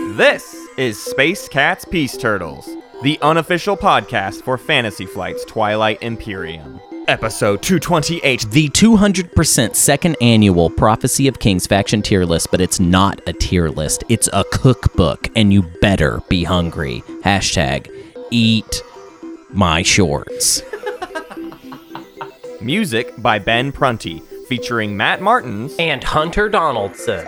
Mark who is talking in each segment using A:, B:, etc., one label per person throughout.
A: This is Space Cats Peace Turtles, the unofficial podcast for Fantasy Flight's Twilight Imperium. Episode 228.
B: The 200% second annual Prophecy of Kings faction tier list, but it's not a tier list. It's a cookbook, and you better be hungry. Hashtag eat my shorts.
A: Music by Ben Prunty, featuring Matt Martins.
C: and Hunter Donaldson.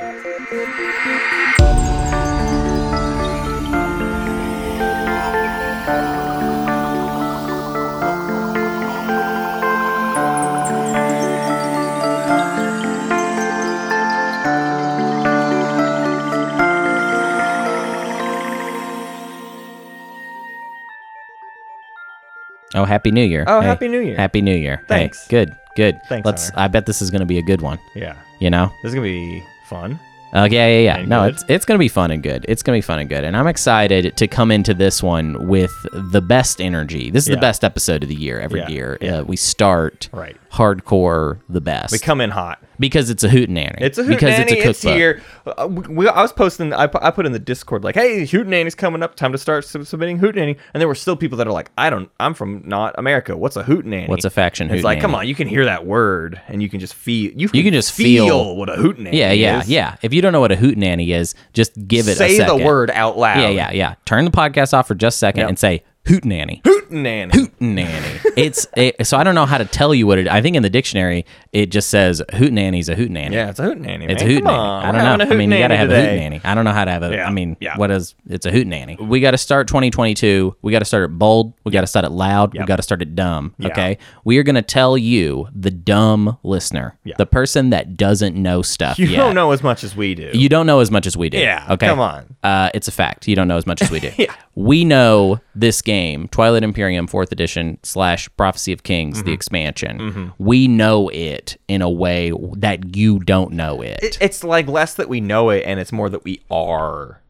B: Oh, Happy New Year.
A: Oh, Happy New Year.
B: Happy New Year.
A: Thanks.
B: Hey, good, good.
A: Thanks,
B: Let's.
A: Hunter.
B: I bet this is going to be a good one,
A: Yeah,
B: you know?
A: this is going to be fun.
B: Uh, yeah, yeah, yeah.
A: And
B: No,
A: good.
B: it's it's gonna be fun and good. It's gonna be fun and good, and I'm excited to come into this one with the best energy. This is
A: Yeah.
B: the best episode of the year every
A: Yeah,
B: year.
A: yeah.
B: Uh, we start
A: Right.
B: hardcore the best
A: We come in hot.
B: because it's a hootenanny.
A: It's a hootenanny.
B: because it's a cookbook.
A: here. Uh, we- we- I was posting. I, pu- I put in the Discord like, "Hey, hootenanny's coming up. Time to start sub- submitting hootenanny." And there were still people that are like, "I don't. I'm from not America. What's a hootenanny?
B: What's a faction
A: It's like,
B: hootenanny?
A: come on. You can hear that word, and you can just feel. You can,
B: can just
A: feel,
B: feel-
A: what a hootenanny.
B: Yeah, yeah,
A: is.
B: yeah. If you don't know what a hootenanny is, just give it a
A: Say the
B: second.
A: word out loud.
B: Yeah, yeah, yeah. Turn the podcast off for just a second
A: Yep.
B: and say hootenanny.
A: Hootenanny.
B: Hootenanny. it's it, so I don't know how to tell you what it. I think in the dictionary it just says hootenanny's a hootenanny.
A: yeah, it's a hootenanny.
B: It's
A: man.
B: a hoot
A: Come on,
B: nanny. I
A: we're having
B: don't know. I mean, you gotta
A: hootenanny
B: have
A: today.
B: a hoot nanny. I don't know how to have a. I
A: Yeah,
B: mean,
A: yeah.
B: what is? It's a hoot nanny. We got to start 2022. We got to start it bold. We got to start it loud. We got to start it dumb. Okay. We are gonna tell you, the dumb listener, the person that doesn't know stuff
A: You
B: yet.
A: don't know as much as we do.
B: You don't know as much as we do.
A: Yeah,
B: Okay.
A: come on.
B: Uh, it's a fact. You don't know as much as we do. yeah. We know this game, Twilight Imperium Fourth Edition slash Prophecy of Kings,
A: Mm-hmm.
B: the expansion. We know it in a way that you don't know it.
A: It- it's like less that we know it, and it's more that we are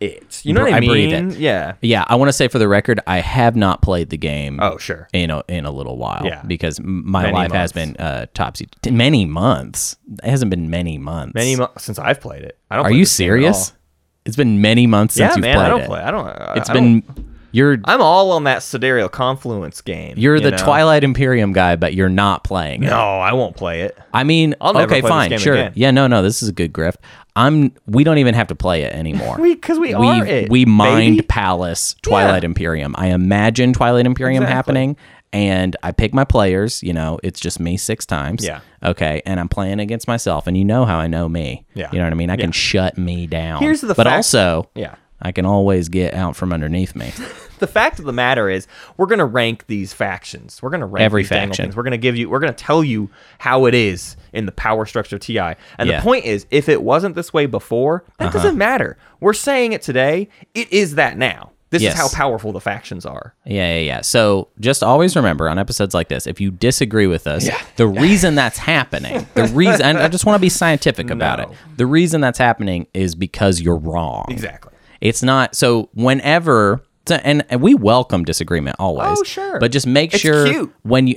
A: it. You know what I,
B: I
A: mean?
B: breathe it.
A: Yeah.
B: Yeah, I want to say for the record, I have not played the game.
A: Oh, sure.
B: In a, in a little while,
A: Yeah.
B: because m- my
A: Many
B: life has
A: months.
B: been uh, topsy t- many months. It hasn't been many months.
A: Many mo- since I've played it. I don't.
B: Are
A: play
B: you
A: this game at all.
B: serious? It's been many months
A: Yeah,
B: since you've
A: man.
B: played
A: I don't
B: it.
A: play. I don't. I,
B: It's
A: I don't-
B: been you're
A: I'm all on that sidereal confluence game.
B: you're
A: you
B: the
A: know?
B: Twilight Imperium guy, but you're not playing it.
A: No, I won't play it.
B: I mean,
A: I'll never play
B: okay,
A: this
B: fine,
A: game
B: sure,
A: again.
B: yeah, no, no, this is a good grift. I'm. We don't even have to play it anymore.
A: We because we, are it.
B: we mined
A: baby.
B: Palace, Twilight Imperium. I imagine Twilight Imperium
A: Exactly.
B: happening, and I pick my players. You know, it's just me six times.
A: Yeah.
B: Okay, and I'm playing against myself, and you know how I know me.
A: Yeah.
B: You know what I mean? I can shut me down.
A: Here's the
B: but
A: fact-
B: also,
A: Yeah.
B: I can always get out from underneath me.
A: The fact of the matter is, we're gonna rank these factions. We're gonna rank
B: Every
A: these dangle
B: faction.
A: things. We're gonna give you. We're gonna tell you how it is in the power structure of Ti. And
B: Yeah. Uh-huh.
A: the point is, if it wasn't this way before, that doesn't matter. We're saying it today. It is that now. This
B: Yes.
A: is how powerful the factions are.
B: Yeah, yeah, yeah. So just always remember on episodes like this, if you disagree with us, the reason that's happening, the reason, and I just want to be scientific about
A: No.
B: it. The reason that's happening is because you're wrong.
A: Exactly.
B: It's not, so whenever, so- and, and we welcome disagreement always.
A: Oh, sure.
B: But just make
A: It's
B: sure
A: cute.
B: when you.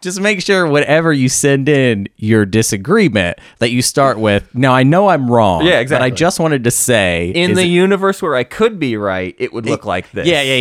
B: Just make sure whatever you send in your disagreement that you start with. Now I know I'm wrong.
A: Yeah,
B: But I
A: exactly.
B: just wanted to say
A: In
B: is
A: the universe where I could be right, it would look like this.
B: yeah, yeah,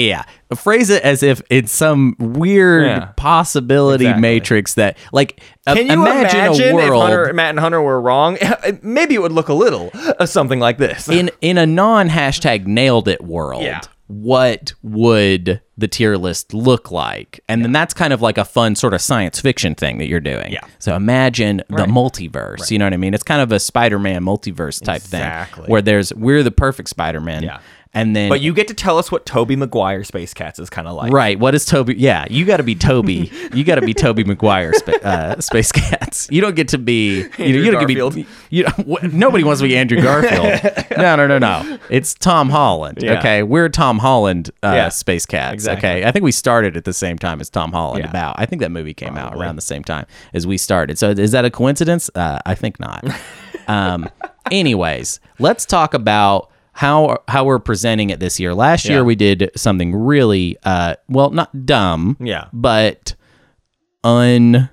B: yeah. Phrase it as if it's some weird
A: Yeah.
B: possibility
A: Exactly.
B: matrix that, like, a-
A: Can you
B: imagine,
A: imagine,
B: a world
A: if Hunter, Matt and Hunter were wrong? Maybe it would look a little uh, something like this.
B: in in a non hashtag nailed it world.
A: Yeah.
B: What would the tier list look like? And then that's kind of like a fun sort of science fiction thing that you're doing.
A: Yeah.
B: So imagine the multiverse. You know what I mean? It's kind of a Spider Man multiverse type
A: Exactly.
B: thing where there's we're the perfect Spider Man.
A: Yeah.
B: And then
A: but you get to tell us what Toby Maguire Space Cats is kind of like.
B: Right. What is Toby? Yeah, you got to be Toby. you got to be Toby McGuire, spa- uh, Space Cats. You don't get to be. You, know, you
A: Andrew
B: don't get to
A: Garfield.
B: be. You, wh- nobody wants to be Andrew Garfield. No, no, no, no. It's Tom Holland.
A: Yeah.
B: Okay, we're Tom Holland uh,
A: Yeah.
B: Space Cats.
A: Exactly.
B: Okay, I think we started at the same time as Tom Holland.
A: Yeah.
B: About, I think that movie came out around the same time as we started. So is that a coincidence? Uh, I think not. Um, anyways, let's talk about how how we're presenting it this year. Last year
A: Yeah.
B: we did something really uh well not dumb,
A: Yeah.
B: but un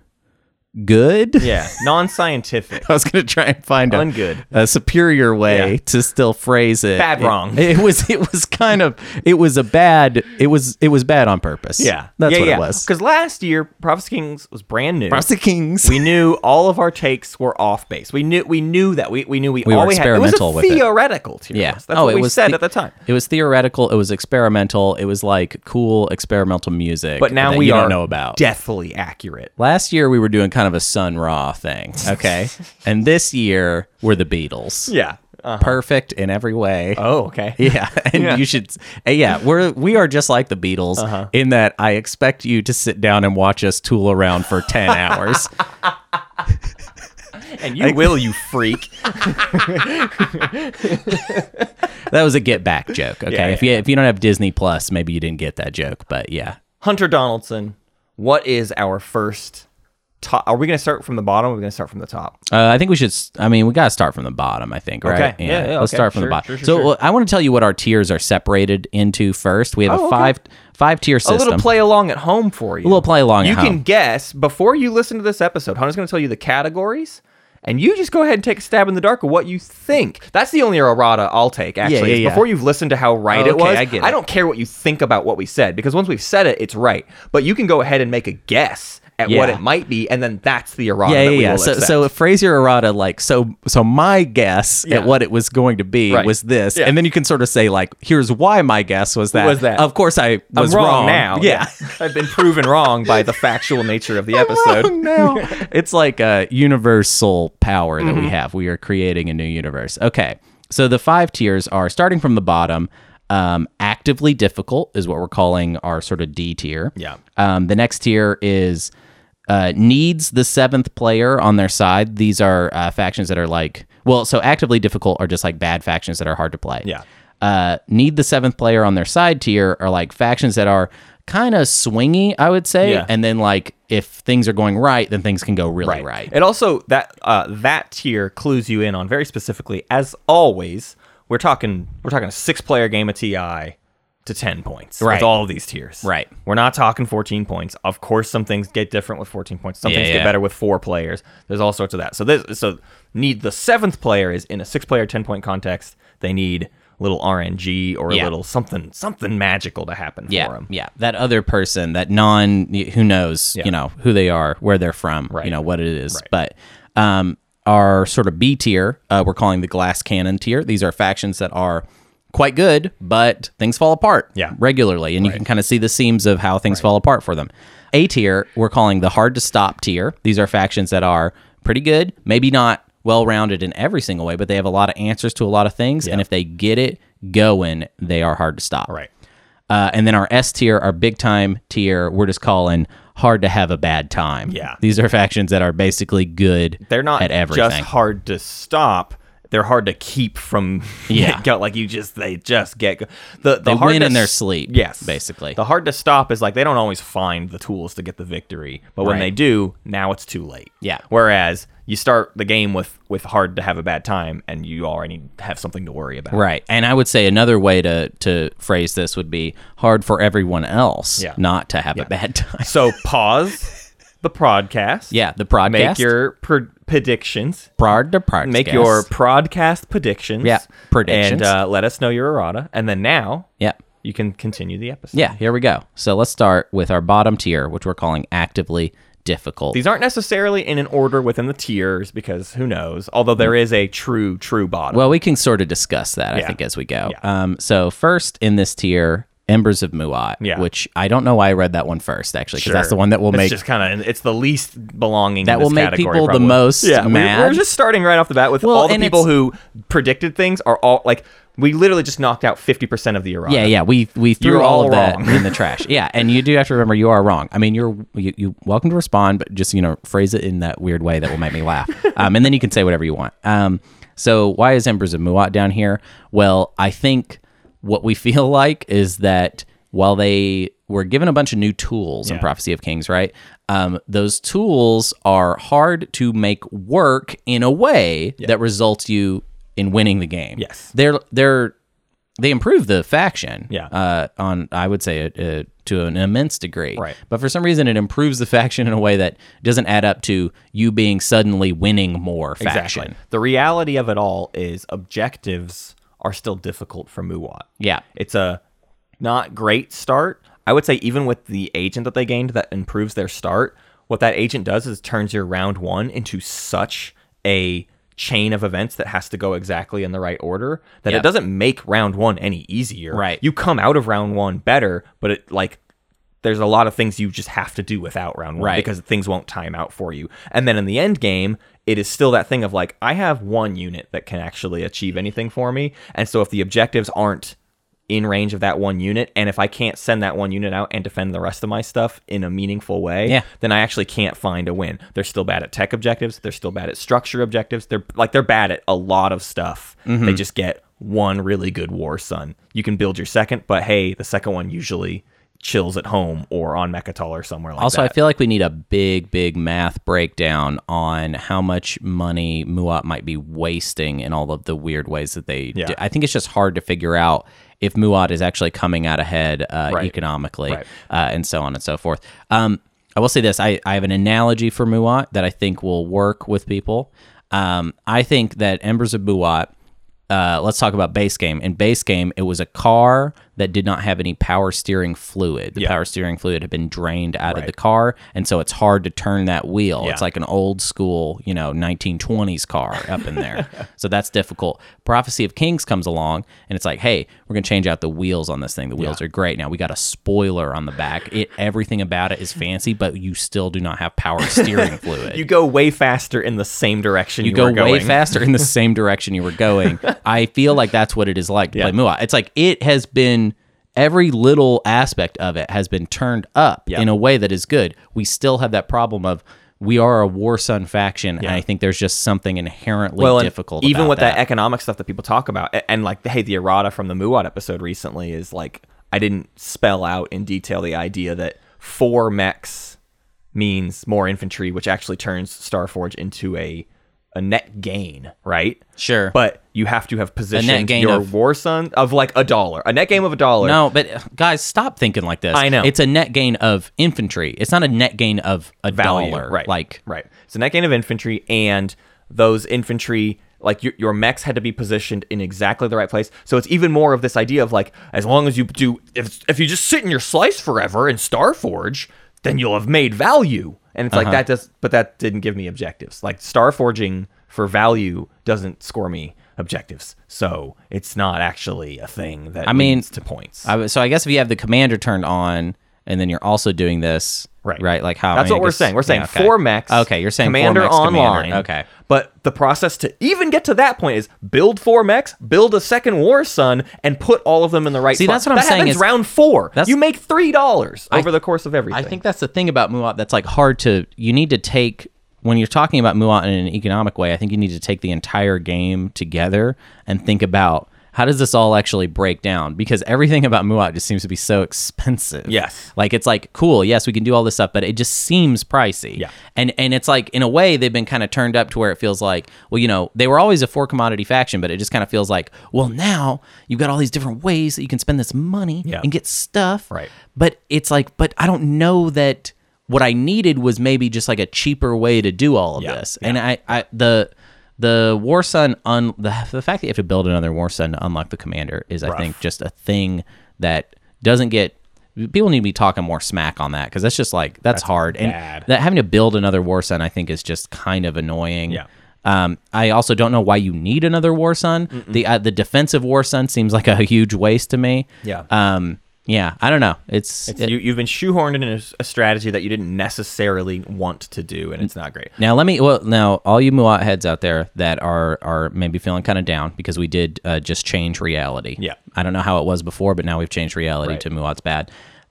B: good.
A: Yeah, non-scientific.
B: I was going to try and find a,
A: Ungood.
B: a superior way
A: Yeah.
B: to still phrase it.
A: Bad
B: It-
A: wrong.
B: It, was it was kind of it was a bad it was it was bad on purpose.
A: Yeah,
B: that's
A: yeah,
B: what
A: yeah.
B: it was.
A: Because last year, Prophecy Kings was brand new.
B: Frosty Kings.
A: we knew all of our takes were off base. We knew we knew that we, we knew we,
B: We were
A: all we had. It was
B: experimental
A: a
B: with it.
A: theoretical tier
B: yeah. Oh,
A: list. That's what we said
B: the-
A: at the time.
B: It was theoretical. It was experimental. It was like cool experimental music.
A: But now
B: that
A: we
B: you
A: are
B: don't know about.
A: deathly accurate.
B: Last year we were doing kind of a Sun Ra thing, okay? and this year we're the Beatles.
A: Yeah. Uh,
B: Perfect in every way.
A: oh, okay.
B: Yeah, and
A: Yeah. Uh-huh.
B: you should. uh, Yeah, we're we are just like the Beatles in that I expect you to sit down and watch us tool around for ten hours.
A: And you will, you freak.
B: That was a get back joke. Okay,
A: Yeah,
B: if you if you don't have Disney Plus, maybe you didn't get that joke. But yeah,
A: Hunter Donaldson, what is our first top? Are we going to start from the bottom? Or are we going to start from the top?
B: uh, I think we should. s- I mean, we gotta start from the bottom. I think, right?
A: Okay. Yeah, yeah,
B: let's
A: okay.
B: start from the
A: Sure,
B: bottom.
A: sure, sure,
B: so
A: sure.
B: uh, I want to tell you what our tiers are separated into first. We have
A: Oh,
B: a
A: okay.
B: five five tier system.
A: A little play along at home for you. A
B: little play along at
A: You
B: home.
A: can guess before you listen to this episode. Hunter's going to tell you the categories, and you just go ahead and take a stab in the dark of what you think. That's the only errata I'll take. Actually,
B: yeah,
A: is
B: yeah.
A: before you've listened to how right
B: Oh,
A: it
B: okay,
A: was,
B: I get it.
A: don't care what you think about what we said because once we've said it, it's right. But you can go ahead and make a guess at what
B: Yeah.
A: it might be, and then that's the errata.
B: yeah,
A: that
B: yeah,
A: we
B: yeah.
A: will
B: So,
A: accept.
B: so Fraser Errata, like, so, so my guess
A: Yeah.
B: at what it was going to be
A: Right.
B: was this,
A: Yeah.
B: and then you can sort of say, like, here's why my guess was that.
A: Was that.
B: Of course, I
A: I'm
B: was
A: wrong, now.
B: Yeah.
A: I've been proven wrong by the factual nature of the episode.
B: wrong now. it's like a universal power
A: Mm-hmm.
B: that we have. We are creating a new universe. Okay. So the five tiers are starting from the bottom. Um, actively difficult is what we're calling our sort of D tier.
A: Yeah.
B: Um, the next tier is uh, needs the seventh player on their side. These are uh, factions that are like, well, so actively difficult are just like bad factions that are hard to play.
A: Yeah.
B: Uh, need the seventh player on their side tier are like factions that are kind of swingy, I would say.
A: Yeah.
B: And then like if things are going right, then things can go really right.
A: It also that uh, that tier clues you in on very specifically. As always, we're talking we're talking a six player game of TI to ten points
B: Right.
A: with all of these tiers.
B: Right.
A: We're not talking fourteen points. Of course, some things get different with fourteen points. Some
B: Yeah,
A: things
B: yeah.
A: get better with four players. There's all sorts of that. So this so need the seventh player is in a six player ten point context. They need a little RNG or a
B: Yeah.
A: little something something magical to happen
B: yeah,
A: for them.
B: Yeah, that other person, that non, who knows, you know, who they are, where they're from, you know, what it is. But um, our sort of B tier, uh, we're calling the glass cannon tier. These are factions that are quite good, but things fall apart
A: Yeah.
B: regularly. And you can kind of see the seams of how things fall apart for them. A tier, we're calling the hard to stop tier. These are factions that are pretty good, maybe not well rounded in every single way, but they have a lot of answers to a lot of things. And if they get it going, they are hard to stop.
A: Right.
B: Uh, and then our S tier, our big time tier, we're just calling hard to have a bad time.
A: Yeah.
B: These are factions that are basically good.
A: They're not
B: at everything.
A: just hard to stop. They're hard to keep from
B: Yeah.
A: get go. Like you just they just get go. the the
B: they
A: hard
B: win
A: to
B: in their
A: s-
B: sleep.
A: Yes,
B: Basically.
A: The hard to stop is like they don't always find the tools to get the victory, but when
B: Right.
A: they do, now it's too late.
B: Yeah.
A: Whereas you start the game with with hard to have a bad time, and you already have something to worry about.
B: right. And I would say another way to, to phrase this would be hard for everyone else
A: Yeah.
B: not to have a bad time.
A: So pause the podcast.
B: Yeah. The podcast.
A: Make your pr- predictions.
B: prod to prod.
A: Make your podcast predictions.
B: Yeah,
A: And
B: predictions.
A: uh, let us know your errata. And then now
B: Yeah.
A: you can continue the episode.
B: Yeah. Here we go. So let's start with our bottom tier, which we're calling actively difficult.
A: These aren't necessarily in an order within the tiers because who knows? Although there is a true, true bottom.
B: Well, we can sort of discuss that, I
A: Yeah.
B: think, as we go.
A: Yeah.
B: Um, so first in this tier, Embers of Muat,
A: Yeah.
B: which I don't know why I read that one first, actually, because that's the one that will
A: It's
B: make
A: just kind of it's the least belonging.
B: That
A: in this
B: will make
A: category,
B: people the
A: probably.
B: most
A: yeah, we-
B: mad.
A: We're just starting right off the bat with
B: Well,
A: all the
B: and
A: people
B: it's-
A: who predicted things are all like we literally just knocked out fifty percent of the errata.
B: yeah, yeah. We we threw
A: You're
B: all
A: all
B: of that
A: wrong.
B: in the trash. Yeah, and you do have to remember you are wrong. I mean, you're you, you welcome to respond, but just you know phrase it in that weird way that will make me laugh. Um, and then you can say whatever you want. Um, so why is Embers of Muat down here? Well, I think what we feel like is that while they were given a bunch of new tools in Prophecy of Kings, right? Um, those tools are hard to make work in a way that results you in winning the game.
A: Yes.
B: they're they're they improve the faction. Um,
A: Yeah.
B: Uh, on I would say a, a to an immense degree.
A: Right.
B: But for some reason, it improves the faction in a way that doesn't add up to you being suddenly winning more faction.
A: Exactly. The reality of it all is objectives are still difficult for Muwat.
B: Yeah.
A: It's a not great start. I would say even with the agent that they gained that improves their start, what that agent does is turns your round 1 into such a chain of events that has to go exactly in the right order that
B: Yeah.
A: it doesn't make round 1 any easier.
B: Right.
A: You come out of round 1 better, but it like there's a lot of things you just have to do without round one
B: Right.
A: because things won't time out for you. And then in the end game, it is still that thing of like, I have one unit that can actually achieve anything for me. And so if the objectives aren't in range of that one unit, and if I can't send that one unit out and defend the rest of my stuff in a meaningful way,
B: Yeah.
A: then I actually can't find a win. They're still bad at tech objectives, they're still bad at structure objectives, they're like they're bad at a lot of stuff.
B: Mm-hmm.
A: They just get one really good war sun. You can build your second, but hey, the second one usually chills at home or on Mechatol or somewhere like
B: Also,
A: that.
B: I feel like we need a big, big math breakdown on how much money Muat might be wasting in all of the weird ways that they
A: Yeah.
B: do. I think it's just hard to figure out if Muat is actually coming out ahead uh,
A: Right.
B: economically
A: Right.
B: uh, and so on and so forth. Um, I will say this I, I have an analogy for Muat that I think will work with people. Um, I think that Embers of Muat. Uh, let's talk about base game. In base game, it was a car that did not have any power steering fluid. The power steering fluid had been drained out of the car, and so it's hard to turn that wheel. It's like an old school, you know, 1920s car up in there. so that's difficult. Prophecy of Kings comes along, and it's like, hey, we're gonna change out the wheels on this thing. The wheels are great now. We got a spoiler on the back. It everything about it is fancy, but you still do not have power steering fluid
A: you go way faster in the same direction you,
B: go
A: were going.
B: way faster in the same direction you were going. I feel like that's what it is like to play Mua. It's like it has been every little aspect of it has been turned up in a way that is good. We still have that problem of we are a war sun faction, and I think there's just something inherently
A: well, and
B: difficult.
A: Even
B: about
A: with that.
B: that
A: economic stuff that people talk about, a- and like, hey, the errata from the Muad episode recently is like, I didn't spell out in detail the idea that four mechs means more infantry, which actually turns Starforge into a a net gain, right?
B: Sure.
A: But you have to have positioned
B: gain
A: your
B: of-
A: war sun of like a dollar, a net game of a dollar.
B: No, but guys, stop thinking like this.
A: I know.
B: it's a net gain of infantry. It's not a net gain of a
A: value,
B: dollar.
A: Right.
B: Like
A: right. So net gain of infantry and those infantry like your, your mechs had to be positioned in exactly the right place. So it's even more of this idea of like as long as you do if if you just sit in your slice forever in Starforge, then you'll have made value. And it's
B: Uh-huh.
A: like that does but that didn't give me objectives. Like Starforging for value doesn't score me objectives. So it's not actually a thing that I
B: mean,
A: leads to points.
B: I, would- so I guess if you have the commander turned on, and then you're also doing this,
A: Right.
B: Right, like how I
A: That's
B: mean, I
A: what we're
B: guess-
A: saying. We're saying
B: yeah, okay.
A: four mechs.
B: Okay, you're saying four
A: commander
B: mechs, commander.
A: online.
B: Okay,
A: but the process to even get to that point is build four mechs, build a second war sun, and put all of them in the right.
B: See,
A: spot.
B: that's what I'm
A: that
B: saying
A: Happens
B: is-
A: round four.
B: that's-
A: you make three dollars over the course of everything.
B: I think that's the thing about Muat that's like hard to. You need to take when you're talking about Muat in an economic way. I think you need to take the entire game together and think about how does this all actually break down because everything about Muat just seems to be so expensive.
A: Yes.
B: like it's like cool. Yes, we can do all this stuff, but it just seems pricey.
A: Yeah.
B: and and it's like in a way they've been kind of turned up to where it feels like well you know they were always a four commodity faction, but it just kind of feels like well now you've got all these different ways that you can spend this money
A: Yeah.
B: and get stuff
A: Right.
B: but it's like but i don't know that what i needed was maybe just like a cheaper way to do all of
A: Yeah,
B: this and i i the the war sun un the, the fact that you have to build another war sun to unlock the commander is i think just a thing that doesn't get people need to be talking more smack on that because that's just like that's, hard
A: bad.
B: and that having to build another war sun i think is just kind of annoying
A: Yeah.
B: um, I also don't know why you need another War Sun. The uh, the defensive War Sun seems like a huge waste to me.
A: Yeah.
B: Um. Yeah. I don't know. It's, it-
A: you, you've been shoehorned in a, s- a strategy that you didn't necessarily want to do, and it's not great.
B: now let me. Well, now all you Muat heads out there that are are maybe feeling kind of down because we did uh, just change reality.
A: Yeah.
B: I don't know how it was before, but now we've changed reality to Muat's bad.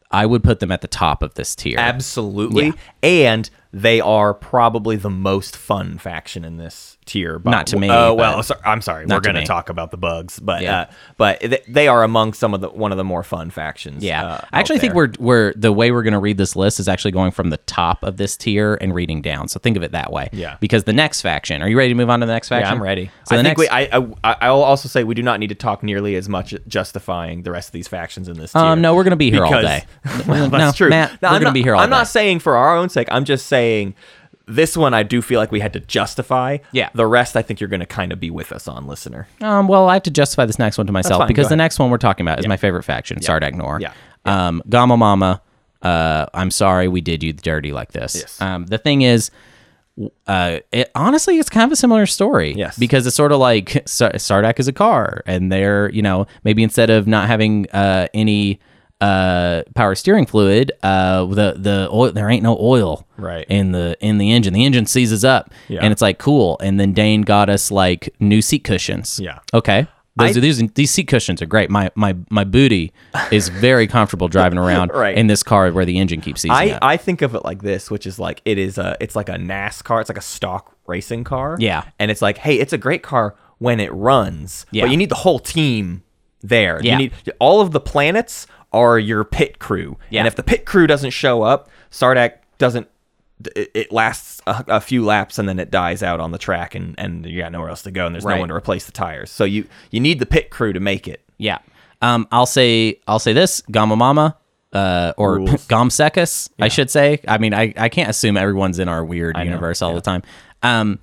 B: I would put them at the top of this tier.
A: Absolutely. And they are probably the most fun faction in this tier. But,
B: Not to me,
A: Oh
B: but-
A: well, so- I'm sorry. We're
B: to
A: going to
B: me.
A: talk about the bugs, but
B: Yeah.
A: uh, but th- they are among some of the one of the more fun factions.
B: Yeah,
A: uh,
B: I actually
A: out
B: think
A: there.
B: we're we're the way we're going to read this list is actually going from the top of this tier and reading down. So think of it that way.
A: Yeah.
B: Because the next faction, are you ready to move on to the next faction?
A: Yeah, I'm ready.
B: So
A: I
B: the
A: think
B: next,
A: we, I, I, I will also say we do not need to talk nearly as much justifying the rest of these factions in this. Tier.
B: um, no, we're going to be here all
A: Because-
B: day.
A: Well,
B: No,
A: that's true.
B: Matt,
A: No,
B: we're
A: I'm
B: going to
A: not-
B: be here all
A: I'm
B: day.
A: not saying for our own sake. I'm just saying this one I do feel like we had to justify.
B: Yeah.
A: The rest I think you're going to kind of be with us on, listener.
B: Um, well, I have to justify this next one to myself
A: fine,
B: because
A: go
B: the
A: ahead.
B: next one we're talking about is my favorite faction, Sardagnor.
A: Yeah.
B: Um, Gama Mama, uh, I'm sorry we did you dirty like this.
A: Yes.
B: Um, the thing is, uh, it, honestly, it's kind of a similar story.
A: Yes.
B: Because it's sort of like Sar- Sardak is a car, and they're, you know, maybe instead of not having uh, any uh power steering fluid uh the the oil there ain't no oil
A: Right.
B: in the in the engine the engine seizes up
A: Yeah.
B: and it's like cool and then dane got us like new seat cushions
A: Yeah.
B: Okay.
A: I-
B: Those are, these these seat cushions are great. My my my booty is very comfortable driving around
A: Right.
B: in this car where the engine keeps seizing
A: I,
B: up.
A: I think of it like this, which is like it is a it's like a NASCAR, it's like a stock racing car.
B: Yeah.
A: And it's like, hey, it's a great car when it runs.
B: Yeah.
A: But you need the whole team there.
B: Yeah.
A: You need all of the planets are your pit crew.
B: Yeah.
A: And if the pit crew doesn't show up, Sardak doesn't it, it lasts a, a few laps and then it dies out on the track and, and you got nowhere else to go and there's
B: Right.
A: no one to replace the tires. So you you need the pit crew to make it.
B: yeah. Um. I'll say I'll say this. Gama Mama. Uh, or
A: Rules.
B: Gomsekus, I should say. I mean, I, I can't assume everyone's in our weird universe all the time. Um,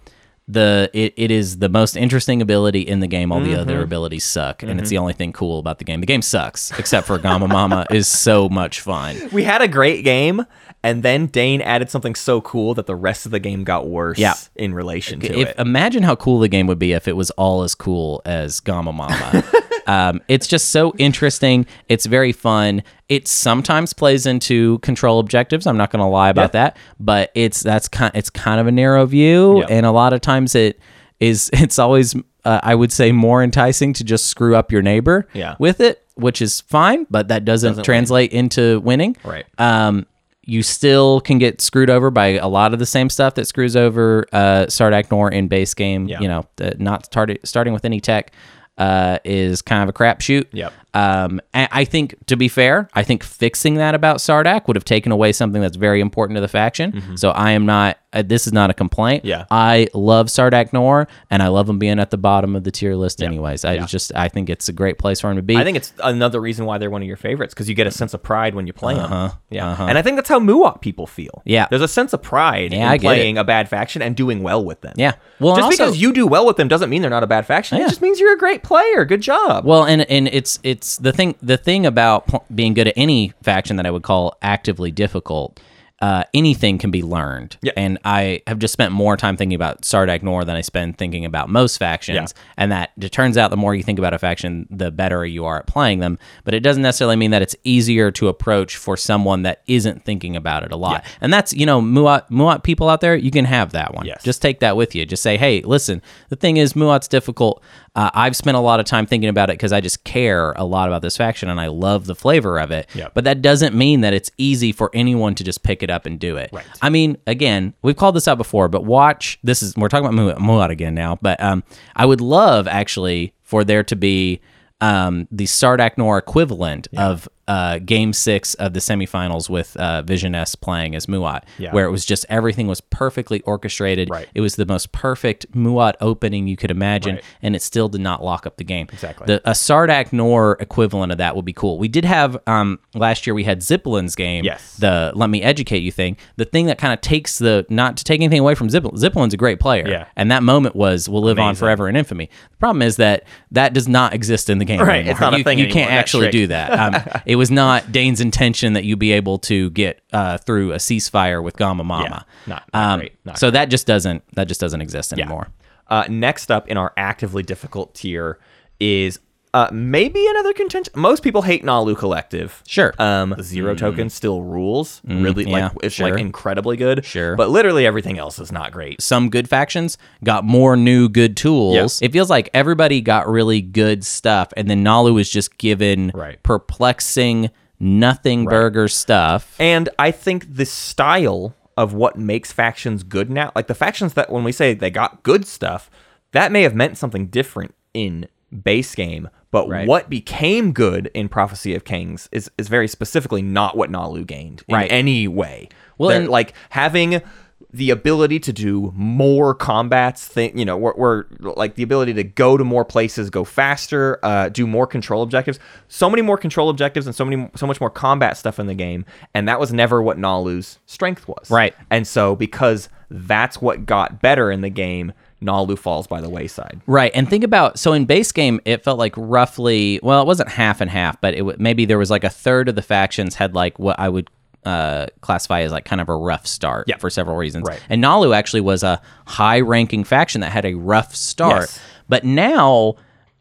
B: the it, it is the most interesting ability in the game. All the
A: Mm-hmm.
B: other abilities suck, and it's the only thing cool about the game. The game sucks, except for Gama Mama is so much fun.
A: We had a great game, and then Dane added something so cool that the rest of the game got worse
B: Yeah.
A: in relation to
B: if
A: it.
B: imagine how cool the game would be if it was all as cool as Gamma Mama. um, it's just so interesting. It's very fun. It sometimes plays into control objectives. I'm not going to lie about that, but it's that's kind it's kind of a narrow view,
A: Yeah.
B: and a lot of times it is. It's always uh, I would say more enticing to just screw up your neighbor
A: Yeah.
B: with it, which is fine, but that doesn't, translate into winning.
A: Right.
B: Um, you still can get screwed over by a lot of the same stuff that screws over uh, Sardak Nor in base game.
A: Yeah.
B: You know, the, not started, starting with any tech uh, is kind of a crapshoot.
A: Yep.
B: Um, and I think, to be fair, I think fixing that about Sardak would have taken away something that's very important to the faction. So I am not, uh, this is not a complaint.
A: Mm-hmm. Yeah.
B: I love Sardak Nor and I love him being at the bottom of the tier list, anyways. I just, I think it's a great place for him to be.
A: I think it's another reason why they're one of your favorites because you get a sense of pride when you play them. Yeah, and I think that's how Muwok people feel.
B: Uh-huh, Yeah.
A: there's a sense of pride
B: Yeah,
A: in
B: I get
A: playing a bad faction and doing well with them.
B: Yeah. Well, and
A: just
B: also- Oh,
A: because you do well with them doesn't mean they're not a bad faction. It just means you're a great player. Good job.
B: Well, and and it's it's the thing the thing about pl- being good at any faction that I would call actively difficult. Uh, anything can be learned,
A: Yeah.
B: and I have just spent more time thinking about Sardak Nor than I spend thinking about most factions. And that it turns out the more you think about a faction, the better you are at playing them. But it doesn't necessarily mean that it's easier to approach for someone that isn't thinking about it a lot. And that's you know Muat Muat people out there, you can have that one.
A: Yes.
B: Just just take that with you. Just say, hey, listen, the thing is, Muat's difficult. Uh, I've spent a lot of time thinking about it because I just care a lot about this faction and I love the flavor of it.
A: Yep.
B: But that doesn't mean that it's easy for anyone to just pick it up and do it. Right. I mean, again, we've called this out before, but watch this is we're talking about Muat, Muat again now. But um, I would love actually for there to be um, the Sardak Nor equivalent of uh, Game Six of the semifinals with uh, Vision S playing as Muat,
A: Yeah.
B: where it was just everything was perfectly orchestrated.
A: Right.
B: It was the most perfect Muat opening you could imagine, and it still did not lock up the game.
A: Exactly.
B: The, a Sardak Nor equivalent of that would be cool. We did have um, last year. We had Ziplin's game.
A: Yes.
B: The Let Me Educate You thing. The thing that kind of takes the not to take anything away from Ziplin. Ziplin's a great player.
A: Yeah.
B: And that moment was will live on forever in infamy. The problem is that that does not exist in the game.
A: Right,
B: anymore.
A: it's not a
B: you,
A: thing
B: You
A: anymore,
B: can't
A: that
B: actually
A: trick.
B: do that. Um, it was not Dane's intention that you be able to get uh, through a ceasefire with Gama Mama. Um,
A: not- not great, not
B: so that just doesn't that just doesn't exist anymore.
A: Uh, next up in our actively difficult tier is uh, maybe another contention. Most people hate Nalu Collective.
B: Sure. Mm.
A: Um, the zero token still rules. really,
B: yeah,
A: like it's
B: sure.
A: like incredibly good.
B: Sure.
A: But literally everything else is not great.
B: Some good factions got more new good tools.
A: Yes.
B: It feels like everybody got really good stuff, and then Nalu was just given
A: Right.
B: perplexing nothing burger stuff.
A: And I think the style of what makes factions good now. Like the factions that when we say they got good stuff, that may have meant something different in base game, but
B: Right.
A: what became good in Prophecy of Kings is is very specifically not what Nalu gained in
B: Right.
A: any way.
B: Well,
A: Well,
B: and-
A: like having the ability to do more combats thing you know we're, we're like the ability to go to more places go faster uh, do more control objectives so many more control objectives and so many so much more combat stuff in the game and that was never what nalu's strength was
B: Right.
A: and so because that's what got better in the game nalu falls by the wayside
B: Right. And think about so in base game, it felt like roughly, well, it wasn't half and half, but it w- maybe there was like a third of the factions had like what I would uh, classify as like kind of a rough start
A: Yeah.
B: for several reasons.
A: Right.
B: And Nalu actually was a high ranking faction that had a rough start.
A: Yes.
B: But now,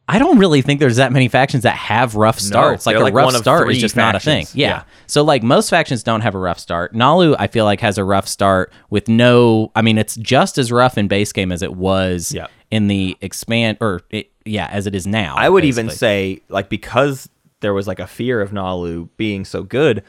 B: I don't really think there's that many factions that have rough starts. like
A: they're
B: a
A: like
B: rough
A: one of
B: start is
A: three
B: just not a
A: factions.
B: thing. Yeah.
A: Yeah.
B: So like most factions don't have a rough start. Nalu, I feel like, has a rough start with no. I mean, it's just as rough in base game as it was
A: Yep.
B: in the expand or it, yeah, as it is now.
A: I would even say like because there was like a fear of Nalu being so good,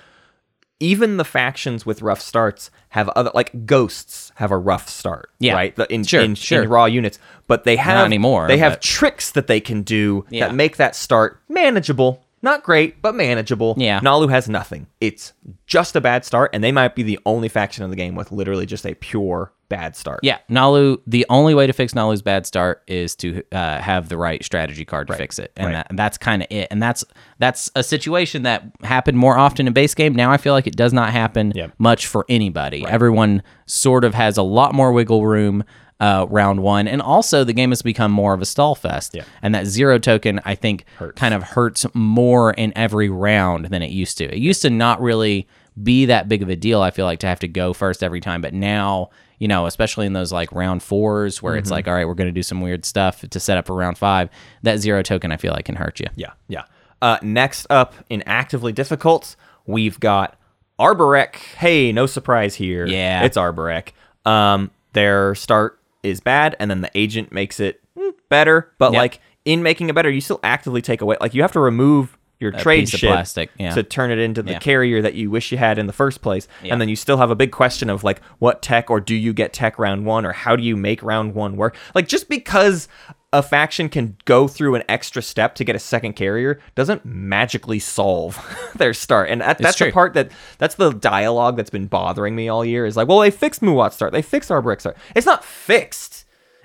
A: even the factions with rough starts have other like ghosts have a rough start,
B: Yeah.
A: right? The, in,
B: Sure,
A: in,
B: sure.
A: in raw units, but they have
B: anymore,
A: They have
B: but-
A: tricks that they can do
B: Yeah.
A: that make that start manageable. Not great, but manageable.
B: Yeah.
A: Nalu has nothing. It's just a bad start, and they might be the only faction in the game with literally just a pure bad start.
B: Yeah, Nalu. The only way to fix Nalu's bad start is to uh, have the right strategy card to fix it, and,
A: right.
B: that, and that's kind of it. And that's that's a situation that happened more often in base game. Now I feel like it does not happen
A: Yep.
B: much for anybody. Everyone sort of has a lot more wiggle room. Uh, round one, and also the game has become more of a stall fest, yeah. and that zero token I think kind of hurts more in every round than it used to. It used to not really be that big of a deal. I feel like to have to go first every time, but now you know, especially in those like round fours where
A: Mm-hmm.
B: it's like, all right, we're going to do some weird stuff to set up for round five. That zero token, I feel like, can hurt you.
A: Yeah, yeah. Uh, next up in actively difficult, we've got Arborek. Hey, no surprise here.
B: Yeah.
A: it's Arborek. Um, their start is bad, and then the agent makes it mm, better. But
B: Yep.
A: like in making it better, you still actively take away. Like you have to remove your trade
B: piece of
A: ship
B: plastic, yeah.
A: to turn it into the
B: Yeah.
A: carrier that you wish you had in the first place, and then you still have a big question of like what tech or do you get tech round one or how do you make round one work? Like just because a faction can go through an extra step to get a second carrier doesn't magically solve their start, and that, that's
B: true.
A: the part that that's the dialogue that's been bothering me all year is like, well, they fixed Muwat's start, they fixed our brick start. It's not fixed.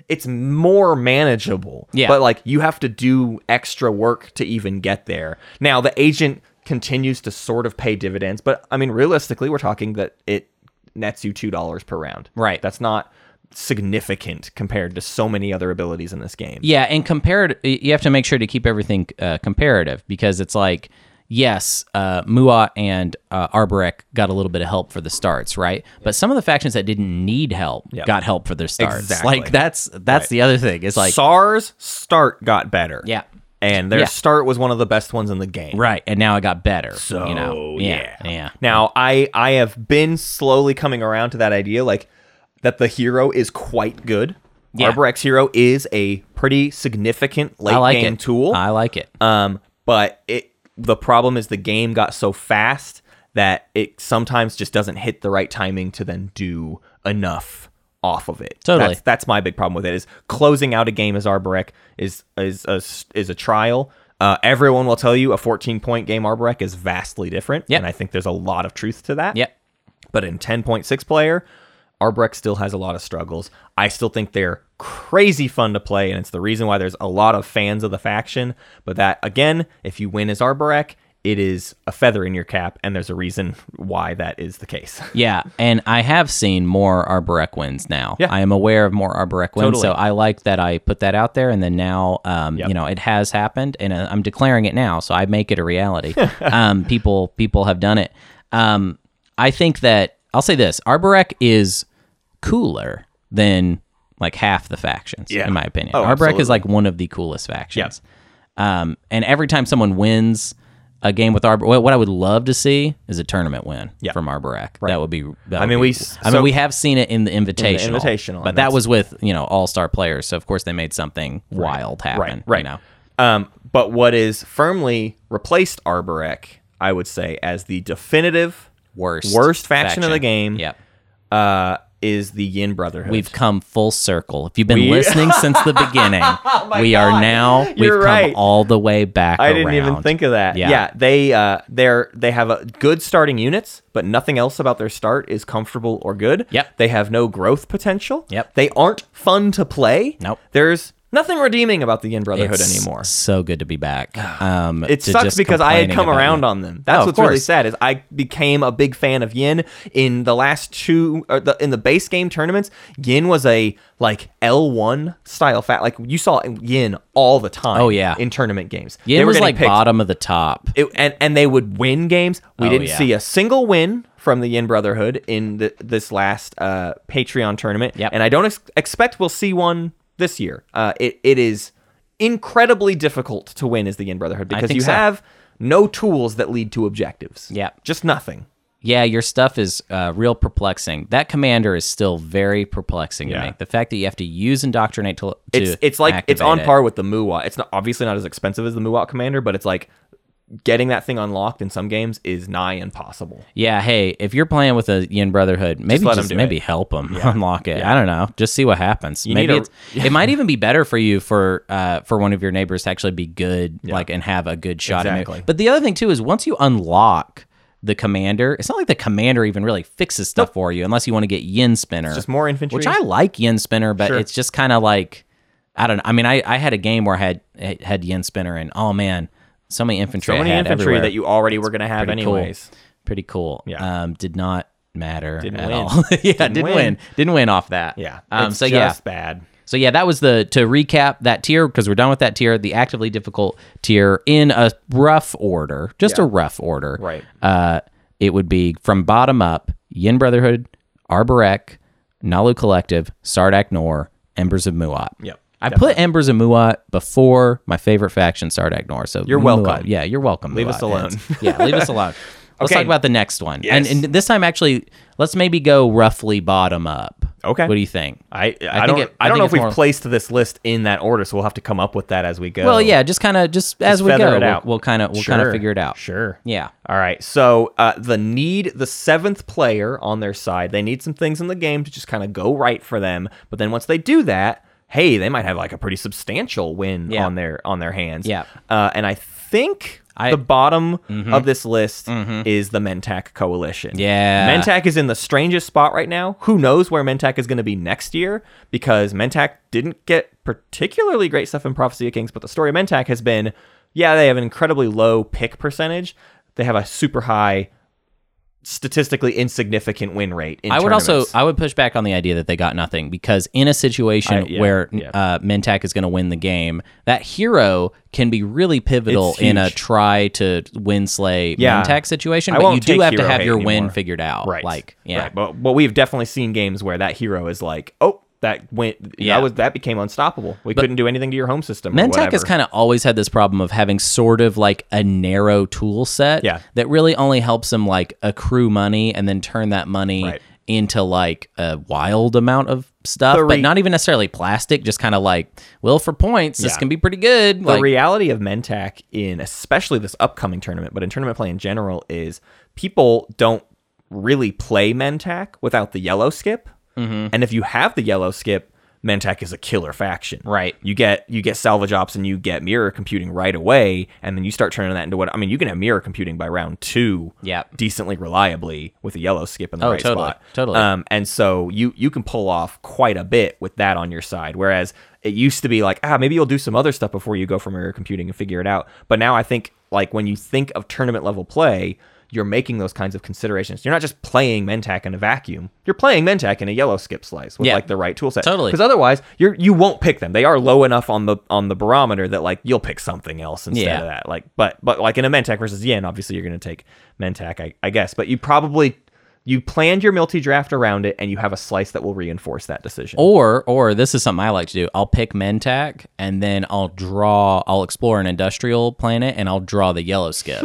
A: It's more manageable.
B: Yeah.
A: But like you have to do extra work to even get there. Now the agent continues to sort of pay dividends, but I mean realistically we're talking that it nets you two dollars per round.
B: Right.
A: That's not significant compared to so many other abilities in this game.
B: Yeah, and compared, you have to make sure to keep everything uh, comparative because it's like, yes, uh, Muat and uh, Arborek got a little bit of help for the starts, right? But some of the factions that didn't need help
A: Yep.
B: got help for their starts.
A: Exactly.
B: Like that's that's the other thing. It's like
A: SARS start got better.
B: Yeah.
A: And their
B: Yeah.
A: start was one of the best ones in the game.
B: right, and now it got better.
A: So
B: you know, yeah, yeah.
A: Now I I have been slowly coming around to that idea, like that the hero is quite good.
B: Yeah.
A: Arbor X hero is a pretty significant late
B: I like
A: game
B: it.
A: tool.
B: I like it.
A: um, but it the problem is the game got so fast that it sometimes just doesn't hit the right timing to then do enough off of it.
B: Totally.
A: That's, that's my big problem with it is closing out a game as Arborek is is a s- is a trial. Uh, everyone will tell you a 14 point game Arborek is vastly different,
B: Yep.
A: and I think there's a lot of truth to that.
B: Yep.
A: But in 10.6 player, Arbrecht still has a lot of struggles. I still think they're crazy fun to play, and it's the reason why there's a lot of fans of the faction. But that, again, if you win as Arborek, it is a feather in your cap, and there's a reason why that is the case.
B: Yeah, and I have seen more Arborek wins now.
A: Yeah.
B: I am aware of more Arborek wins, so
A: Totally.
B: I like that I put that out there, and then now, um, you know, it has happened, and uh, I'm declaring it now, so I make it a reality. um, people, people have done it. Um, I think that I'll say this: Arborek is cooler than like half the factions,
A: Yeah.
B: in my opinion.
A: Oh,
B: Arborek is
A: absolutely.
B: like one of the coolest factions. Um, and every time someone wins a game with Arbor, what what I would love to see is a tournament win
A: Yeah.
B: from Arborac. That would be. that
A: I
B: would
A: mean,
B: be-
A: we
B: I
A: s-
B: mean,
A: so-
B: we have seen it in the invitational,
A: Invitational,
B: but
A: and
B: that
A: that's-
B: was with you know all star players. So of course they made something wild happen.
A: right,
B: You
A: right.
B: know?
A: Um, but what is firmly replaced Arborek, I would say, as the definitive
B: Worst
A: worst faction,
B: faction.
A: of the game
B: Yep.
A: uh, is the Yin Brotherhood.
B: We've come full circle. If you've been
A: We- Oh
B: listening since the beginning, we are now we've
A: You're
B: come
A: right.
B: all the way back.
A: I didn't even
B: around.
A: think of that.
B: Yeah.
A: Yeah, they uh, they're they have a good starting units, but nothing else about their start is comfortable or good.
B: Yep.
A: they have no growth potential.
B: Yep.
A: they aren't fun to play.
B: Nope.
A: there's nothing redeeming about the Yin Brotherhood
B: It's
A: anymore.
B: So good to be back. Um,
A: It
B: to
A: sucks
B: just
A: because I had
B: complaining
A: come
B: about
A: around
B: it.
A: on them. That's
B: Oh, of
A: what's really
B: course.
A: sad is I became a big fan of Yin in the last two or the, in the base game tournaments. Yin was a like L1 style fat like you saw Yin all the time.
B: Oh, yeah.
A: in tournament games.
B: Yin
A: They were
B: was
A: getting
B: like
A: picked
B: bottom of the top.
A: it, and and they would win games. We
B: Oh,
A: didn't
B: yeah.
A: see a single win from the Yin Brotherhood in the, this last uh, Patreon tournament,
B: Yep.
A: and I don't ex- expect we'll see one this year. Uh, it it is incredibly difficult to win as the Yin Brotherhood because
B: think
A: you
B: so.
A: have no tools that lead to objectives.
B: Yep.
A: just nothing.
B: Yeah, your stuff is uh, real perplexing. That commander is still very perplexing
A: Yeah.
B: to me. The fact that you have to use indoctrinate to, to
A: It's it's like it's
B: activate
A: on
B: it.
A: par with the Muwat. It's not obviously not as expensive as the Muwat Commander, but it's like getting that thing unlocked in some games is nigh impossible.
B: Yeah, hey, if you're playing with a Yin Brotherhood, maybe
A: let
B: just,
A: 'em do
B: maybe help 'em help them unlock it. I don't know. Just see what happens.
A: need
B: maybe
A: a-
B: it's, it might even be better for you for uh, for one of your neighbors to actually be good, like and have a good shot. at
A: Exactly.
B: it. But the other thing too is once you unlock the commander, it's not like the commander even really fixes stuff for you unless you want to get Yin Spinner,
A: Just more infantry.
B: which I like Yin Spinner, but it's just kind of like I don't know. I mean, I, I had a game where I had I had Yin Spinner, and oh man, so many infantry,
A: so
B: I
A: many
B: had
A: infantry
B: everywhere
A: that you already were going to have
B: pretty cool.
A: anyways.
B: pretty cool.
A: Yeah.
B: Um, did not matter
A: Didn't
B: at
A: win.
B: all. yeah, didn't,
A: Didn't
B: win.
A: win.
B: Didn't win off that.
A: Yeah.
B: Um,
A: it's
B: so
A: just
B: yeah.
A: bad.
B: So yeah, that was the to recap that tier because we're done with that tier. The actively difficult tier in a rough order, just a rough order.
A: Right.
B: Uh, it would be from bottom up: Yin Brotherhood, Arborek, Nalu Collective, Sardak Nor, Embers of Muat.
A: Yep.
B: I put Embers of Muat before my favorite faction, Sardak Nor. So
A: You're
B: Muat-
A: welcome.
B: Yeah, you're welcome.
A: Leave
B: Muat
A: us alone.
B: heads. yeah, leave us alone. Let's
A: Okay.
B: talk about the next one.
A: Yes.
B: And, and this time, actually, let's maybe go roughly bottom up.
A: Okay.
B: What do you think?
A: I I,
B: think
A: don't
B: it- I
A: I don't
B: think
A: know
B: it's
A: if we've
B: more-
A: placed this list in that order, so we'll have to come up with that as we go.
B: Well, yeah, just kind of just as we
A: feather
B: go,
A: it
B: we'll-
A: out.
B: we'll kind of we'll kind of
A: Sure.
B: figure it out.
A: Sure.
B: Yeah.
A: All right. So uh, the need the seventh player on their side. They need some things in the game to just kind of go right for them. But then once they do that, hey, they might have like a pretty substantial win
B: Yeah.
A: on their on their hands.
B: Yeah.
A: Uh, and I think.
B: I- Mm-hmm.
A: the bottom of this list is the Mentac coalition.
B: Yeah.
A: Mentac is in the strangest spot right now. Who knows where Mentac is going to be next year because Mentac didn't get particularly great stuff in Prophecy of Kings, but the story of Mentac has been yeah, they have an incredibly low pick percentage. They have a super high statistically insignificant win rate in
B: I would also
A: tournaments.
B: I would push back on the idea that they got nothing because in a situation
A: I- yeah,
B: where
A: yeah.
B: uh, Mentac is going to win the game, that hero can be really pivotal
A: It's
B: in a
A: huge.
B: try to win slay
A: Yeah.
B: Mentac situation.
A: I
B: But you
A: won't
B: do
A: take
B: have to
A: hero
B: have
A: hate
B: your win
A: anymore.
B: figured out.
A: right.
B: Like yeah.
A: Right. But but we've definitely seen games where that hero is like, "Oh, that went
B: Yeah.
A: that was that became unstoppable. We couldn't do anything to your home system." or
B: Mentac
A: whatever.
B: has kind of always had this problem of having sort of like a narrow tool set
A: Yeah.
B: that really only helps him like accrue money and then turn that money
A: Right.
B: into like a wild amount of stuff,
A: The
B: but
A: re-
B: not even necessarily plastic, just kind of like, well, for points, this
A: Yeah.
B: can be pretty good.
A: the
B: Like,
A: reality of Mentac in especially this upcoming tournament, but in tournament play in general, is people don't really play Mentac without the yellow skip.
B: Mm-hmm.
A: And if you have the yellow skip, Mentac is a killer faction.
B: Right.
A: You get you get salvage ops and you get mirror computing right away, and then you start turning that into what I mean, you can have mirror computing by round two
B: Yep.
A: decently reliably with a yellow skip in the
B: Oh,
A: right
B: totally,
A: spot.
B: totally.
A: Um, and so you you can pull off quite a bit with that on your side. Whereas it used to be like, ah, maybe you'll do some other stuff before you go for mirror computing and figure it out. But now I think like when you think of tournament level play, you're making those kinds of considerations. You're not just playing Mentac in a vacuum. You're playing Mentac in a yellow skip slice with
B: Yeah.
A: like the right tool set.
B: Totally.
A: Because otherwise you're you won't pick them. They are low enough on the on the barometer that like you'll pick something else instead
B: Yeah.
A: of that. Like but but like in a Mentac versus Yin, obviously you're gonna take Mentac, I, I guess. But you probably you planned your multi draft around it, and you have a slice that will reinforce that decision.
B: Or, or this is something I like to do. I'll pick Mentac and then I'll draw. I'll explore an industrial planet and I'll draw the yellow skip.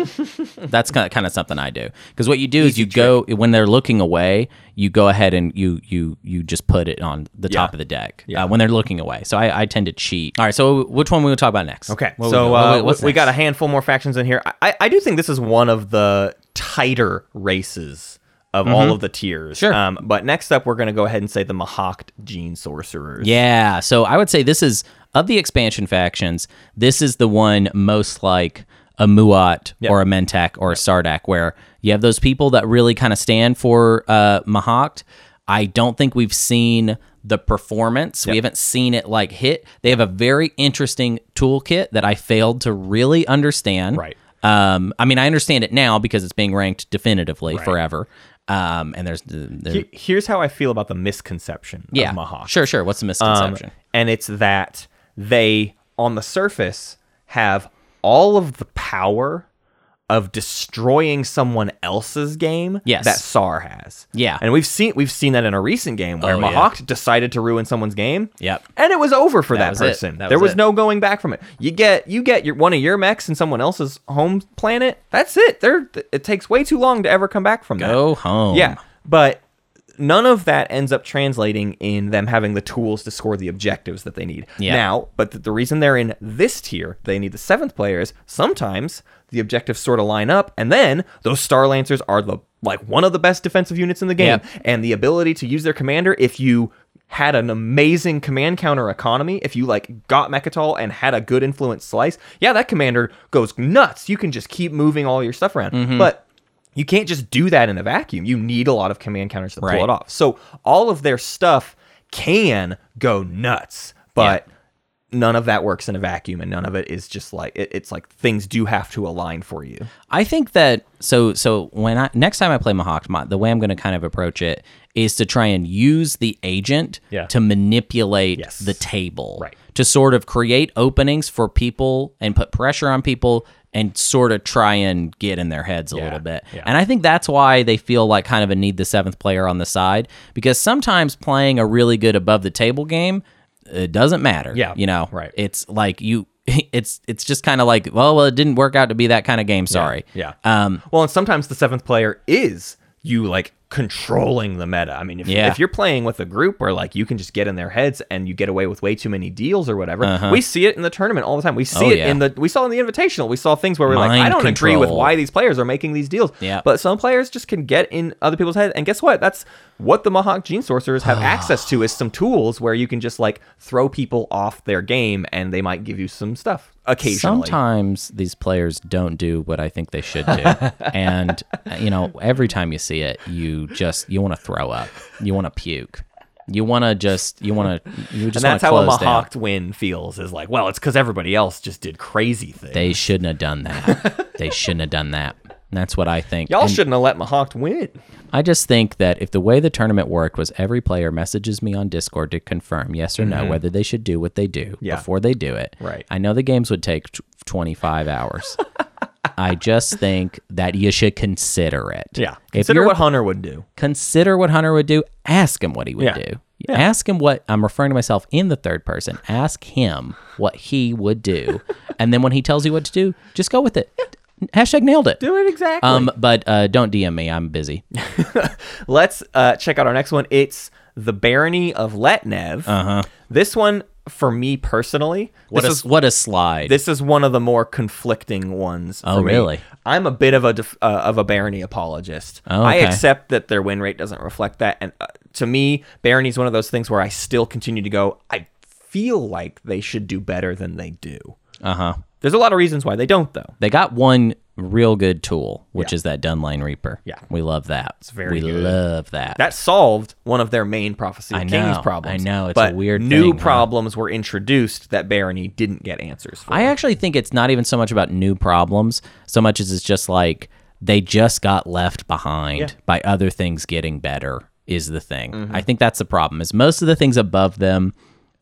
B: That's kind of, kind of something I do because what you do is you go when they're looking away. You go ahead and you you you just put it on the top of the deck uh, when they're looking away. So I, I tend to cheat. All right. So which one we will talk about next?
A: Okay,
B: What we
A: so
B: got?
A: uh,
B: What-
A: we-
B: what's
A: we got a
B: next?
A: handful more factions in here. I, I do think this is one of the tighter races of all of the tiers.
B: Mm-hmm. Sure.
A: Um, but next up, we're going to go ahead and say the Mahawked Gene Sorcerers.
B: Yeah. So I would say this is of the expansion factions, this is the one most like a Muat or a Mentak or a Sardak, where you have those people that really kind of stand for uh, Mahawked. I don't think we've seen the performance. We haven't seen it like hit. They have a very interesting toolkit that I failed to really understand.
A: Right.
B: Um, I mean, I understand it now because it's being ranked definitively forever. Um, and there's, there's
A: He- Here's how I feel about the misconception
B: yeah,
A: of Mahawk.
B: sure, sure. What's the
A: Um,
B: misconception?
A: and it's that they, on the surface, have all of the power of destroying someone else's game
B: Yes.
A: that SAR has.
B: Yeah.
A: And we've seen we've seen that in a recent game where
B: Oh, yeah.
A: Mahawk decided to ruin someone's game.
B: Yep.
A: And it was over for that,
B: was it.
A: person.
B: That
A: there
B: was
A: was
B: it.
A: no going back from it. You get you get your one of your mechs in someone else's home planet. That's it. There it takes way too long to ever come back from that.
B: Go home.
A: Yeah, but none of that ends up translating in them having the tools to score the objectives that they need.
B: Yeah.
A: Now, but the, the reason they're in this tier, they need the seventh player is sometimes the objectives sort of line up, and then those Star Lancers are the like one of the best defensive units in the game,
B: Yep.
A: and the ability to use their commander if you had an amazing command counter economy if you like got mechatol and had a good influence slice yeah that commander goes nuts you can just keep moving all your stuff around
B: Mm-hmm.
A: but you can't just do that in a vacuum. You need a lot of command counters to
B: Right.
A: pull it off. So all of their stuff can go nuts, but none of that works in a vacuum, and none of it is just like it, it's like things do have to align for you.
B: I think that so so when I next time I play Mahawk, my, the way I'm going to kind of approach it is to try and use the agent
A: Yeah.
B: to manipulate
A: Yes.
B: the table,
A: Right.
B: To sort of create openings for people and put pressure on people and sort of try and get in their heads a little bit. And I think that's why they feel like kind of a need the seventh player on the side because sometimes playing a really good above the table game it doesn't matter.
A: Yeah.
B: you know,
A: Right.
B: It's like you. It's it's just kind of like well, well, it didn't work out to be that kind of game. Sorry.
A: Yeah. Um. Well, and sometimes the seventh player is you like controlling the meta. I mean, if,
B: Yeah.
A: if you're playing with a group where like you can just get in their heads and you get away with way too many deals or whatever, we see it in the tournament all the time. We see
B: Uh-huh. Oh,
A: it
B: yeah.
A: in the we saw in the invitational. We saw things where we're like,
B: Mind
A: I don't agree with
B: control.
A: why these players are making these deals.
B: Yeah.
A: But some players just can get in other people's heads, and guess what? That's what the Mohawk Gene Sorcerers have access to is some tools where you can just like throw people off their game, and they might give you some stuff occasionally.
B: Sometimes these players don't do what I think they should do, and uh, you know, every time you see it, you just you want to throw up, you want to puke, you want to just you want to you just
A: And that's
B: want to
A: how a
B: close down.
A: Mahawked win feels is like, well, it's because everybody else just did crazy things.
B: They shouldn't have done that. they shouldn't have done that. That's what I think.
A: Y'all
B: And-
A: shouldn't have let Mahawked win.
B: I just think that if the way the tournament worked was every player messages me on Discord to confirm yes or no whether they should do what they do
A: Mm-hmm. Yeah.
B: before they do it.
A: Right.
B: I know the games would take t- 25 hours. I just think that you should consider it. If
A: Consider
B: you're-
A: what Hunter would do.
B: consider what Hunter would do. Ask him what he would
A: Yeah.
B: do. Ask him what I'm referring to myself in the third person. Ask him what he would do, and then when he tells you what to do, just go with it. Hashtag nailed it.
A: Do it exactly.
B: Um, but uh, don't DM me. I'm busy.
A: Let's uh, check out our next one. It's the Barony of Letnev. Uh-huh. This one, for me personally,
B: What
A: this
B: a,
A: is
B: what a slide.
A: this is one of the more conflicting ones.
B: Oh,
A: for me.
B: really?
A: I'm a bit of a def- uh, of a barony apologist.
B: Oh,
A: I
B: okay.
A: accept that their win rate doesn't reflect that, and uh, to me, barony is one of those things where I still continue to go. I feel like they should do better than they do.
B: Uh huh.
A: There's a lot of reasons why they don't, though.
B: They got one real good tool, which is that Dunline Reaper.
A: Yeah.
B: we love that. It's
A: very
B: we
A: good.
B: love that.
A: That solved one of their main prophecy of
B: I
A: kings
B: know,
A: problems.
B: I know, it's a
A: but
B: weird
A: New
B: thing, huh?
A: problems were introduced that barony didn't get answers for.
B: I actually think it's not even so much about new problems, so much as it's just like they just got left behind by other things getting better is the thing.
A: Mm-hmm.
B: I think that's the problem. Is most of the things above them,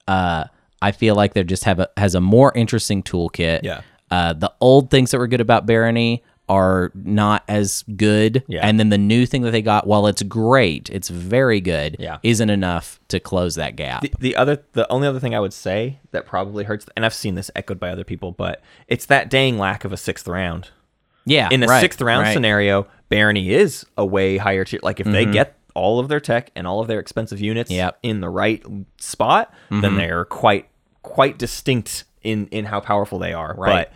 B: uh, I feel like they just have a, has a more interesting toolkit.
A: Yeah.
B: Uh, the old things that were good about Barony are not as good,
A: Yeah.
B: and then the new thing that they got, while it's great, it's very good,
A: Yeah.
B: isn't enough to close that gap.
A: the, the other the only other thing I would say that probably hurts and I've seen this echoed by other people, but it's that dang lack of a sixth round.
B: yeah,
A: In a
B: right,
A: sixth round
B: right. Mm-hmm.
A: scenario, Barony is a way higher tier. Like if they get all of their tech and all of their expensive units
B: Yep. Mm-hmm.
A: in the right spot, then they're quite quite distinct in in how powerful they are.
B: Right.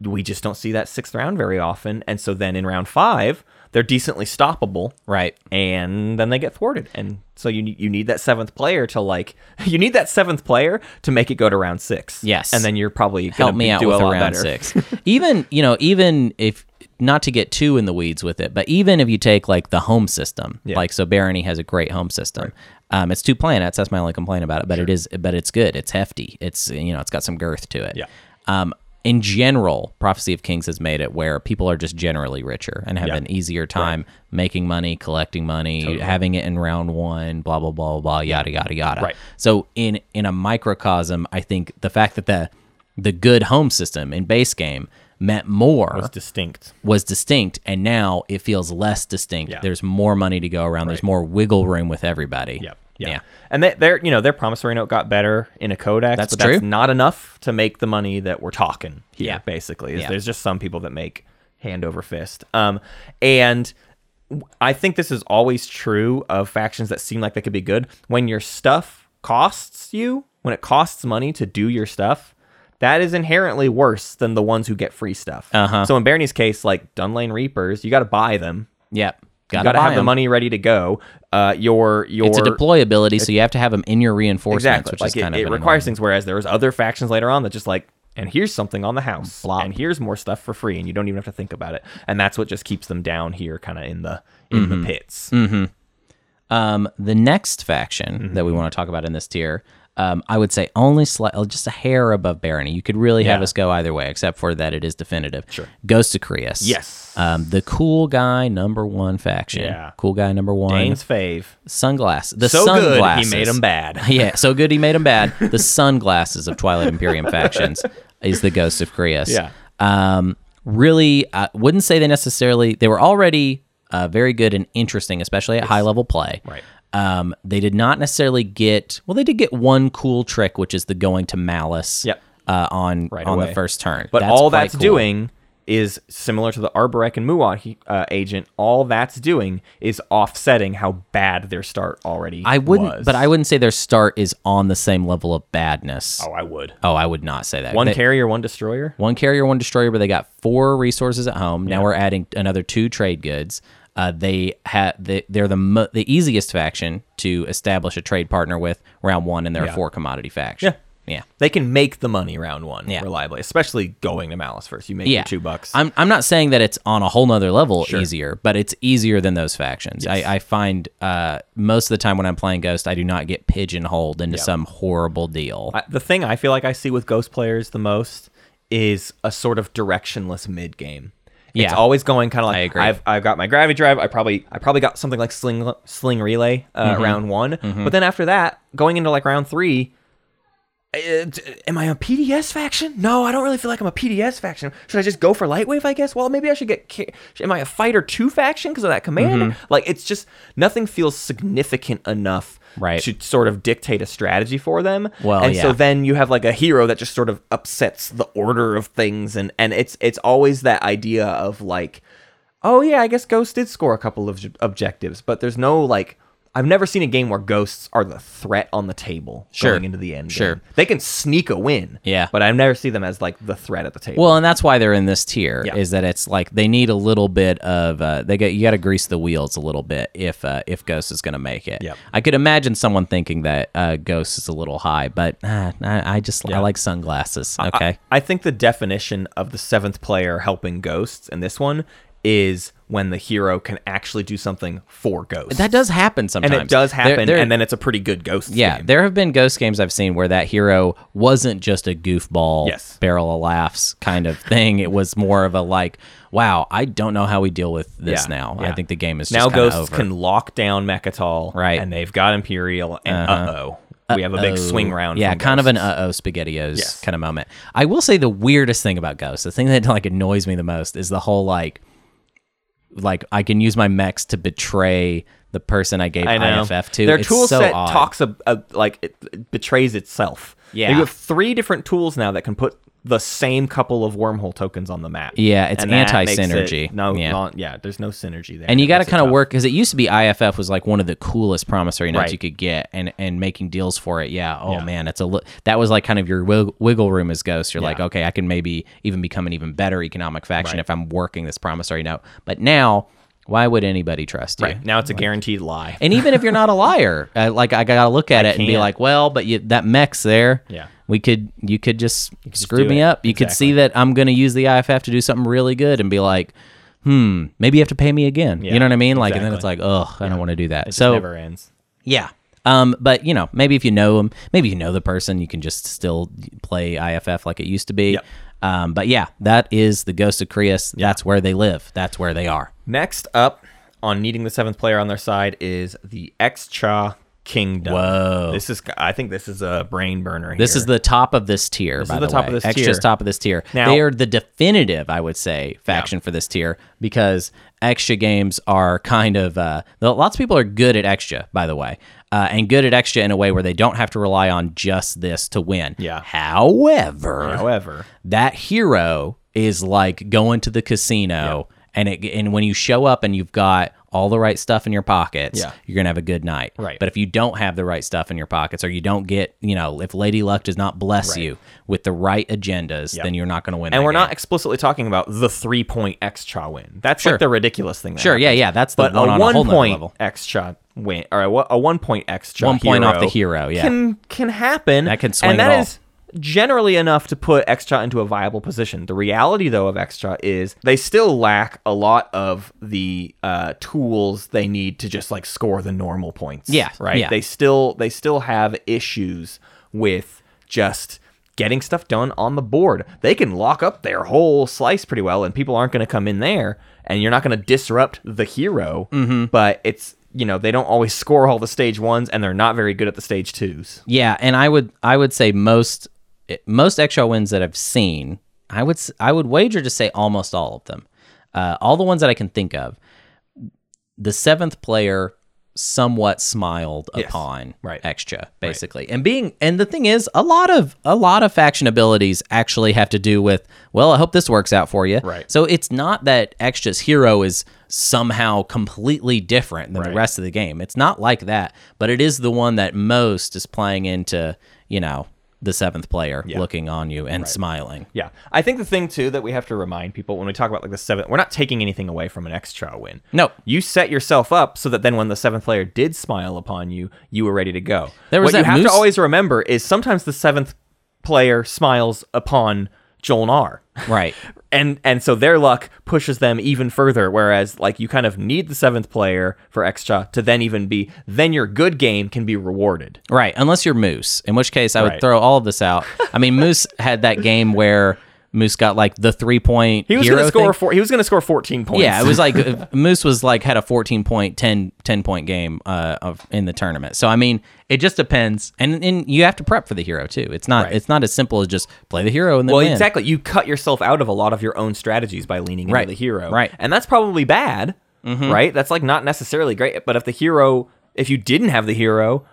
A: But we just don't see that sixth round very often. And so then in round five, they're decently stoppable,
B: Right.
A: and then they get thwarted. And so you you need that seventh player to like you need that seventh player to make it go to round six.
B: Yes.
A: and then you're probably gonna
B: help me
A: be-
B: out
A: do
B: with
A: a
B: a
A: lot
B: round
A: better.
B: six. even you know, even if not to get too in the weeds with it, but even if you take like the home system, like so Barony has a great home system. Um, it's two planets. That's my only complaint about it, but it is, but it's good. It's hefty. It's you know, it's got some girth to it.
A: Yeah.
B: Um, in general, Prophecy of Kings has made it where people are just generally richer and have
A: Yeah.
B: an easier time making money, collecting money, having it in round one, blah blah blah blah, blah yada yada yada.
A: Right.
B: So in in a microcosm, I think the fact that the the good home system in base game meant more was,
A: It's distinct.
B: distinct, and now it feels less distinct.
A: Yeah.
B: There's more money to go around. There's more wiggle room with everybody.
A: Yep. Yeah. And they, their you know their promissory note got better in a codex.
B: That's
A: but That's
B: true.
A: not enough to make the money that we're talking. Here,
B: Yeah.
A: Basically, is
B: Yeah.
A: there's just some people that make hand over fist. Um, and w- I think this is always true of factions that seem like they could be good when your stuff costs you. When it costs money to do your stuff. That is inherently worse than the ones who get free stuff. Uh-huh. So in Barney's case, like Dunlane Reapers, you got to buy them.
B: Yep.
A: You
B: Gotta,
A: got to
B: buy
A: have the
B: 'em.
A: money ready to go. Uh, your your
B: It's a deployability, so you have to have them in your reinforcements,
A: exactly
B: which
A: like
B: is
A: it,
B: kind of
A: it
B: an
A: requires things whereas there was other factions later on that just like and here's something on the house
B: Flop.
A: and here's more stuff for free and you don't even have to think about it and that's what just keeps them down here kind of in the in
B: Mm-hmm.
A: the pits
B: Um, the next faction
A: Mm-hmm.
B: that we want to talk about in this tier, um, I would say only sli- uh, just a hair above Barony. You could really have
A: Yeah.
B: us go either way, except for that it is definitive. Sure. Ghost of Creus.
A: Yes.
B: Um, the cool guy number one faction.
A: Yeah.
B: Cool guy number one.
A: Dane's fave
B: Sunglasses. The
A: so good
B: sunglasses.
A: he made them bad
B: yeah, so good he made them bad. The sunglasses of Twilight Imperium factions is the Ghost of Creus.
A: Yeah.
B: Um, really, I wouldn't say they necessarily, they were already uh, very good and interesting, especially at high level play.
A: Right.
B: Um, they did not necessarily get, well, they did get one cool trick, which is the going to malice
A: Yep.
B: uh, on,
A: Right
B: on the
A: away.
B: first turn.
A: but all
B: quite
A: that's
B: cool.
A: doing is similar to the Arborek and Muad he- uh, agent. All that's doing is offsetting how bad their start already.
B: I wouldn't,
A: was.
B: but I wouldn't say their start is on the same level of badness.
A: Oh, I would.
B: Oh, I would not say that.
A: One
B: They-
A: carrier, one destroyer.
B: one carrier, one destroyer, but they got four resources at home. Now we're adding another two trade goods. Uh, they had they, they're the mo- the easiest faction to establish a trade partner with round one, and there are
A: Yeah.
B: four commodity faction. Yeah, yeah,
A: They can make the money round one
B: Yeah.
A: reliably, especially going to Malice first. You make
B: yeah.
A: your two bucks.
B: I'm I'm not saying that it's on a whole nother level easier, but it's easier than those factions. I, I find uh, most of the time when I'm playing Ghost, I do not get pigeonholed into some horrible deal.
A: I, the thing I feel like I see with ghost players the most is a sort of directionless mid game. It's
B: Yeah.
A: always going kind of like I
B: agree.
A: have I've got my gravity drive. I probably I probably got something like sling sling relay uh,
B: Mm-hmm.
A: round one, but then after that, going into like round three. eh, d- Am I a PDS faction? No, I don't really feel like I'm a PDS faction. Should I just go for lightwave? I guess. Well, maybe I should get. ca- Am I a fighter two faction because of that commander?
B: Mm-hmm.
A: Like, it's just nothing feels significant enough
B: Right.
A: to sort of dictate a strategy for them.
B: Well,
A: and
B: yeah.
A: so then you have like a hero that just sort of upsets the order of things, and and it's it's always that idea of like, oh yeah, I guess Ghost did score a couple of ob- objectives, but there's no like. I've never seen a game where ghosts are the threat on the table
B: Sure.
A: going into the end. game.
B: Sure.
A: they can sneak a win.
B: Yeah.
A: but I've never seen them as like the threat at the table.
B: Well, and that's why they're in this tier
A: Yeah.
B: is that it's like they need a little bit of uh, they get you got to grease the wheels a little bit if uh, if Ghost is going to make it.
A: Yep.
B: I could imagine someone thinking that uh, Ghost is a little high, but uh, I, I just I like sunglasses. Okay,
A: I think the definition of the seventh player helping ghosts in this one is when the hero can actually do something for ghosts.
B: that does happen sometimes,
A: and it does
B: There-
A: happen,
B: there-
A: and then it's a pretty good ghost.
B: yeah,
A: game.
B: there have been Ghost games I've seen where that hero wasn't just a goofball,
A: Yes.
B: barrel of laughs kind of thing. it was more of a like, wow, I don't know how we deal with this
A: Yeah,
B: now. I
A: yeah.
B: think the game is just
A: now
B: kinda
A: ghosts
B: over.
A: can lock down Mechatol,
B: Right. Uh-huh.
A: And they've got Imperial, and uh oh, we have a big swing round.
B: Yeah,
A: from
B: kind of an
A: ghosts.
B: uh oh spaghettios
A: Yes.
B: kind of moment. I will say the weirdest thing about ghosts, the thing that like annoys me the most is the whole like like I can use my mechs to betray the person I gave
A: I know.
B: IFF to.
A: Their
B: it's
A: tool
B: so
A: set
B: odd.
A: talks ab- ab- like it, it betrays itself.
B: Yeah.
A: you have three different tools now that can put the same couple of wormhole tokens on the map.
B: Yeah, it's
A: And that makes it-
B: anti-synergy.
A: No,
B: Yeah.
A: non- yeah, there's no synergy there.
B: and you
A: That
B: got to
A: makes it
B: kind of
A: tough.
B: work because it used to be IFF was like one of the coolest promissory notes
A: Right.
B: you could get, and and making deals for it. Yeah. Oh man, it's a li- that was like kind of your wig- wiggle room as Ghost. You're like, okay, I can maybe even become an even better economic faction if I'm working this promissory note. But now Why would anybody trust you?
A: Right. Now it's a guaranteed lie.
B: And even if you're not a liar, uh, like I gotta look at it and be
A: can't.
B: like, well, but you, that mech's there.
A: Yeah.
B: we could. You could just screw
A: do
B: me
A: it.
B: up. You could see that I'm gonna use the IFF to do something really good and be like, hmm, maybe you have to pay me again. you
A: Yeah,
B: know what I mean? Like, and then it's like, ugh, I don't want to do that.
A: it
B: so
A: never ends.
B: yeah. Um, but you know, maybe if you know them, maybe you know the person, you can just still play IFF like it used to be.
A: Yep.
B: Um, but yeah, that is the Ghost of Creus. That's where they live. That's where they are.
A: Next up on needing the seventh player on their side is the Excha Kingdom.
B: Whoa.
A: This is I think this is a brain burner.
B: This
A: here.
B: is the top of this tier. by
A: is the top
B: way.
A: of this
B: Extra's
A: tier.
B: top of this tier.
A: Now-
B: they are the definitive, I would say, faction for this tier because extra games are kind of uh, though lots of people are good at extra, by the way, uh, and good at extra in a way where they don't have to rely on just this to win.
A: Yeah.
B: However,
A: however.
B: that hero is like going to the casino and it and when you show up and you've got all the right stuff in your pockets,
A: Yeah.
B: you're gonna have a good night.
A: Right.
B: But if you don't have the right stuff in your pockets or you don't get, you know, if Lady Luck does not bless you with the right agendas, then you're not gonna win.
A: And
B: that
A: we're
B: game.
A: not explicitly talking about the three point extra win. That's
B: Sure.
A: like the ridiculous thing. That
B: Sure, yeah,
A: happens.
B: yeah. That's the
A: But
B: one
A: a
B: on a
A: one
B: whole nother
A: point
B: level.
A: extra win or a, wa- a one point extra
B: One point off the hero, yeah.
A: can can happen.
B: That can swing
A: and
B: it
A: that
B: all.
A: is generally enough to put extra into a viable position. The reality though of extra is they still lack a lot of the uh, tools they need to just like score the normal points.
B: Yeah,
A: right.
B: yeah.
A: They still they still have issues with just getting stuff done on the board. They can lock up their whole slice pretty well and people aren't going to come in there and you're not going to disrupt the hero.
B: Mm-hmm.
A: But it's you know, they don't always score all the stage 1s and they're not very good at the stage 2s.
B: Yeah, and I would I would say most most extra wins that I've seen, I would s- I would wager to say almost all of them, uh, all the ones that I can think of. The seventh player somewhat smiled upon
A: right.
B: extra basically and being and the thing is a lot of a lot of faction abilities actually have to do with well i hope this works out for you
A: Right.
B: so it's not that extra's hero is somehow completely different than the
A: Right.
B: rest of the game it's not like that but it is the one that most is playing into you know the seventh player looking on you and smiling
A: Yeah, I think the thing too that we have to remind people when we talk about like the seventh, we're not taking anything away from an extra win.
B: No.
A: you set yourself up so that then when the seventh player did smile upon you, you were ready to go.
B: There was
A: what you
B: that
A: have
B: moose-
A: to always remember is sometimes the seventh player smiles upon Jolnar.
B: right
A: And and so their luck pushes them even further. Whereas like you kind of need the seventh player for extra to then even be then your good game can be rewarded.
B: Right, unless you're Moose, in which case I would
A: Right.
B: throw all of this out. I mean, Moose had that game where Moose got like the three point.
A: He was
B: hero
A: going to score
B: thing.
A: four, he was going to score fourteen points.
B: Yeah, it was like uh, Moose was like had a 14 point, 10, 10 point game uh, of in the tournament. So I mean, it just depends, and and you have to prep for the hero too. It's not it's not as simple as just play the hero and then
A: Well,
B: win.
A: exactly. You cut yourself out of a lot of your own strategies by leaning
B: Right.
A: into the hero.
B: Right. Mm-hmm.
A: And that's probably bad, right? That's like not necessarily great. But if the hero, if you didn't have the hero,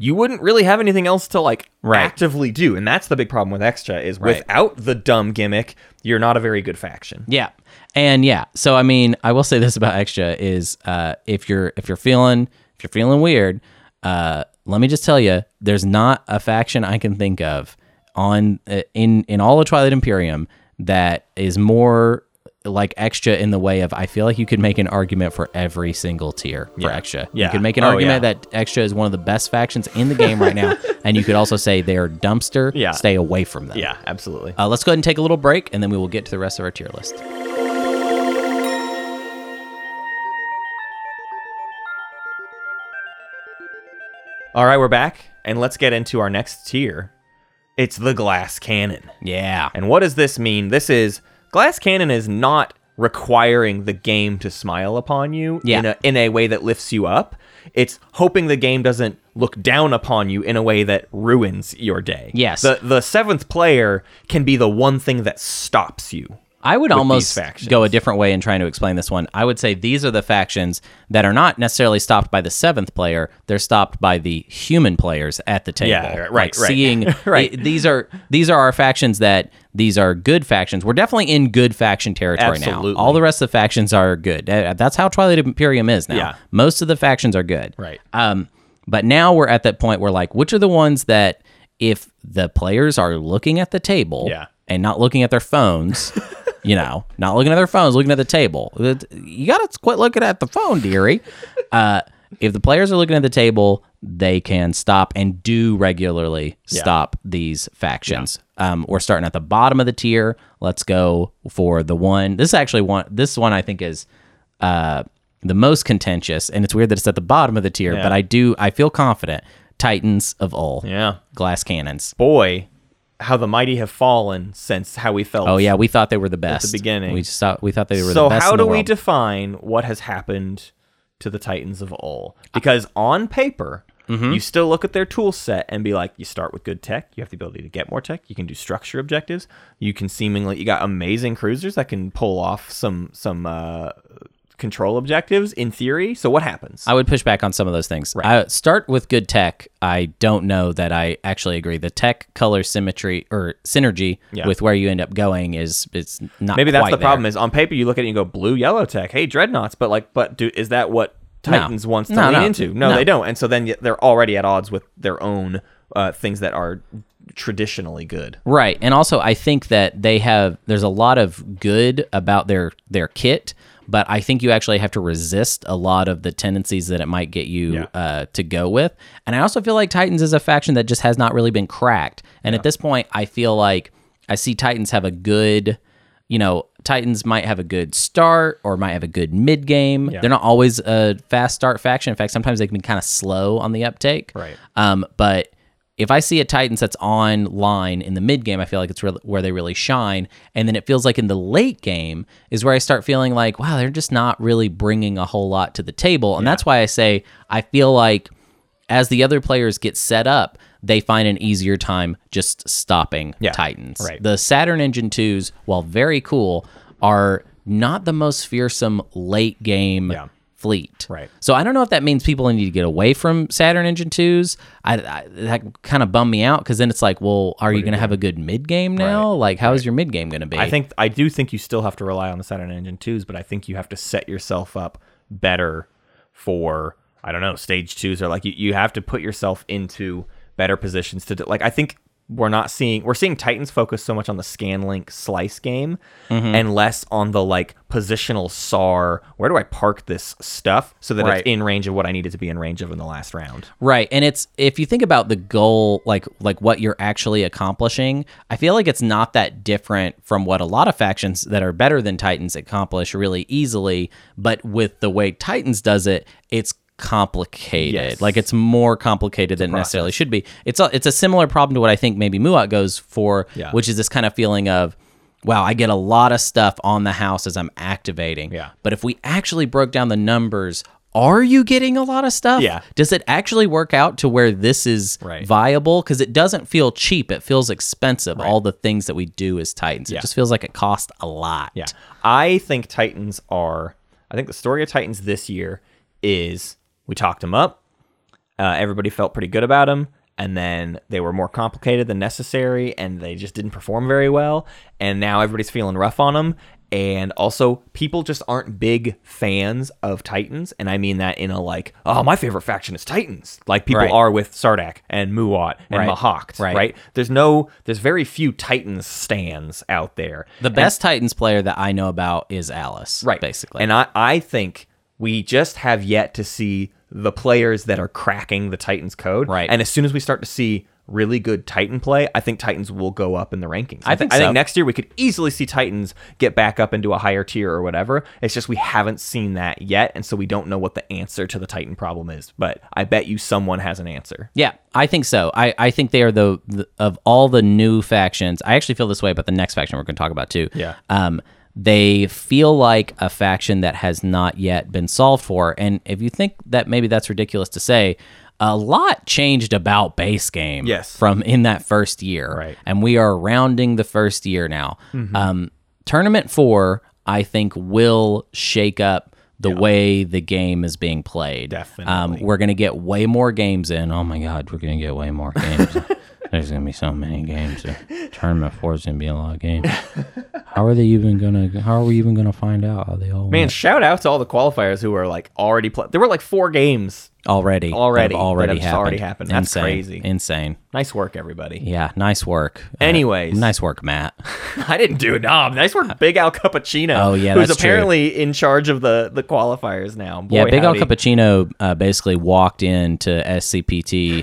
A: you wouldn't really have anything else to like
B: Right.
A: actively do. And that's the big problem with Extra is without the dumb gimmick, you're not a very good faction.
B: Yeah. And yeah, so I mean, I will say this about extra is uh, if you're if you're feeling if you're feeling weird, uh, let me just tell you, there's not a faction I can think of on uh, in in all of Twilight Imperium that is more like extra in the way of I feel like you could make an argument for every single tier for extra. You
A: Yeah.
B: could make an
A: Oh,
B: argument
A: yeah.
B: that extra is one of the best factions in the game right now, and you could also say they're dumpster.
A: Yeah.
B: Stay away from them.
A: Yeah, absolutely.
B: Uh, let's go ahead and take a little break, and then we will get to the rest of our tier list.
A: All right, we're back. And let's get into our next tier. It's the glass cannon.
B: Yeah.
A: And what does this mean? This is glass cannon is not requiring the game to smile upon you
B: Yeah.
A: in a in a way that lifts you up. It's hoping the game doesn't look down upon you in a way that ruins your day.
B: Yes.
A: The the seventh player can be the one thing that stops you.
B: I would almost
A: these factions.
B: go a different way in trying to explain this one. I would say these are the factions that are not necessarily stopped by the seventh player; they're stopped by the human players at the table.
A: Yeah, right, right,
B: Like
A: right.
B: Seeing
A: Right.
B: i- these are these are our factions that these are good factions. We're definitely in good faction territory
A: Absolutely.
B: now. All the rest of the factions are good. Uh, That's how Twilight Imperium is now.
A: Yeah.
B: Most of the factions are good.
A: Right.
B: Um, but now we're at that point where like, which are the ones that if the players are looking at the table
A: Yeah.
B: and not looking at their phones, you know, not looking at their phones, looking at the table. It- You got to quit looking at the phone, dearie. Uh, if the players are looking at the table, they can stop and do regularly stop these factions. Um, we're starting at the bottom of the tier. Let's go for the one. This is actually one. This one I think is uh, the most contentious, and it's weird that it's at the bottom of the tier. But I do. I feel confident. Titans of Ul.
A: Yeah.
B: Glass cannons.
A: Boy, how the mighty have fallen since how we felt.
B: Oh yeah, we thought they were the best
A: beginning.
B: We just thought we thought they were
A: So
B: the best.
A: how
B: in the
A: do we
B: world.
A: define what has happened to the Titans of Ol? Because on paper,
B: Mm-hmm.
A: you still look at their tool set and be like, you start with good tech, you have the ability to get more tech, you can do structure objectives, you can seemingly you got amazing cruisers that can pull off some some uh, control objectives in theory. So what happens?
B: I would push back on some of those things. I start with good tech. I don't know that I actually agree. The tech color symmetry or synergy
A: Yeah.
B: with where you end up going is it's not.
A: Maybe that's
B: quite
A: the
B: there.
A: problem is on paper you look at it and you go blue yellow tech. Hey dreadnoughts, but like but do is that what Titans wants to
B: No,
A: lean
B: no.
A: into? No,
B: No.
A: they don't. And so then y- they're already at odds with their own uh, things that are traditionally good.
B: Right. And also I think that they have there's a lot of good about their their kit, but I think you actually have to resist a lot of the tendencies that it might get you uh, to go with. And I also feel like Titans is a faction that just has not really been cracked. And at this point I feel like I see Titans have a good you know, Titans might have a good start or might have a good mid game. They're not always a fast start faction. In fact, sometimes they can be kind of slow on the uptake.
A: Right.
B: Um, but if I see a Titans that's on line in the mid game, I feel like it's really where they really shine. And then it feels like in the late game is where I start feeling like, wow, they're just not really bringing a whole lot to the table. And that's why I say I feel like as the other players get set up, they find an easier time just stopping Titans.
A: right.
B: The Saturn Engine 2s, while very cool, are not the most fearsome late game
A: Yeah.
B: fleet.
A: Right.
B: So I don't know if that means people need to get away from Saturn Engine 2s. I, I that kind of bummed me out cuz then it's like, well, are you going to have a good mid game now? Like how is your mid game going to be?
A: I think I do think you still have to rely on the Saturn engine twos, but I think you have to set yourself up better for I don't know stage twos or like you, you have to put yourself into better positions to do, like I think we're not seeing we're seeing Titans focus so much on the scanlink slice game and less on the like positional SAR where do I park this stuff so that
B: Right.
A: it's in range of what I needed to be in range of in the last round.
B: Right. And it's if you think about the goal like like what you're actually accomplishing, I feel like it's not that different from what a lot of factions that are better than Titans accomplish really easily, but with the way Titans does it, it's complicated.
A: Yes.
B: Like it's more complicated than it necessarily should be. It's a, it's a similar problem to what I think maybe Muat goes for,
A: Yeah.
B: which is this kind of feeling of Wow, I get a lot of stuff on the house as I'm activating.
A: Yeah.
B: But if we actually broke down the numbers, are you getting a lot of stuff?
A: Yeah.
B: Does it actually work out to where this is
A: Right.
B: viable? Because it doesn't feel cheap. It feels expensive. All the things that we do as Titans, it
A: Yeah.
B: just feels like it costs a lot.
A: Yeah. I think Titans are. I think the story of Titans this year is we talked them up. Uh, everybody felt pretty good about them. And then they were more complicated than necessary and they just didn't perform very well. And now everybody's feeling rough on them. And also, people just aren't big fans of Titans. And I mean that in a like, oh, my favorite faction is Titans. Like people
B: Right.
A: are with Sardak and Muat and
B: Right.
A: Mahakt,
B: Right.
A: right. There's no, there's very few Titans stands out there.
B: The best Titans player that I know about is Alice.
A: Right.
B: Basically.
A: And I, I think we just have yet to see the players that are cracking the Titans code.
B: Right.
A: And as soon as we start to see really good Titan play, I think Titans will go up in the rankings. I,
B: think
A: I
B: so.
A: think next year we could easily see Titans get back up into a higher tier or whatever. It's just we haven't seen that yet. And so we don't know what the answer to the Titan problem is. But I bet you someone has an answer.
B: Yeah, I think so. I, I think they are the, the of all the new factions. I actually feel this way about the next faction we're going to talk about too.
A: Yeah.
B: Um, they feel like a faction that has not yet been solved for, and if you think that maybe that's ridiculous to say, a lot changed about base game.
A: Yes.
B: From in that first year.
A: Right. Mm-hmm.
B: And we are rounding the first year now. Um, tournament four, I think, will shake up. The way the game is being played. Um,
A: Definitely.
B: we're gonna get way more games in. Oh my god, we're gonna get way more games. There's gonna be so many games. Tournament four is gonna be a lot of games.
D: How are they even gonna? How are we even gonna find out? How they all
A: Man,
D: went?
A: shout out to all the qualifiers who were like already play. There were like four games.
B: already, that have
A: Already, that
B: already
A: have just
B: happened.
A: already happened. That's
B: Insane.
A: crazy.
B: Insane.
A: Nice work, everybody.
B: Yeah, nice work. Uh,
A: Anyways.
B: nice work, Matt.
A: I didn't do a knob. Nice work, Big Al Cappuccino.
B: Uh, Oh, yeah,
A: who's
B: that's true.
A: apparently in charge of the the qualifiers now. Boy,
B: yeah, Big Al
A: howdy.
B: Cappuccino uh, basically walked into SCPT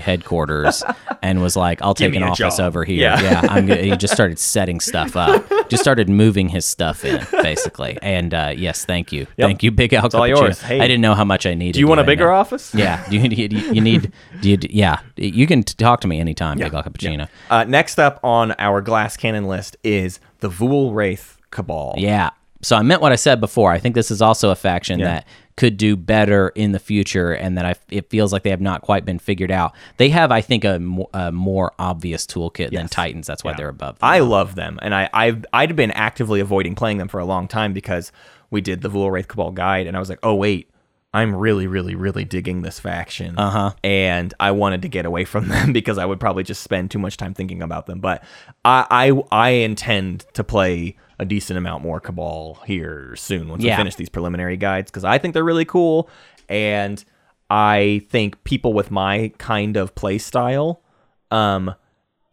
B: headquarters and was like, "I'll take
A: me
B: an
A: a
B: office
A: job."
B: over here."
A: Yeah.
B: I'm good. he just started setting stuff up, just started moving his stuff in, basically. And uh, yes, thank you, thank you, Big Al Cappuccino.
A: all yours. Hey,
B: I didn't know how much I needed.
A: Do you want a
B: I
A: bigger
B: know.
A: office?
B: Yeah, you, you, you need. Do you, yeah, you can t- talk to me anytime, Big Al Cappuccino.
A: Uh, next up on our glass cannon list is the Vul Wraith Cabal.
B: Yeah. So I meant what I said before. I think this is also a faction that could do better in the future, and that I, it feels like they have not quite been figured out. They have, I think, a, mo- a more obvious toolkit than Titans. That's why they're above. them.
A: I love them, and I I've, I'd been actively avoiding playing them for a long time because we did the Vul Wraith Cabal guide, and I was like, oh wait, I'm really, really, really digging this faction, uh
B: Uh-huh.
A: huh, and I wanted to get away from them because I would probably just spend too much time thinking about them. But I I, I intend to play a decent amount more Cabal here soon once we
B: Yeah.
A: finish these preliminary guides because I think they're really cool, and I think people with my kind of play style um,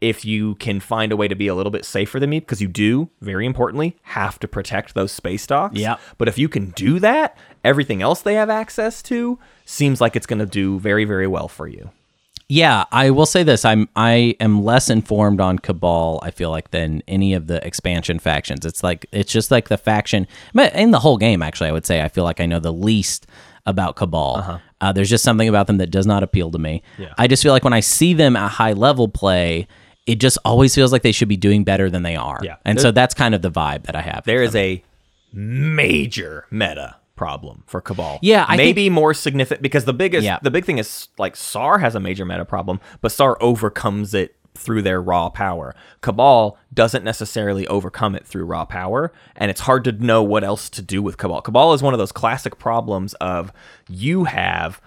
A: if you can find a way to be a little bit safer than me, because you do, very importantly, have to protect those space docks.
B: Yep.
A: But if you can do that, everything else they have access to seems like it's going to do very, very well for you.
B: Yeah, I will say this. I'm I am less informed on Cabal. I feel like than any of the expansion factions. It's like it's just like the faction but in the whole game. Actually, I would say I feel like I know the least about Cabal. uh there's just something about them that does not appeal to me. I just feel like when I see them at high level play, it just always feels like they should be doing better than they are.
A: Yeah.
B: and so that's kind of the vibe that I have.
A: There is a major meta problem for Cabal.
B: Yeah, I
A: maybe more significant because the biggest,
B: Yeah.
A: the big thing is like SAR has a major meta problem, but SAR overcomes it through their raw power. Cabal doesn't necessarily overcome it through raw power, and it's hard to know what else to do with Cabal. Cabal is one of those classic problems of you have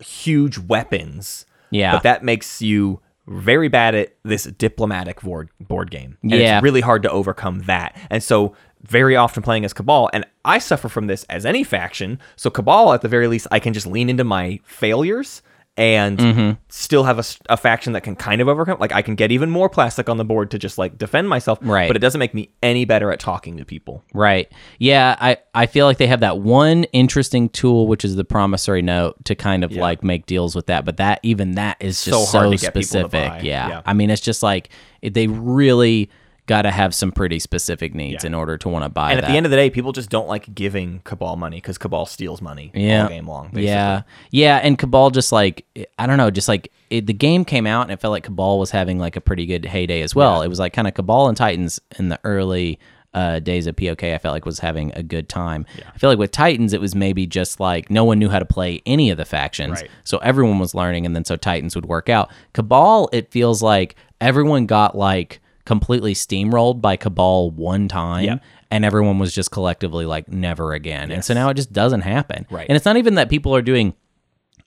A: huge weapons,
B: Yeah.
A: but that makes you very bad at this diplomatic board board game. And it's
B: Yeah.
A: really hard to overcome that. And so very often playing as Cabal, and I suffer from this as any faction. So Cabal, at the very least, I can just lean into my failures and
B: Mm-hmm.
A: still have a, s- a faction that can kind of overcome. Like I can get even more plastic on the board to just like defend myself.
B: Right.
A: But it doesn't make me any better at talking to people.
B: Right. Yeah, I, I feel like they have that one interesting tool, which is the promissory note, to kind of like make deals with that. But that even that is just so,
A: So hard to get people to
B: specific.
A: buy.
B: Yeah.
A: Yeah.
B: I mean, it's just like it- they really got to have some pretty specific needs in order to want to buy
A: And
B: that.
A: at the end of the day, people just don't like giving Cabal money because Cabal steals money all game long. Basically.
B: Yeah, yeah, and Cabal just like I don't know, just like it, the game came out and it felt like Cabal was having like a pretty good heyday as well. It was like kind of Cabal and Titans in the early uh, days of POK. I felt like was having a good time. I feel like with Titans, it was maybe just like no one knew how to play any of the factions,
A: Right.
B: so everyone was learning, and then so Titans would work out. Cabal, it feels like everyone got like completely steamrolled by Cabal one time. And everyone was just collectively like never again, and so now it just doesn't happen.
A: Right.
B: And it's not even that people are doing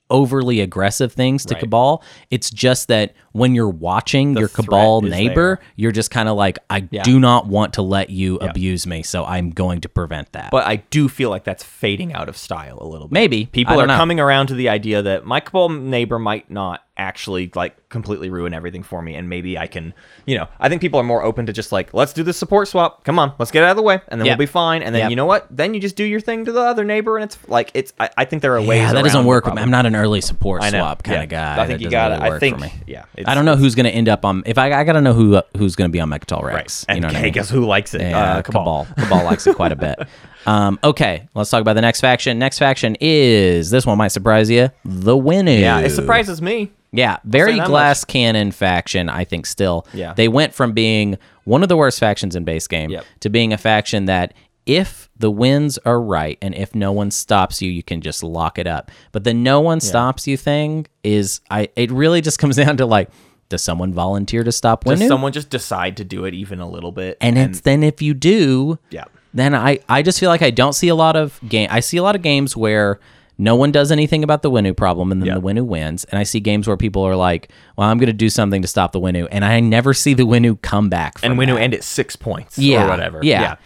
B: overly aggressive things to Cabal. It's just that when you're watching your Cabal
A: threat is
B: neighbor, you're just kind of like, I do not want to let you abuse me, so I'm going to prevent that.
A: but I do feel like that's fading out of style a little bit.
B: Maybe. I
A: people
B: don't
A: are
B: know.
A: coming around to the idea that my cabal neighbor might not actually like completely ruin everything for me, and maybe I can, you know, I think people are more open to just like let's do this support swap. Come on, let's get out of the way, and then
B: Yeah.
A: we'll be fine. And then
B: Yeah.
A: you know what? Then you just do your thing to the other neighbor, and it's like it's. I, I think there are ways.
B: yeah, that
A: around
B: doesn't
A: the
B: work.
A: problem.
B: I'm not an early support
A: I know.
B: swap kind
A: Yeah.
B: of guy.
A: I think
B: That
A: you
B: doesn't
A: got. to
B: really
A: I
B: work
A: think.
B: for me.
A: Yeah.
B: I don't know who's going to end up on. If I, I got to know who who's going to be on Mechatol Rex.
A: And
B: you know what I
A: hey,
B: mean?
A: guess who likes it?
B: Yeah,
A: uh, cabal.
B: Cabal. Cabal. likes it quite a bit. Um, okay, let's talk about the next faction. Next faction is this one might surprise you, the Winnu.
A: Yeah, it surprises me.
B: Yeah, very
A: that much.
B: glass cannon faction. I think still.
A: Yeah.
B: they went from being one of the worst factions in base game
A: Yep.
B: to being a faction that. If the winds are right and if no one stops you, you can just lock it up. But the no one stops you thing is, I it really just comes down to like, does someone volunteer to stop
A: Does
B: Winnu?
A: someone just decide to do it even a little bit?
B: and it's then if you do,
A: yeah.
B: then I, I just feel like I don't see a lot of game. I see a lot of games where No one does anything about the Winu problem, and then
A: Yeah.
B: the Winu wins. And I see games where people are like, "Well, I'm going to do something to stop the Winu," and I never see the Winu come back. From
A: and when
B: that.
A: you end at six points
B: Yeah,
A: or whatever.
B: yeah.
A: yeah.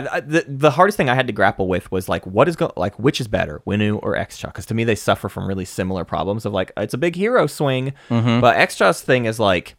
A: Yeah, The, the hardest thing I had to grapple with was like, what is going, like, which is better, Winu or Xcha? Because to me, they suffer from really similar problems of like, it's a big hero swing,
B: Mm-hmm.
A: but Xcha's thing is like,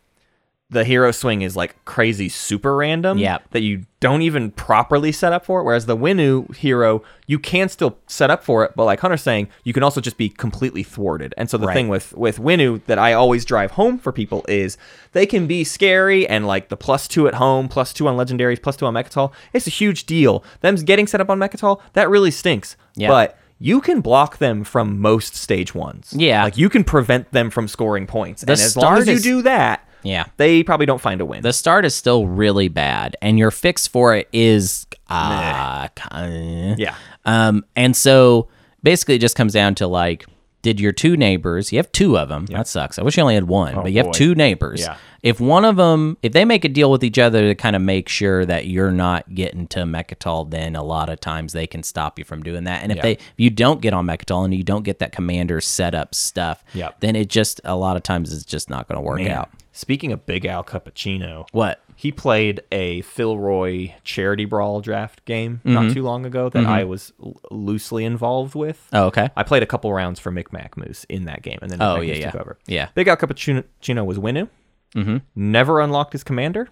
A: the hero swing is like crazy super random
B: Yep.
A: that you don't even properly set up for it. Whereas the Winu hero, you can still set up for it, but like Hunter's saying, you can also just be completely thwarted. And so the thing with with Winu that I always drive home for people is they can be scary and like the plus two at home, plus two on legendaries, plus two on Mechatol. It's a huge deal. Them getting set up on Mechatol, that really stinks.
B: Yeah.
A: But you can block them from most stage ones.
B: Yeah.
A: Like you can prevent them from scoring points. and as long
B: start
A: as you
B: is-
A: do that,
B: Yeah.
A: they probably don't find a win.
B: the start is still really bad, and your fix for it is uh, yeah.
A: yeah.
B: Um, and so basically, it just comes down to like, did your two neighbors? You have two of them. That sucks. I wish you only had one, but you have two neighbors.
A: Oh, Yeah.
B: If one of them, if they make a deal with each other to kind of make sure that you're not getting to Mechatol, then a lot of times they can stop you from doing that. And if they, if you don't get on Mechatol and you don't get that commander setup stuff,
A: Yep.
B: then it just a lot of times it's just not going to work
A: Yeah.
B: out.
A: Speaking of Big Al Cappuccino,
B: What?
A: he played a Phil Roy charity brawl draft game
B: Mm-hmm.
A: not too long ago that I was l- loosely involved with.
B: Oh, okay.
A: I played a couple rounds for Micmac Moose in that game, and then
B: Oh,
A: Micmac
B: yeah,
A: Moose
B: yeah.
A: took over.
B: Yeah. Mm-hmm.
A: Big Al Cappuccino Chino was Winu. Never unlocked his commander.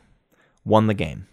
A: Won the game.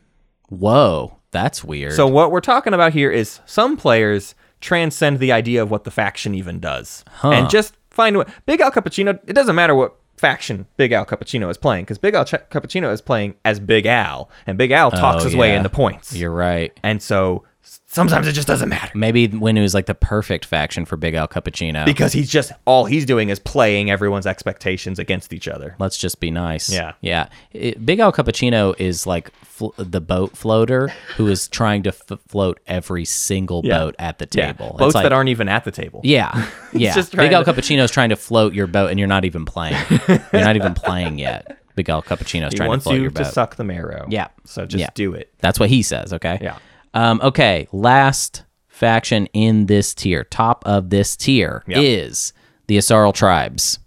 B: Whoa, that's weird.
A: So what we're talking about here is some players transcend the idea of what the faction even does and just find what Big Al Cappuccino. It doesn't matter what faction Big Al Cappuccino is playing because Big Al Ch- Cappuccino is playing as Big Al, and Big Al talks
B: Oh,
A: his way
B: yeah.
A: into points.
B: you're right.
A: and so s- sometimes it just doesn't matter
B: Maybe Winu is like the perfect faction for Big Al Cappuccino.
A: because he's just all he's doing is playing everyone's expectations against each other.
B: Let's just be nice.
A: Yeah.
B: Yeah. It- Big Al Cappuccino is like fl- the boat floater who is trying to f- float every single
A: Yeah.
B: boat at the
A: Yeah,
B: table. It's
A: boats
B: like-
A: that aren't even at the table.
B: Yeah. Yeah.
A: just
B: Big
A: trying
B: Al
A: to-
B: Cappuccino is trying to float your boat and you're not even playing. you're not even playing yet. Big Al Cappuccino is
A: he
B: trying to
A: wants
B: float
A: you
B: your
A: to
B: boat.
A: suck the marrow.
B: Yeah.
A: so just
B: Yeah.
A: do it.
B: That's what he says. Okay.
A: Yeah.
B: Um, okay. Last faction in this tier, top of this tier, is the Asarl tribes.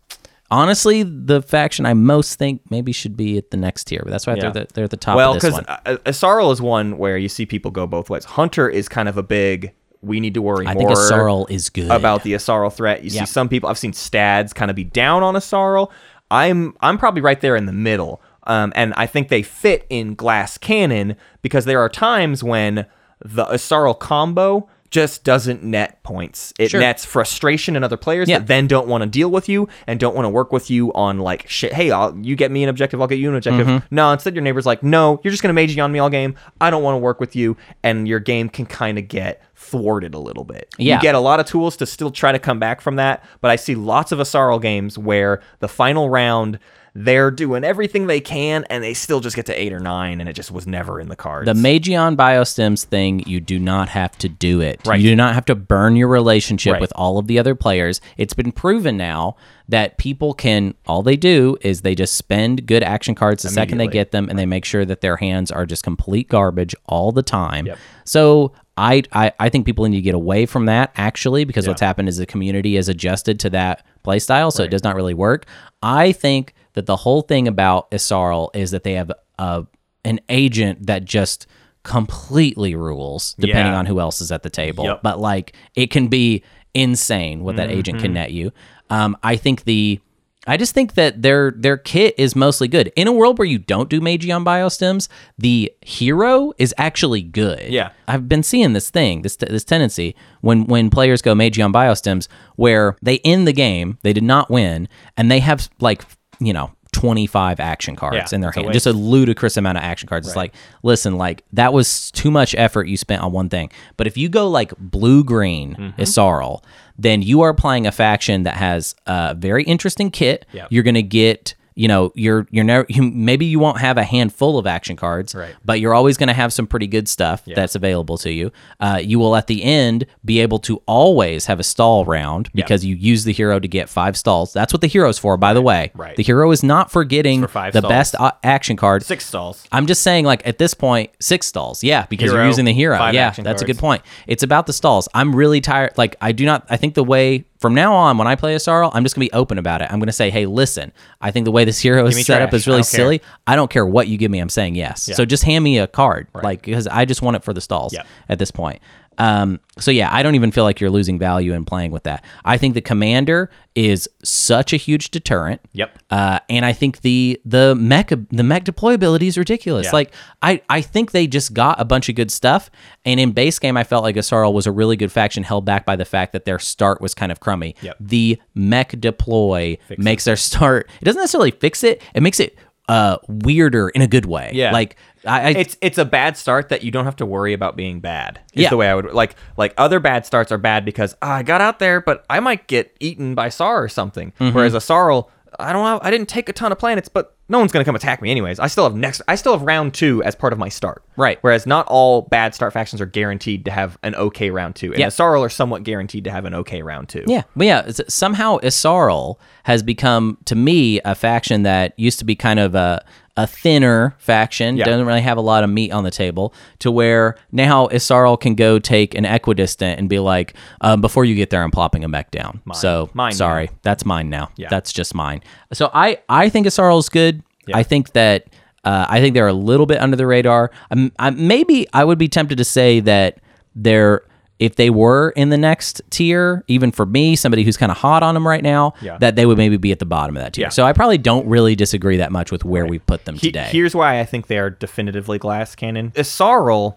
B: Honestly, the faction I most think maybe should be at the next tier, but that's why
A: Yeah.
B: they're, the, they're at the top
A: well
B: of this one.
A: uh, Asarl is one where you see people go both ways. Hunter is kind of a big. We need to worry
B: I
A: more
B: think Asarl is good.
A: about the Asarl threat. You
B: Yeah.
A: see some people. I've seen Stads kind of be down on Asarl. I'm I'm probably right there in the middle. Um, and I think they fit in glass cannon because there are times when the Asarl combo just doesn't net points. It
B: Sure.
A: nets frustration in other players
B: Yeah.
A: that then don't want to deal with you and don't want to work with you on like shit. Hey, I'll, you get me an objective, I'll get you an objective.
B: Mm-hmm.
A: No, instead your neighbor's like, no, you're just gonna mage on me all game. I don't want to work with you, and your game can kind of get thwarted a little bit.
B: Yeah.
A: You get a lot of tools to still try to come back from that, but I see lots of Asarl games where the final round they're doing everything they can and they still just get to eight or nine and it just was never in the cards.
B: the Magion Biostems thing, you do not have to do it.
A: Right.
B: You do not have to burn your relationship
A: Right.
B: with all of the other players. It's been proven now that people can, all they do is they just spend good action cards the second they
A: Immediately.
B: get them and they make sure that their hands are just complete garbage all the time.
A: Yep.
B: So. I, I, I think people need to get away from that actually because what's happened is the community has adjusted to that playstyle so it does not really work. I think that the whole thing about Isarl is that they have a an agent that just completely rules depending
A: Yeah.
B: on who else is at the table.
A: Yep.
B: But like it can be insane what
A: Mm-hmm.
B: that agent can net you. Um, I think the I just think that their their kit is mostly good. In a world where you don't do Magion biostems, the hero is actually good.
A: Yeah.
B: I've been seeing this thing, this this tendency when when players go Magion biostems where they end the game, they did not win, and they have like, you know, 25 action cards
A: Yeah,
B: in their
A: it's a
B: hand.
A: waste.
B: Just a ludicrous amount of action cards. It's like, listen, like that was too much effort you spent on one thing. But if you go like blue green
A: Mm-hmm.
B: Isarl, then you are playing a faction that has a very interesting kit.
A: Yep.
B: You're gonna get you know you're you're never you, maybe you won't have a handful of action cards
A: Right.
B: but you're always going to have some pretty good stuff that's available to you uh, you will at the end be able to always have a stall round because you use the hero to get five stalls that's what the hero's for by the way
A: Right.
B: the hero is not for getting
A: for five
B: the
A: stalls.
B: best uh, action card.
A: six stalls.
B: I'm just saying, like at this point, six stalls. Yeah, because you're
A: Hero,
B: using the hero.
A: five
B: Yeah, that's
A: action
B: a good
A: cards.
B: point. It's about the stalls. I'm really tired. Like I do not. I think the way From now on, when I play a Sarl, I'm just gonna be open about it. I'm gonna say, hey, listen, I think the way this hero
A: me
B: is set up
A: trash.
B: is
A: I
B: really
A: don't care.
B: silly. I don't care what you give me. I'm saying yes. So just hand me a card, like because I just want it for the stalls
A: Yeah.
B: at this point. Um, so yeah, I don't even feel like you're losing value in playing with that. I think the commander is such a huge deterrent.
A: Yep.
B: Uh, and I think the the mech the mech deployability is ridiculous.
A: Yeah.
B: Like I I think they just got a bunch of good stuff. And in base game, I felt like Asarl was a really good faction, held back by the fact that their start was kind of crummy.
A: Yep.
B: The mech deploy makes their start. It doesn't necessarily fix it. It makes it uh weirder in a good way.
A: Yeah.
B: Like I, I
A: it's it's a bad start that you don't have to worry about being bad. Is
B: Yeah.
A: the way I would like like other bad starts are bad because ah, I got out there, but I might get eaten by Sar or something.
B: Mm-hmm.
A: Whereas a Sarl, I don't have, I didn't take a ton of planets, but no one's gonna come attack me anyways. I still have next I still have round two as part of my start.
B: Right.
A: Whereas not all bad start factions are guaranteed to have an okay round two, and
B: Yeah.
A: a Sarl are somewhat guaranteed to have an okay round two.
B: Yeah, but yeah, it's- somehow Isarl has become to me a faction that used to be kind of a a thinner faction, doesn't really have a lot of meat on the table, to where now Isarl can go take an equidistant and be like, um, before you get there, I'm plopping a mech down. so
A: Mine
B: sorry, that's mine now. That's just mine. So I I think Isarl is good. I think that. Uh, I think they're a little bit under the radar. i I, maybe I would be tempted to say that they're if they were in the next tier, even for me, somebody who's kind of hot on them right now, that they would maybe be at the bottom of that tier.
A: Yeah.
B: So I probably don't really disagree that much with where we put them
A: He-
B: today.
A: Here's why I think they are definitively glass cannon. Isarl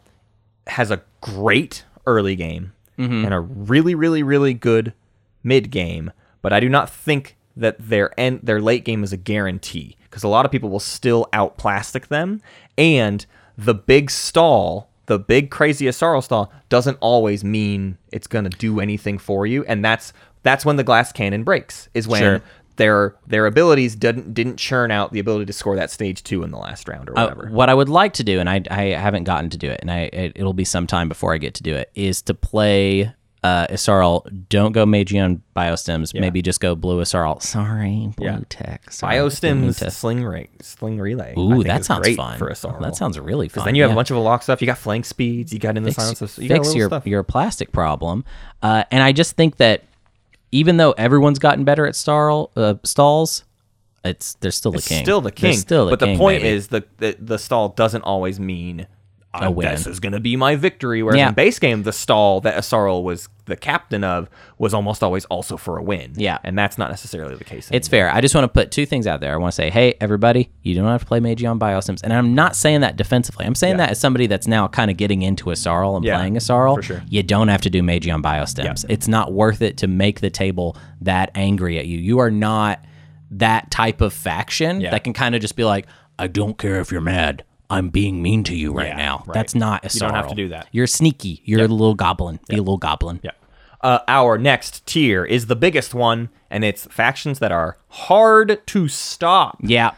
A: has a great early game
B: Mm-hmm.
A: and a really, really, really good mid game, but I do not think that their end, their late game is a guarantee because a lot of people will still out plastic them, and the big stall. The big crazy Asarl stall doesn't always mean it's gonna do anything for you, and that's that's when the glass cannon breaks. Is when
B: Sure.
A: their their abilities didn't didn't churn out the ability to score that stage two in the last round or
B: Uh,
A: whatever.
B: what I would like to do, and I, I haven't gotten to do it, and I it, it'll be some time before I get to do it, is to play uh, Isarl. Don't go Magion Biostems. Maybe just go Blue Isarl. Sorry, Blue Tech. Sorry, didn't mean
A: Biostims
B: to-
A: sling re- sling relay. I
B: Ooh,
A: think
B: that
A: is
B: sounds
A: great
B: fun. Oh,
A: for Asarl.
B: That sounds really fun.
A: because then you have
B: yeah.
A: a bunch of lock stuff. You got flank speeds. You got in the silence. Of, you got
B: fix
A: little
B: your
A: stuff.
B: your plastic problem. Uh, and I just think that even though everyone's gotten better at starl, uh, stalls, it's they're still the king.
A: still the
B: They're
A: king.
B: Still the
A: but
B: king,
A: the point
B: baby.
A: is the, the the stall doesn't always mean I
B: win.
A: this is gonna be my victory. Whereas
B: Yeah.
A: in base game, the stall that Asarl was the captain of was almost always also for a win.
B: Yeah.
A: and that's not necessarily the case.
B: It's fair. I just want to put two things out there. I want to say, hey, everybody, you don't have to play Meiji on Biosims. And I'm not saying that defensively. I'm saying that as somebody that's now kind of getting into a Sarl and
A: Yeah,
B: playing a Sarl.
A: for sure.
B: You don't have to do Meiji on Biostems. It's not worth it to make the table that angry at you. You are not that type of faction that can kind of just be like, I don't care if you're mad. I'm being mean to you right
A: Yeah,
B: now.
A: right.
B: That's not a Sarl.
A: You don't have to do that.
B: You're sneaky. You're a little goblin. Be a little goblin.
A: Yeah. Uh, our next tier is the biggest one, and it's factions that are hard to stop.
B: Yeah.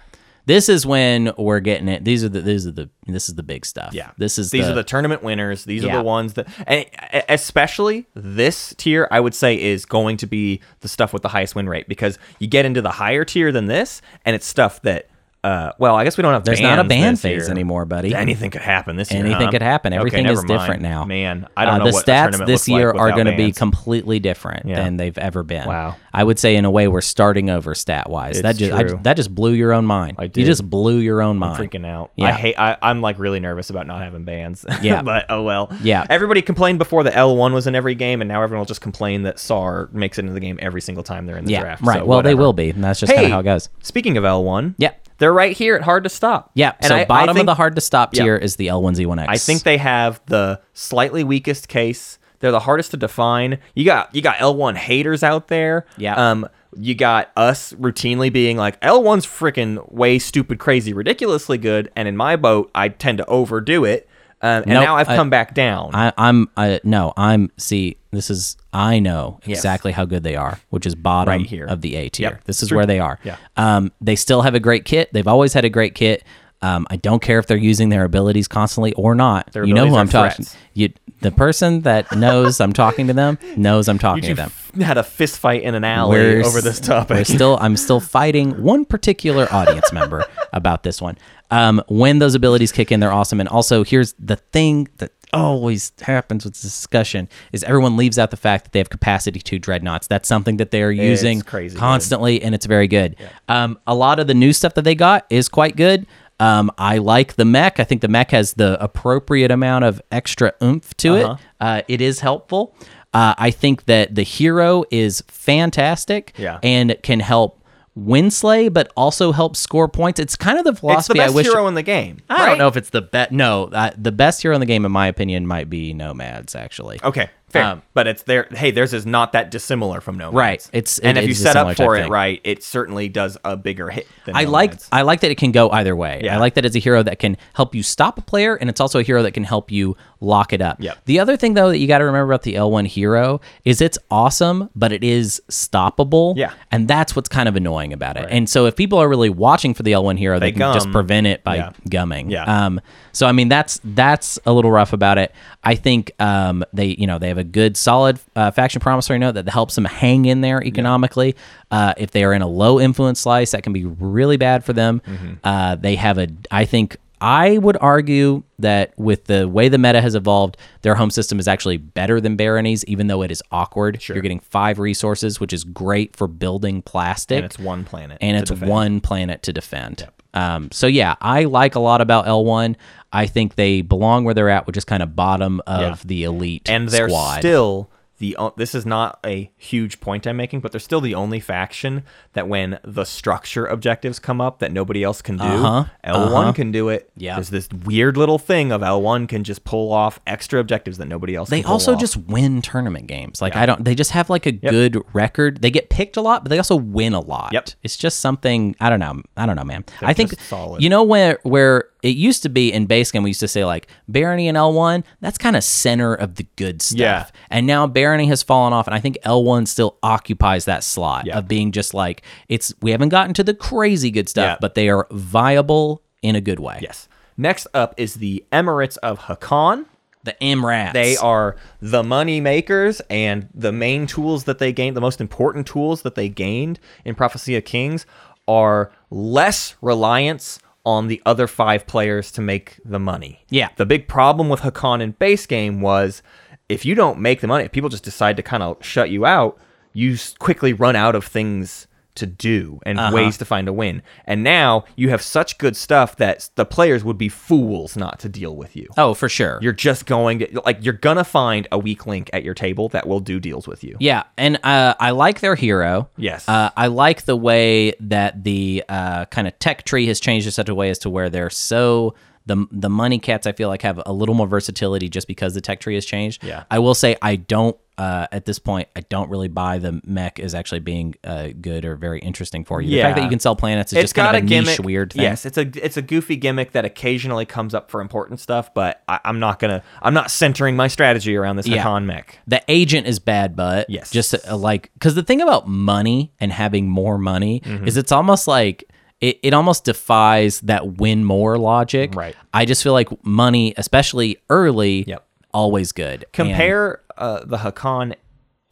B: This is when we're getting it. These are the these are the this is the big stuff. This is
A: these
B: the,
A: are the tournament winners. These are
B: Yeah.
A: the ones that, and e- especially this tier, I would say is going to be the stuff with the highest win rate because you get into the higher tier than this, and it's stuff that. Uh, well, I guess we don't have.
B: there's not a
A: bans
B: ban
A: this
B: phase
A: year.
B: anymore, buddy.
A: Anything could happen this year.
B: Anything
A: huh?
B: could happen.
A: Okay,
B: Everything
A: never
B: is
A: mind.
B: different now.
A: Man, I don't
B: Uh,
A: know
B: the
A: what a
B: stats
A: tournament
B: this
A: looks
B: year
A: like
B: are
A: without
B: going to be
A: bans.
B: completely different
A: Yeah.
B: than they've ever been.
A: Wow.
B: I would say in a way we're starting over stat wise. That
A: It's
B: just I-
A: true.
B: that just blew your own mind. You
A: did.
B: just blew your own mind.
A: freaking out.
B: Yeah.
A: I hate. I, I'm like really nervous about not having bands.
B: Yeah.
A: but oh well.
B: Yeah.
A: Everybody complained before the L1 was in every game, and now everyone will just complain that SAR makes it into the game every single time they're in the
B: yeah.
A: draft.
B: Right.
A: So
B: well, they
A: whatever.
B: will be. And that's just
A: Hey,
B: kind of how it goes.
A: Speaking of L1,
B: Yeah.
A: they're right here at hard to stop.
B: Yeah.
A: And
B: so
A: I- I
B: bottom of
A: think-
B: the hard to stop
A: Yeah.
B: tier is the L1Z1X.
A: I think they have the slightly weakest case. They're the hardest to define. You got you got L1 haters out there.
B: Yeah.
A: Um, you got us routinely being like L1's freaking way stupid, crazy, ridiculously good. And in my boat, I tend to overdo it. Um, and
B: Nope,
A: now I've
B: I-
A: come back down.
B: I, I'm I, no, I'm see. This is I know exactly how good they are, which is bottom
A: Right here.
B: of the A tier.
A: Yep.
B: This is
A: True.
B: where they are.
A: Yeah.
B: Um, they still have a great kit. They've always had a great kit. Um, I don't care if they're using their abilities constantly or not.
A: Their
B: you know who I'm
A: abilities are
B: talking.
A: threats.
B: You, the person that knows I'm talking to them knows I'm talking to
A: you
B: them.
A: f- had a fist fight in an alley
B: We're
A: over this
B: s- We're
A: topic.
B: still, I'm still fighting one particular audience member about this one. Um, when those abilities kick in, they're awesome. And also, here's the thing that always happens with this discussion is everyone leaves out the fact that they have capacity to dreadnoughts. That's something that they are using
A: crazy good.
B: constantly, and it's very good. Um, a lot of the new stuff that they got is quite good. Um, I like the mech. I think the mech has the appropriate amount of extra oomph to
A: Uh-huh.
B: it. Uh, it is helpful. Uh, I think that the hero is fantastic
A: Yeah.
B: and can help Winslay, but also help score points. It's kind of the
A: It's the
B: philosophy
A: best
B: I wish.
A: hero in the game.
B: I don't know if it's the best. No, uh, the best hero in the game, in my opinion, might be Nomads. Actually,
A: Okay, fair.
B: Um,
A: but it's there. Hey, theirs is not that dissimilar from Nomads.
B: Right, it's-
A: and
B: it
A: if you
B: is a
A: set up
B: similar type
A: for it
B: thing.
A: right, it certainly does a bigger hit. Than
B: I like
A: Nomads.
B: I like that it can go either way.
A: Yeah.
B: I like that it's a hero that can help you stop a player, and it's also a hero that can help you lock it up.
A: Yep.
B: The other thing though that you got to remember about the L1 hero is it's awesome, but it is stoppable.
A: Yeah.
B: and that's what's kind of annoying about it. And so if people are really watching for the L1 hero, they,
A: They
B: can just
A: gum.
B: prevent it by
A: Yeah.
B: gumming.
A: Yeah.
B: Um. So I mean that's that's a little rough about it. I think um they you know they have a good solid uh, faction promissory note that helps them hang in there economically. Uh, if they are in a low influence slice, that can be really bad for them.
A: Mm-hmm.
B: Uh, they have a I think I would argue that with the way the meta has evolved, their home system is actually better than Barony's, even though it is awkward. You're getting five resources, which is great for building plastic
A: and it's one planet,
B: and
A: to
B: it's
A: defend.
B: one planet to defend. Um, so yeah, I like a lot about L1. I think they belong where they're at, which is kind of bottom of
A: Yeah.
B: the elite
A: and they're
B: squad.
A: still the o- this is not a huge point I'm making, but they're still the only faction that when the structure objectives come up that nobody else can do,
B: Uh-huh,
A: L1 can do it.
B: Yeah.
A: there's this weird little thing of L1 can just pull off extra objectives that nobody else.
B: they
A: can pull
B: also
A: off.
B: just win tournament games. Like I don't. They just have like a good record. They get picked a lot, but they also win a lot.
A: Yep.
B: It's just something I don't know. I don't know, man. I think
A: just solid.
B: you know where where it used to be in Basecamp. We used to say like Barony and L1. That's kind of center of the good stuff.
A: Yeah.
B: And now Barony has fallen off, and I think L1 still occupies that slot
A: Yeah.
B: of being just like it's. We haven't gotten to the crazy good stuff,
A: Yeah.
B: but they are viable in a good way.
A: yes. Next up is the Emirates of Hakan.
B: The MRATs.
A: They are the money makers, and the main tools that they gained, the most important tools that they gained in Prophecy of Kings, are less reliance on the other five players to make the money.
B: Yeah.
A: The big problem with Hakan in base game was if you don't make the money, if people just decide to kind of shut you out, you s- quickly run out of things to do and ways to find a win. And now you have such good stuff that s- the players would be fools not to deal with you
B: Oh, for sure.
A: you're just going to like you're gonna find a weak link at your table that will do deals with you.
B: Yeah, and uh, I like their hero.
A: Yes.
B: uh, I like the way that the uh, kind of tech tree has changed in such a way as to where they're so the the money cats. I feel like have a little more versatility just because the tech tree has changed.
A: Yeah.
B: I will say I don't. Uh, at this point, I don't really buy the mech as actually being uh, good or very interesting for you. The fact that
A: Yeah.
B: you can sell planets is
A: It's
B: just kind of a, niche, weird thing.
A: Yes, it's a it's a goofy gimmick that occasionally comes up for important stuff, but I, I'm not gonna I'm not centering my strategy around this
B: Yeah.
A: Hakan mech.
B: The agent is bad, but
A: Yes.
B: just uh, like because the thing about money and having more money
A: Mm-hmm.
B: is it's almost like it, it almost defies that win more logic.
A: Right.
B: I just feel like money, especially early,
A: Yep.
B: always good. And-
A: Compare uh, the Hakan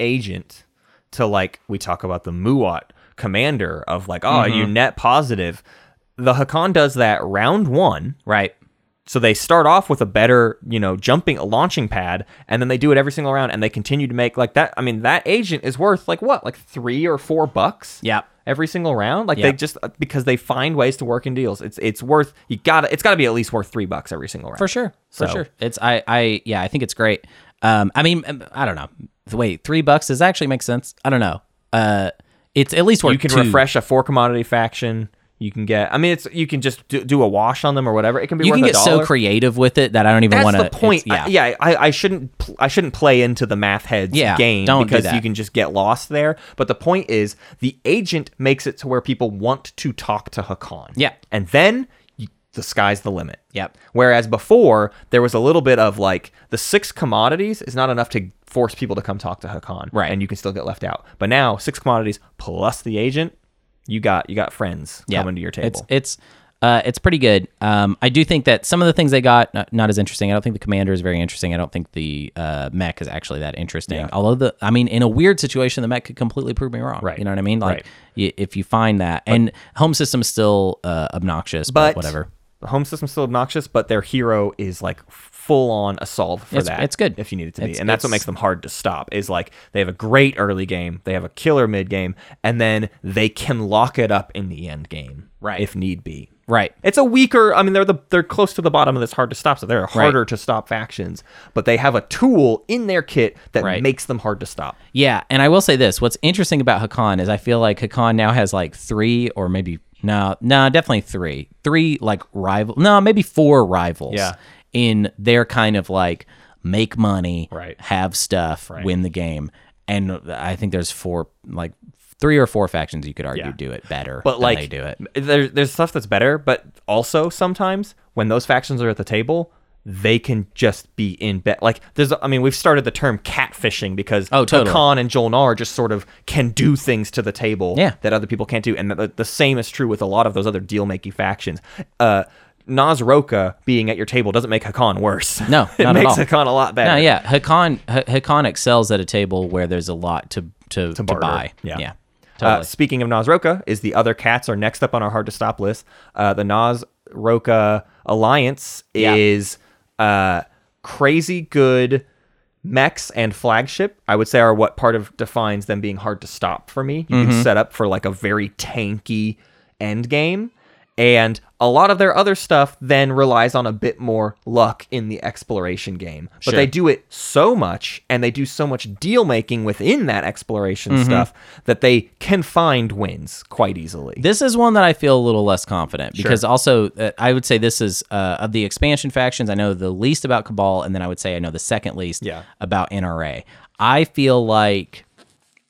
A: agent to like we talk about the Muat commander of like, oh, you
B: Mm-hmm.
A: net positive. The Hakan does that round one.
B: right.
A: So they start off with a better, you know, jumping a launching pad, and then they do it every single round, and they continue to make like that. I mean, that agent is worth like what, like three or four bucks?
B: Yep.
A: Every single round, like they
B: Yep.
A: just uh, because they find ways to work in deals. It's it's worth you got to it's got to be at least worth three bucks every single round
B: For sure.
A: So-
B: For sure. It's I I yeah, I think it's great. Um I mean um, I don't know. Wait, three bucks does that actually make sense? I don't know. Uh it's at least worth
A: You can
B: two.
A: refresh a four commodity faction. You can get. I mean, it's you can just do, do a wash on them or whatever. It can be.
B: You
A: worth
B: can
A: a
B: get so
A: dollar.
B: creative with it that I don't even
A: That's
B: want to.
A: the point. I- Yeah, I, I, shouldn't pl- I shouldn't play into the math heads
B: Yeah,
A: game
B: don't do
A: because
B: that.
A: you can just get lost there. But the point is, the agent makes it to where people want to talk to Hakan.
B: Yeah.
A: and then you, the sky's the limit.
B: Yep.
A: Whereas before there was a little bit of like the six commodities is not enough to force people to come talk to Hakan.
B: Right.
A: and you can still get left out. But now six commodities plus the agent, you got you got friends coming to your table.
B: It's it's uh, it's pretty good. Um, I do think that some of the things they got not, not as interesting. I don't think the commander is very interesting. I don't think the uh, mech is actually that interesting. Although the I mean, in a weird situation, the mech could completely prove me wrong.
A: Right.
B: You know what I mean? Like
A: Right.
B: y- if you find that, and home system is still uh, obnoxious,
A: but
B: but, whatever.
A: The home system's still obnoxious, but their hero is like full on assault for
B: It's-
A: that.
B: it's good.
A: if you need it to be,
B: It's-
A: and that's what
B: it's-
A: makes them hard to stop. Is like they have a great early game, they have a killer mid game, and then they can lock it up in the end game,
B: Right.
A: If need be,
B: Right.
A: it's a weaker. I mean, they're the they're close to the bottom of this hard to stop. So they're harder to stop factions, but they have a tool in their kit that
B: Right.
A: makes them hard to stop.
B: Yeah, and I will say this: what's interesting about Hakan is I feel like Hakan now has like three or maybe no, no, definitely three, three like rival, no, maybe four rivals.
A: Yeah.
B: in their kind of like make money,
A: Right.
B: have stuff, win the game, and I think there's four like three or four factions you could argue
A: Yeah.
B: do it better,
A: But
B: than
A: like,
B: they do it.
A: There's there's stuff that's better, but also sometimes when those factions are at the table, they can just be in bed. Like there's, I mean, we've started the term catfishing because
B: Oh, totally.
A: Hakan and Jolnar just sort of can do things to the table
B: Yeah.
A: that other people can't do, and the, the same is true with a lot of those other deal making factions. Uh, Nas Roka being at your table doesn't make Hakan worse.
B: No,
A: it
B: not at
A: makes
B: all.
A: Hakan a lot better.
B: No, yeah, Hakan H- Hakan excels at a table where there's a lot to to, to,
A: barter.
B: buy.
A: Yeah.
B: yeah,
A: Uh,
B: totally.
A: speaking of Nas Roka, is the other cats are next up on our hard to stop list. Uh, the Nas Roka alliance
B: Yeah.
A: is uh, crazy good mechs and flagship. I would say are what part of defines them being hard to stop for me. You can set up for like a very tanky end game. And a lot of their other stuff then relies on a bit more luck in the exploration game. But
B: Sure.
A: they do it so much and they do so much deal making within that exploration stuff that they can find wins quite easily.
B: This is one that I feel a little less confident because also uh, I would say this is uh, of the expansion factions. I know the least about Cabal, and then I would say I know the second least
A: Yeah.
B: about NRA. I feel like,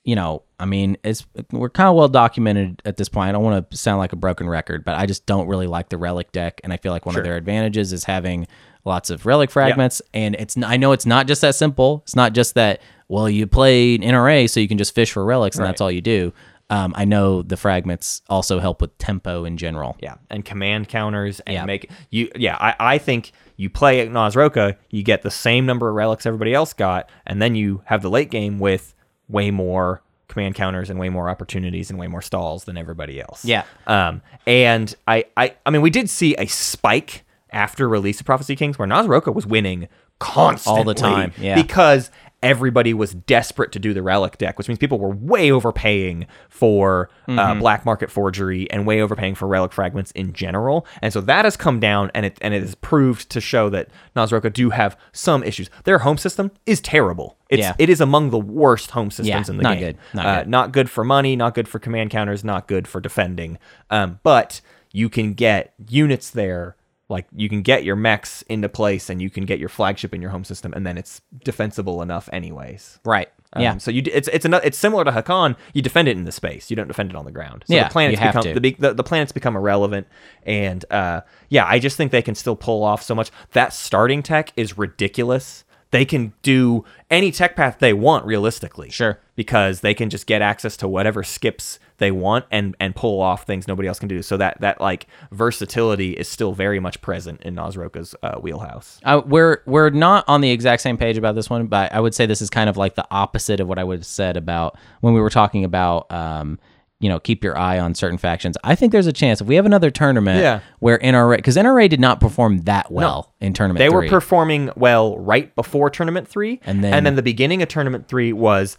B: you know, I mean, it's we're kind of well documented at this point. I don't want to sound like a broken record, but I just don't really like the relic deck, and I feel like one of their advantages is having lots of relic fragments. And it's n- I know it's not just that simple. It's not just that well you play NRA so you can just fish for relics and that's all you do. Um, I know the fragments also help with tempo in general.
A: Yeah, and command counters and
B: Yeah.
A: make you. Yeah, I, I think you play Nasroka, you get the same number of relics everybody else got, and then you have the late game with way more command counters and way more opportunities and way more stalls than everybody else.
B: Yeah.
A: Um. And I, I, I mean, we did see a spike after release of Prophecy Kings where Nasroka was winning constantly
B: All the time, yeah.
A: because everybody was desperate to do the relic deck, which means people were way overpaying for
B: Mm-hmm.
A: uh, black market forgery and way overpaying for relic fragments in general. And so that has come down, and it and it is proved to show that Nazroka do have some issues. Their home system is terrible. It's
B: Yeah.
A: it is among the worst home systems in the
B: not
A: game.
B: good, not
A: Uh,
B: good.
A: not good for money, not good for command counters, not good for defending. Um, but you can get units there. Like you can get your mechs into place, and you can get your flagship in your home system, and then it's defensible enough, anyways.
B: Right.
A: Um,
B: yeah.
A: So you d- it's it's another, it's similar to Hakan. You defend it in the space. You don't defend it on the ground. So
B: Yeah,
A: the planets
B: you have
A: become
B: to.
A: the, big- the the planets become irrelevant. And uh, yeah, I just think they can still pull off so much. That starting tech is ridiculous. They can do any tech path they want realistically.
B: Sure.
A: Because they can just get access to whatever skips they want and and pull off things nobody else can do. So that that like versatility is still very much present in Nazroka's uh, wheelhouse.
B: Uh, we're we're not on the exact same page about this one, but I would say this is kind of like the opposite of what I would have said about when we were talking about um, you know, keep your eye on certain factions. I think there's a chance if we have another tournament
A: Yeah.
B: where NRA because NRA did not perform that well in tournament.
A: They
B: three.
A: were performing well right before tournament three,
B: And then-
A: the beginning of tournament three was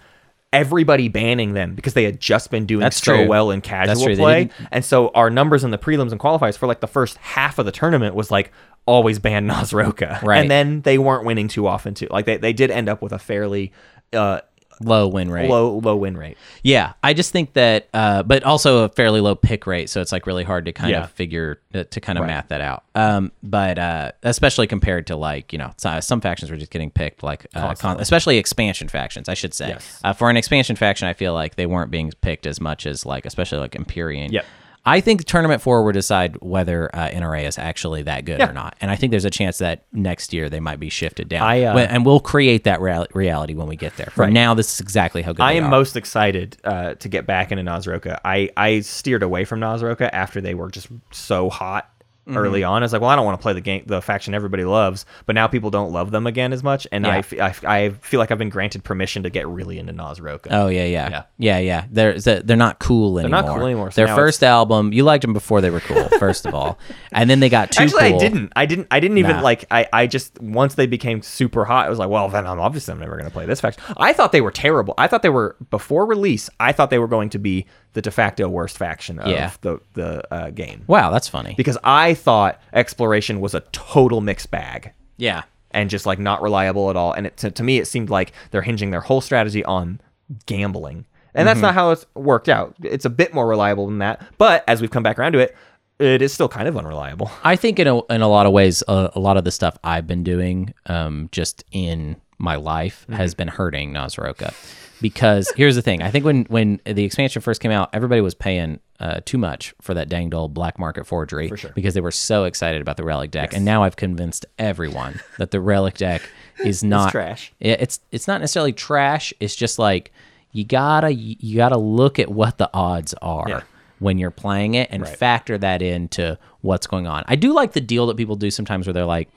A: everybody banning them because they had just been doing
B: That's
A: so
B: true.
A: well in casual
B: true. They
A: play,
B: didn't-
A: and so our numbers in the prelims and qualifiers for like the first half of the tournament was like always ban Nasroka,
B: Right.
A: and then they weren't winning too often too. Like they they did end up with a fairly uh,
B: low win rate.
A: low low win rate.
B: Yeah, I just think that, uh, but also a fairly low pick rate, so it's like really hard to kind
A: Yeah.
B: of figure uh, to kind of math that out. Um, but uh, especially compared to like you know so- uh, some factions were just getting picked, like uh, con- especially expansion factions, I should say. Uh, for an expansion faction, I feel like they weren't being picked as much as like especially like Empyrean.
A: Yep.
B: I think tournament four will decide whether uh, NRA is actually that good or not, and I think there's a chance that next year they might be shifted down.
A: I, uh,
B: When- and we'll create that real- reality when we get there. For now, this is exactly how good
A: I
B: they
A: am
B: are.
A: most excited uh, to get back into Nasroka. I, I steered away from Nasroka after they were just so hot
B: Mm-hmm.
A: early on. I was like, well, I don't want to play the game, the faction everybody loves, but now people don't love them again as much, and I
B: Yeah.
A: f I f I I, feel like I've been granted permission to get really into Nazroka.
B: Oh yeah, yeah,
A: Yeah.
B: yeah, yeah, They're they're they're not cool anymore.
A: not cool anymore, so
B: Their
A: now
B: first album, you liked them before they were cool, first of all, and then they got too
A: Actually,
B: cool.
A: I didn't. I didn't. I didn't even
B: Nah.
A: like. I. I just once they became super hot, I was like, well, then I'm obviously I'm never gonna play this faction. I thought they were terrible. I thought they were before release. I thought they were going to be the de facto worst faction of
B: Yeah.
A: the the uh, game
B: Wow, that's funny.
A: because I thought exploration was a total mixed bag
B: Yeah,
A: and just like not reliable at all. And it, to, to me, it seemed like they're hinging their whole strategy on gambling. And that's not how it's worked out. It's a bit more reliable than that. But as we've come back around to it, it is still kind of unreliable.
B: I think in a, in a lot of ways, a, a lot of the stuff I've been doing, um, just in my life,
A: Mm-hmm.
B: has been hurting Nazroka. Because here's the thing: I think when when the expansion first came out, everybody was paying uh, too much for that danged old black market forgery because they were so excited about the relic deck. And now I've convinced everyone that the relic deck is not
A: trash.
B: Yeah, it's it's not necessarily trash. It's just like you gotta you gotta look at what the odds are when you're playing it and factor that into what's going on. I do like the deal that people do sometimes where they're like,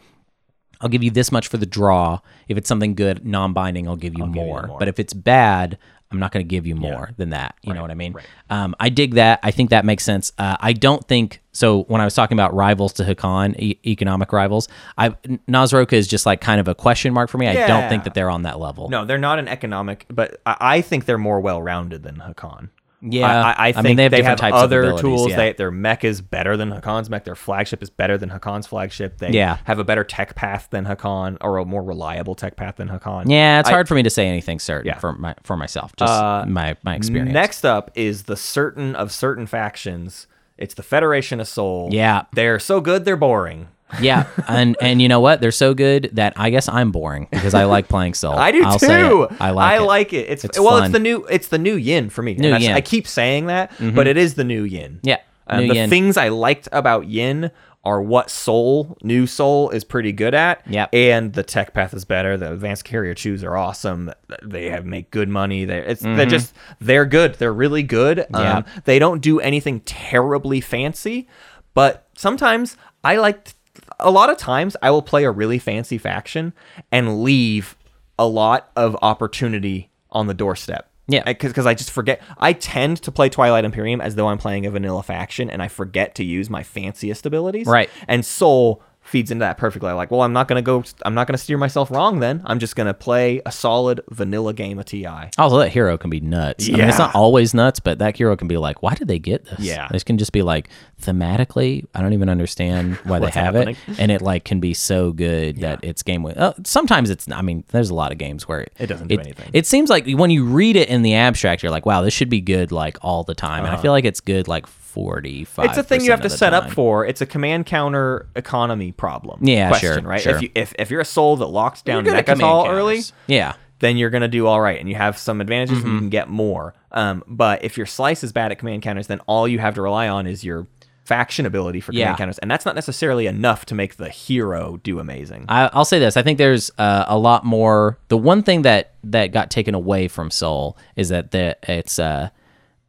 B: I'll give you this much for the draw. If it's something good, non-binding, I'll give you, more. But if it's bad, I'm not going to give you more than that. You know what I mean? Um, I dig that. I think that makes sense. Uh, I don't think so. When I was talking about rivals to Hakan, e- economic rivals, I Nazroka is just like kind of a question mark for me. I don't
A: Yeah.
B: think that they're on that level.
A: No, they're not an economic, but I, I think they're more well-rounded than Hakan.
B: Yeah.
A: I, I, I
B: I
A: think
B: mean,
A: they
B: they
A: have,
B: have different types of
A: other
B: abilities,
A: tools.
B: yeah.
A: They, their mech is better than Hakan's mech. Their flagship is better than Hakan's flagship. They
B: Yeah.
A: have a better tech path than Hakan, or a more reliable tech path than Hakan.
B: Yeah, it's hard for me to say anything certain
A: Yeah. Uh,
B: for my for myself. Just my my experience.
A: Next up is the certain of certain factions. It's the Federation of Soul.
B: Yeah.
A: they're so good they're boring.
B: yeah, and and you know what? They're so good that I guess I'm boring because I like playing Soul.
A: I do
B: I'll
A: too.
B: say it. I like.
A: I
B: it.
A: like it. It's,
B: It's
A: well, it's
B: fun.
A: the new. It's the new yin for me. And
B: New
A: I, s-
B: yin. Mm-hmm.
A: I keep saying that, but it is the new yin.
B: Yeah,
A: Um,
B: new
A: the
B: yin.
A: things I liked about yin are what soul new soul is pretty good at.
B: Yep.
A: And the tech path is better. The advanced carrier chews are awesome. They have make good money. They it's they're just they're good. They're really good.
B: Mm-hmm.
A: Um,
B: Yeah.
A: They don't do anything terribly fancy, but sometimes I like a lot of times I will play a really fancy faction and leave a lot of opportunity on the doorstep.
B: Yeah.
A: Because I just forget. I tend to play Twilight Imperium as though I'm playing a vanilla faction and I forget to use my fanciest abilities.
B: Right.
A: And Soul feeds into that perfectly. Like, well, I'm not going to go, I'm not going to steer myself wrong then. I'm just going to play a solid vanilla game of TI.
B: Also, that hero can be nuts. I mean,
A: Yeah.
B: it's not always nuts, but that hero can be like, why did they get this?
A: Yeah.
B: This can just be like, thematically, I don't even understand why they
A: What's
B: have
A: happening?
B: it. And it like can be so good that it's game win. Uh, sometimes it's, I mean, there's a lot of games where
A: It doesn't do anything.
B: It seems like when you read it in the abstract, you're like, wow, this should be good like all the time. And I feel like it's good like 45
A: Uh-huh. It's a thing you have to set
B: for.
A: up for. It's a command counter economy problem.
B: Yeah,
A: question,
B: sure,
A: Right.
B: sure.
A: If, you, if if you're a soul that locks down
B: You're good at
A: Nekathal
B: command
A: early,
B: counters. Yeah.
A: then you're gonna do all right, and you have some advantages, and you can get more. Um, but if your slice is bad at command counters, then all you have to rely on is your faction ability for command
B: Yeah.
A: counters, and that's not necessarily enough to make the hero do amazing.
B: I, I'll say this. I think there's uh, a lot more. The one thing that that got taken away from Soul is that the, it's uh,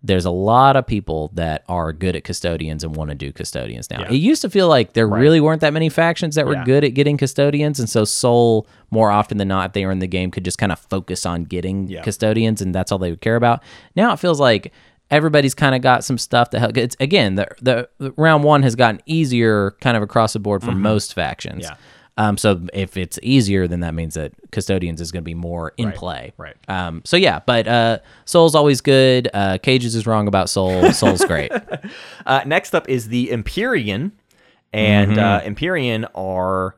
B: there's a lot of people that are good at custodians and want to do custodians now. It used to feel like there really weren't that many factions that were good at getting custodians, and so Soul more often than not, if they were in the game, could just kind of focus on getting custodians, and that's all they would care about. Now it feels like everybody's kind of got some stuff that help. It's again the, the the round one has gotten easier kind of across the board for most factions.
A: Yeah.
B: Um, so if it's easier, then that means that custodians is going to be more in play.
A: right.
B: Um, so yeah, but uh, Soul's always good. Uh, Cages is wrong about Soul. Soul's great.
A: Uh, next up is the Empyrean, and
B: Mm-hmm.
A: uh, Empyrean are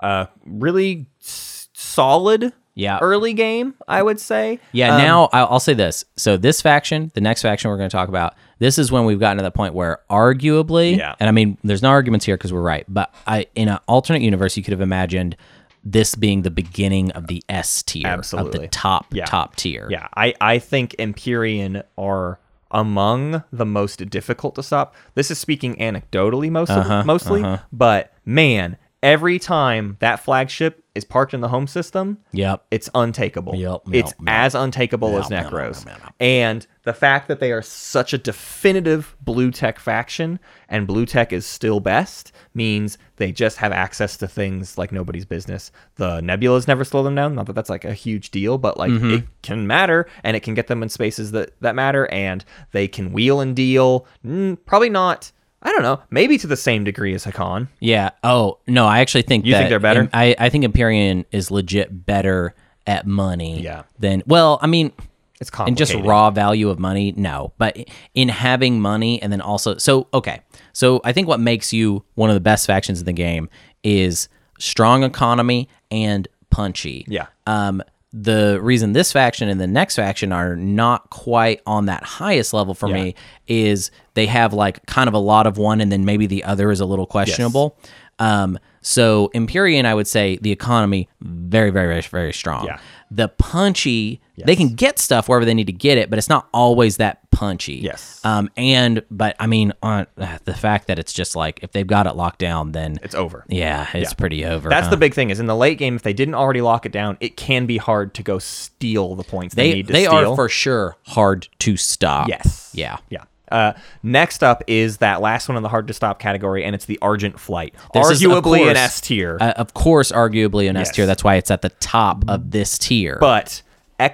A: uh, really s- solid.
B: Yeah.
A: early game, I would say.
B: Yeah. now I- I'll say this. So this faction, the next faction we're going to talk about, this is when we've gotten to that point where arguably,
A: Yeah.
B: and I mean, there's no arguments here because we're right, but I in an alternate universe, you could have imagined this being the beginning of the S tier, of
A: Absolutely.
B: the top
A: Yeah.
B: top tier.
A: Yeah, I, I think Empyrean are among the
B: Uh-huh,
A: most difficult to stop. This is speaking anecdotally most mostly, but man, Every time that flagship is parked in the home system,
B: Yep.
A: it's untakeable.
B: Yep,
A: it's
B: yep, yep.
A: as untakeable as
B: Yep, yep,
A: Necros.
B: yep, yep, yep.
A: And the fact that they are such a definitive blue tech faction and blue tech is still best means they just have access to things like nobody's business. The nebulas never slow them down. Not that that's like a huge deal, but like
B: Mm-hmm.
A: it can matter and it can get them in spaces that, that matter and they can wheel and deal. Mm, probably not, I don't know, maybe to the same degree as Hakan.
B: Yeah. Oh no, I actually think
A: You think
B: that
A: they're better?
B: I I think Empyrean is legit better at money.
A: Yeah.
B: Than well, I mean,
A: It's
B: and
A: complicated.
B: just raw value of money. No, but in having money and then also so okay. So I think what makes you one of the best factions in the game is strong economy and punchy.
A: Yeah.
B: Um, the reason this faction and the next faction are not quite on that highest level for me is they have like kind of a lot of one and then maybe the other is a little questionable. Um, so Empyrean, I would say the economy very, very, very, very strong.
A: Yeah.
B: The punchy, they can get stuff wherever they need to get it, but it's not always that punchy.
A: Yes.
B: Um, and but I mean, on uh, the fact that it's just like if they've got it locked down, then
A: It's over.
B: yeah, it's pretty over.
A: That's
B: huh?
A: the big thing is in the late game, if they didn't already lock it down, it can be hard to go steal the points they,
B: they
A: need to
B: they
A: steal.
B: are for sure hard to stop.
A: yes.
B: Yeah.
A: Yeah. Uh, next up is that last one in the hard to stop category, and it's the Argent Flight.
B: This is, of
A: Arguably an
B: course,
A: S tier,
B: Uh, of course, arguably an S tier.
A: Yes.
B: That's why it's at the top of this tier.
A: but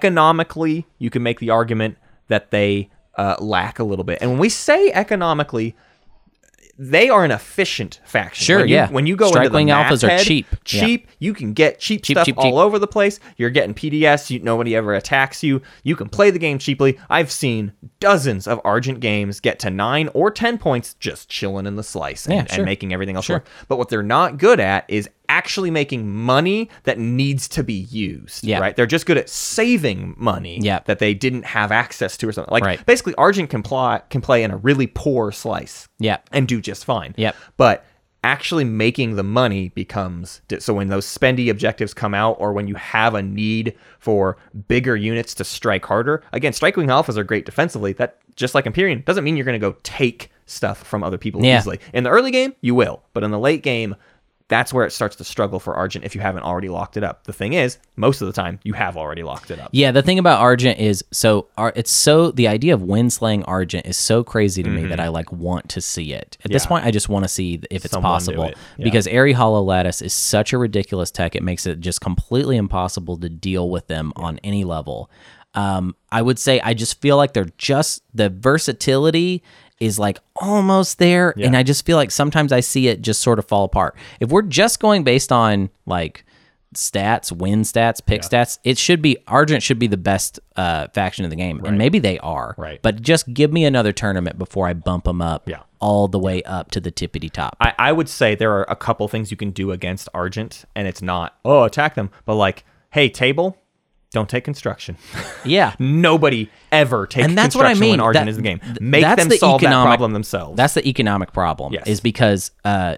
A: economically, you can make the argument that they uh, lack a little bit. And when we say economically, they are an efficient faction.
B: Sure,
A: When you-
B: yeah.
A: When you go
B: Strike-wing
A: into the
B: alphas are
A: masthead,
B: cheap. Yeah.
A: Cheap. You can get cheap,
B: Cheap,
A: stuff
B: cheap,
A: all
B: cheap.
A: over the place. You're getting PDS. You, nobody ever attacks you. You can play the game cheaply. I've seen dozens of Argent games get to nine or ten points just chilling in the slice and,
B: Yeah,
A: and
B: sure.
A: making everything else work. But what they're not good at is actually making money that needs to be used.
B: Yeah.
A: Right. They're just good at saving money
B: Yeah.
A: that they didn't have access to or something. Like
B: Right.
A: basically Argent can ply, can play in a really poor slice
B: Yeah.
A: and do just fine.
B: Yep.
A: But actually making the money becomes so when those spendy objectives come out or when you have a need for bigger units to strike harder. Again, strike wing alphas are great defensively. That just like Empyrean doesn't mean you're going to go take stuff from other people
B: Yeah.
A: easily. In the early game, you will, but in the late game, that's where it starts to struggle for Argent if you haven't already locked it up. The thing is, most of the time you have already locked it up.
B: Yeah, the thing about Argent is so Ar- it's so the idea of winslaying Argent is so crazy to me that I like want to see it. At this
A: Mm-hmm. Yeah.
B: point, I just want to see th- if it's
A: Someone do
B: possible
A: it. Yeah.
B: because Airy Hollow Lattice is such a ridiculous tech; it makes it just completely impossible to deal with them on any level. Um, I would say I just feel like they're just the versatility is like almost there, and I just feel like sometimes I see it just sort of fall apart. If we're just going based on like stats, win stats, pick stats. It should be Argent should be the best uh, faction in the game, and maybe they are.
A: Right.
B: But just give me another tournament before I bump them up.
A: Yeah.
B: All the way up to the tippity top.
A: I, I would say there are a couple things you can do against Argent, and it's not, oh, attack them, but like, hey, table, don't take construction.
B: yeah.
A: Nobody ever takes
B: And that's what I
A: construction
B: mean.
A: when Argent
B: That-
A: is in the game.
B: th-
A: Make
B: that's
A: them
B: the
A: solve that
B: economic-
A: problem themselves.
B: That's the economic problem.
A: Yes.
B: Is because uh,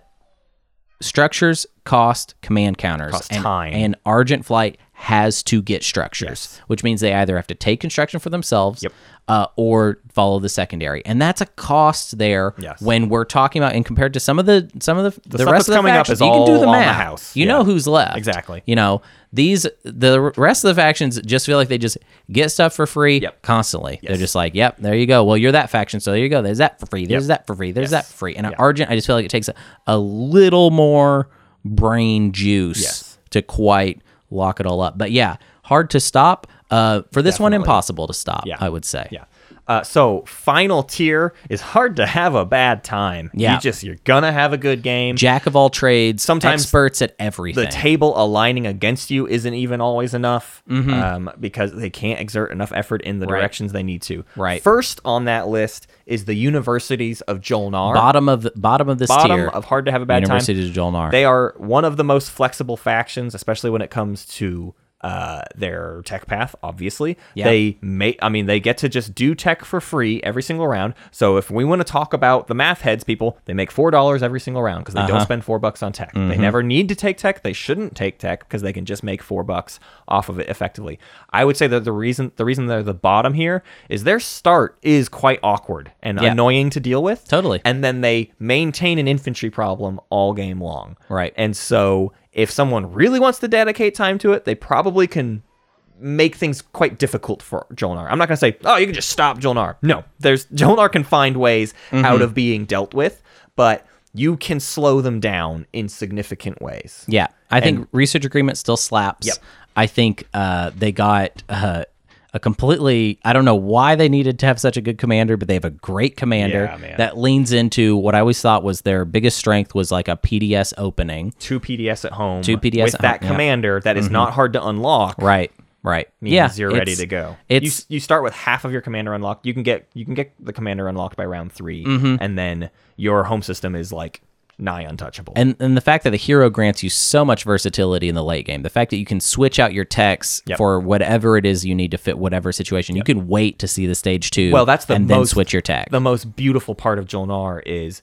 B: structures cost command counters
A: Cost
B: and,
A: time.
B: and Argent Flight has to get structures, which means they either have to take construction for themselves
A: Yep.
B: uh, or follow the secondary, and that's a cost there.
A: Yes.
B: When we're talking about and compared to some of the some of the the,
A: stuff
B: rest
A: that's
B: of the
A: coming up
B: factions,
A: is
B: you can
A: all
B: do the
A: on the
B: math.
A: house.
B: You
A: Yeah.
B: know who's left
A: Exactly.
B: You know these the rest of the factions just feel like they just get stuff for free
A: Yep.
B: constantly. They're
A: Yes.
B: just like, yep, there you go. Well, you're that faction, so there you go. There's that for free. There's
A: Yep.
B: that for free. There's that
A: Yes.
B: for free. And Argent, I just feel like it takes a, a little more brain juice
A: Yes.
B: to quite lock it all up. But yeah, hard to stop. Uh, for this one, impossible to stop.
A: Yeah.
B: I would say.
A: yeah. Uh, so final tier is hard to have a bad time.
B: Yeah.
A: You just you're gonna have a good game.
B: Jack of all trades,
A: Sometimes
B: experts at
A: the
B: everything.
A: table aligning against you isn't even always enough um, because they can't exert enough effort in the directions they need to.
B: Right.
A: First on that list is the universities of Jolnar.
B: bottom of the, bottom of this
A: bottom
B: tier
A: of hard to have a bad
B: University
A: time.
B: of Jolnar.
A: They are one of the most flexible factions, especially when it comes to uh, their tech path. Obviously,
B: Yeah.
A: they may. I mean, they get to just do tech for free every single round. So if we want to talk about the math heads people, they make four dollars every single round because they
B: Uh-huh.
A: don't spend four bucks on tech.
B: Mm-hmm.
A: They never need to take tech. They shouldn't take tech because they can just make four bucks off of it effectively. I would say that the reason the reason they're the bottom here is their start is quite awkward and
B: Yeah.
A: annoying to deal with.
B: Totally.
A: And then they maintain an infantry problem all game long.
B: Right.
A: And so if someone really wants to dedicate time to it, they probably can make things quite difficult for Jolnar. I'm not going to say, "Oh, you can just stop Jolnar." No. There's Jolnar can find ways
B: Mm-hmm.
A: out of being dealt with, but you can slow them down in significant ways.
B: Yeah, I think research agreement still slaps.
A: Yep.
B: I think uh, they got uh, a completely. I don't know why they needed to have such a good commander, but they have a great commander
A: Yeah, man.
B: that leans into what I always thought was their biggest strength was like a PDS opening.
A: Two PDS at home.
B: Two PDS
A: with
B: at
A: that
B: home, yeah. Mm-hmm.
A: commander that is not hard to unlock.
B: Right. Right. yeah.
A: means you're ready
B: it's-
A: to go. you,
B: It's
A: s- you start with half of your commander unlocked. You can get you can get the commander unlocked by round 3
B: Mm-hmm.
A: and then your home system is like nigh untouchable.
B: And, and the fact that the hero grants you so much versatility in the late game, the fact that you can switch out your techs
A: Yep.
B: for whatever it is you need to fit whatever situation, you can wait to see the stage two.
A: well, that's the
B: and
A: most
B: then switch your tech.
A: The most beautiful part of Jolnar is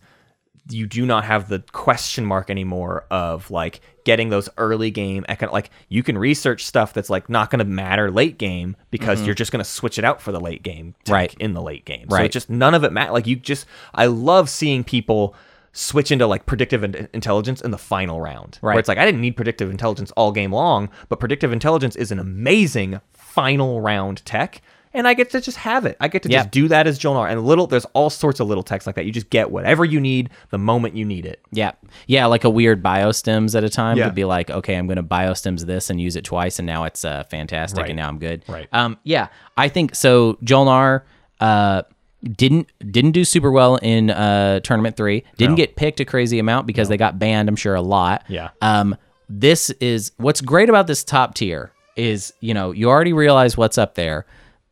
A: you do not have the question mark anymore of like getting those early game econ- like you can research stuff that's like not going to matter late game because you're just going to switch it out for the late game tech
B: Mm-hmm. Right.
A: in the late game so
B: Right.
A: it's just none of it matter like you just i love seeing people switch into like predictive in- intelligence in the final round where
B: Right.
A: it's like i didn't need predictive intelligence all game long but predictive intelligence is an amazing final round tech and i get to just have it i get to
B: Yeah.
A: just do that as Jolnar. And little, there's all sorts of little texts like that. You just get whatever you need the moment you need it.
B: Yeah. Yeah, like a weird biostims at a time
A: Yeah.
B: to be like, okay, I'm going to biostims this and use it twice, and now it's uh, fantastic,
A: Right.
B: and now I'm good.
A: Right.
B: Um, yeah, I think so. Jolnar uh, didn't didn't do super well in uh, tournament three. Didn't get picked a crazy amount because they got banned. I'm sure a lot.
A: Yeah.
B: Um, this is what's great about this top tier is you know you already realize what's up there.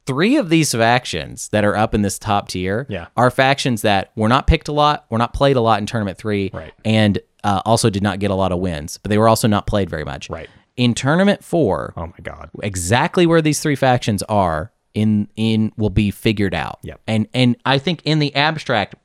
B: Three of these factions that are up in this top tier
A: Yeah.
B: are factions that were not picked a lot, were not played a lot in tournament three,
A: Right.
B: and uh, also did not get a lot of wins, but they were also not played very much.
A: Right.
B: In tournament four,
A: Oh my god.
B: exactly where these three factions are in in will be figured out.
A: Yep.
B: And and I think in the abstract,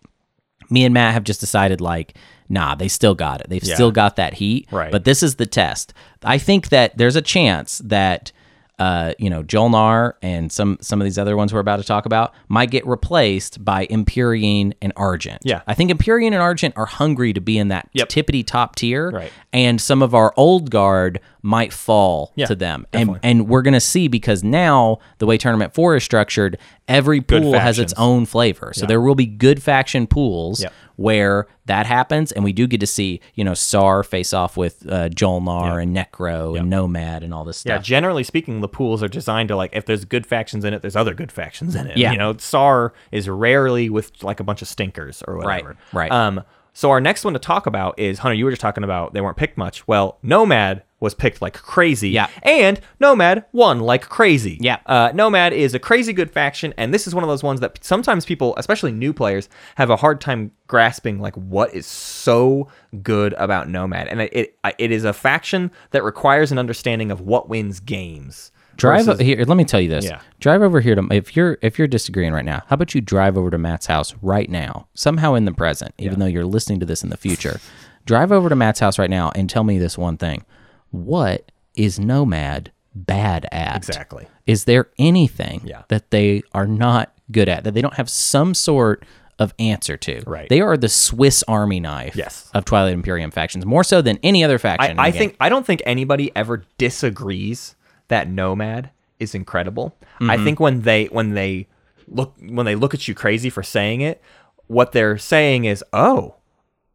B: me and Matt have just decided like, nah, they still got it. They've still got that heat.
A: Right.
B: But this is the test. I think that there's a chance that uh, you know, Jolnar and some some of these other ones we're about to talk about might get replaced by Empyrean and Argent.
A: Yeah.
B: I think Empyrean and Argent are hungry to be in that
A: Yep.
B: tippity top tier.
A: Right.
B: And some of our old guard might fall to them. And and we're gonna see because now the way tournament four is structured, every pool has its
A: factions.
B: own flavor. So there will be good faction pools
A: Yep.
B: where that happens, and we do get to see you know Sar face off with uh, Jolnar and Necro and Nomad and all this
A: Yeah,
B: stuff.
A: generally speaking, the pools are designed to like if there's good factions in it, there's other good factions in it.
B: Yeah.
A: You know, SAR is rarely with like a bunch of stinkers or whatever.
B: right.
A: Um so our next one to talk about is Hunter, you were just talking about they weren't picked much. Well, Nomad was picked like crazy.
B: Yeah.
A: And Nomad won like crazy.
B: Yeah.
A: Uh, Nomad is a crazy good faction, and this is one of those ones that sometimes people, especially new players, have a hard time grasping like what is so good about Nomad, and it it, it is a faction that requires an understanding of what wins games.
B: Drive
A: versus-
B: o- here. Let me tell you this.
A: Yeah.
B: Drive over here to if you're if you're disagreeing right now. How about you drive over to Matt's house right now? Somehow in the present, even though you're listening to this in the future. drive over to Matt's house right now and tell me this one thing. What is Nomad bad at?
A: exactly.
B: Is there anything
A: Yeah.
B: that they are not good at that they don't have some sort of answer to?
A: Right.
B: They are the Swiss Army knife
A: Yes.
B: of Twilight Imperium factions, more so than any other faction. in
A: I, I
B: the game.
A: think I don't think anybody ever disagrees that Nomad is incredible. I think when they when they look when they look at you crazy for saying it, what they're saying is, "Oh,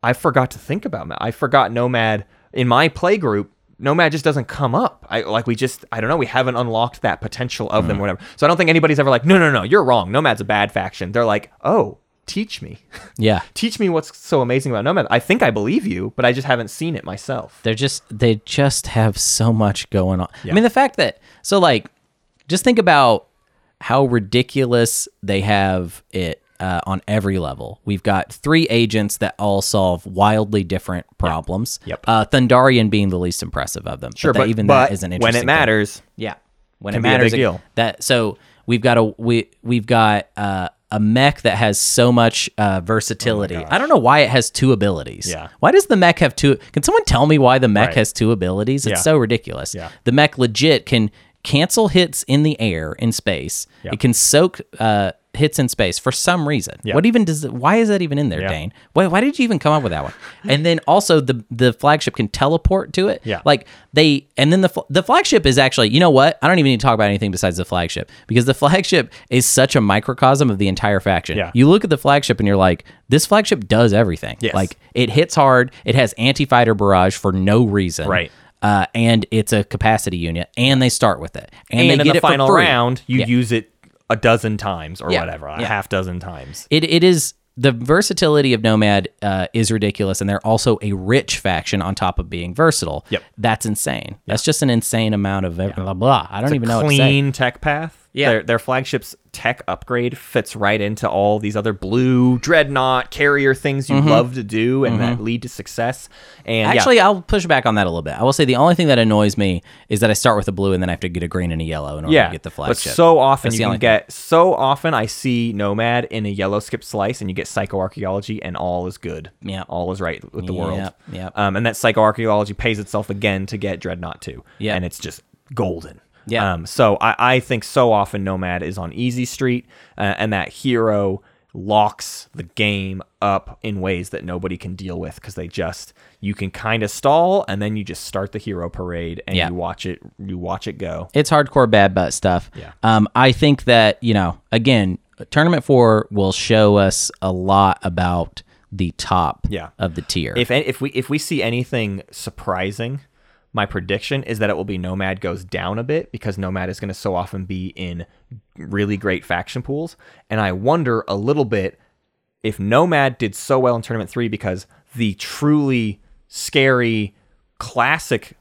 A: I forgot to think about Nomad. I forgot Nomad in my play group. Nomad just doesn't come up. I like we just I don't know. We haven't unlocked that potential of them, or whatever. So I don't think anybody's ever like, no, no, no, you're wrong. Nomad's a bad faction. They're like, oh, teach me,
B: Yeah.
A: teach me what's so amazing about Nomad. I think I believe you, but I just haven't seen it myself.
B: They're just they just have so much going on. I mean, the fact that so like just think about how ridiculous they have it uh, on every level. We've got three agents that all solve wildly different problems.
A: Yep.
B: Uh, Thundarian being the least impressive of them.
A: Sure,
B: that-
A: but,
B: even
A: but
B: that is an
A: when
B: interesting
A: it
B: thing.
A: matters,
B: Yeah, when
A: Can
B: it
A: be a
B: matters.
A: big
B: it-
A: deal.
B: That so we've got a we we've got uh, a mech that has so much uh, versatility. I don't know why it has two abilities.
A: Oh Yeah.
B: Why does the mech have two? Can someone tell me why the mech
A: Right.
B: has two abilities? It's
A: Yeah.
B: so ridiculous.
A: Yeah.
B: The mech legit can cancel hits in the air in space.
A: Yeah.
B: It can soak. Uh, Hits in space for some reason.
A: Yeah.
B: What even does? Why is that even in there,
A: Yeah.
B: Dane? Why, why did you even come up with that one? And then also the the flagship can teleport to it.
A: Yeah.
B: Like like they and then the fl- the flagship is actually you know what I don't even need to talk about anything besides the flagship because the flagship is such a microcosm of the entire faction.
A: Yeah.
B: You look at the flagship and you're like this flagship does everything.
A: Yes.
B: Like it hits hard, it has anti-fighter barrage for no reason.
A: Right.
B: Uh, and it's a capacity unit and they start with it. And,
A: and,
B: they
A: in
B: get
A: the
B: it for
A: final
B: free.
A: round, you
B: Yeah.
A: use it a dozen times or
B: Yeah.
A: whatever, a
B: Yeah.
A: half dozen times.
B: It it is the versatility of Nomad uh, is ridiculous, and they're also a rich faction on top of being versatile.
A: Yep.
B: that's insane. That's just an insane amount of ev- blah blah. I don't even know. What to say.
A: Clean tech path.
B: Yeah.
A: Their, their flagship's tech upgrade fits right into all these other blue dreadnought carrier things you love to do and that lead to success. And yeah,
B: Mm-hmm. Actually, I'll push back on that a little bit. I will say the only thing that annoys me is that I start with a blue and then I have to get a green and a yellow in order
A: yeah,
B: to get the
A: but
B: flagship.
A: so often
B: That's the
A: you
B: only
A: can
B: thing.
A: get so often I see Nomad in a yellow skip slice, and you get psychoarchaeology, and all is good.
B: Yeah.
A: all is right with the world.
B: Yep, yep.
A: Um, and that psychoarchaeology pays itself again to get Dreadnought too.
B: Yeah.
A: and it's just golden.
B: Yeah.
A: Um, so I, I think so often Nomad is on easy street, uh, and that hero locks the game up in ways that nobody can deal with because they just you can kind of stall and then you just start the hero parade and
B: Yeah.
A: you watch it you watch it go
B: it's hardcore bad butt stuff.
A: Yeah.
B: Um, I think that you know, again, tournament four will show us a lot about the top
A: Yeah.
B: of the tier.
A: If any- if we if we see anything surprising, my prediction is that it will be Nomad goes down a bit because Nomad is going to so often be in really great faction pools, and I wonder a little bit if Nomad did so well in tournament 3 because the truly scary classic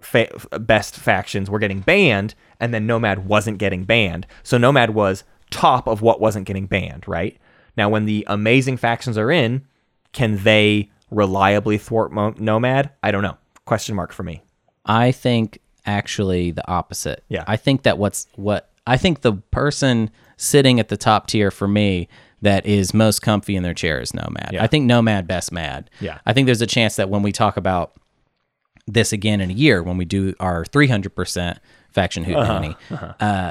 A: fa- best factions were getting banned and then Nomad wasn't getting banned. So Nomad was top of what wasn't getting banned, right? Now when the amazing factions are in, can they reliably thwart Mo- Nomad? I don't know. Question mark for me.
B: I think actually the opposite.
A: Yeah.
B: I think that what's what I think the person sitting at the top tier for me that is most comfy in their chair is Nomad. I think Nomad best mad.
A: Yeah.
B: I think there's a chance that when we talk about this again in a year, when we do our 300% faction hoot
A: Uh-huh.
B: uh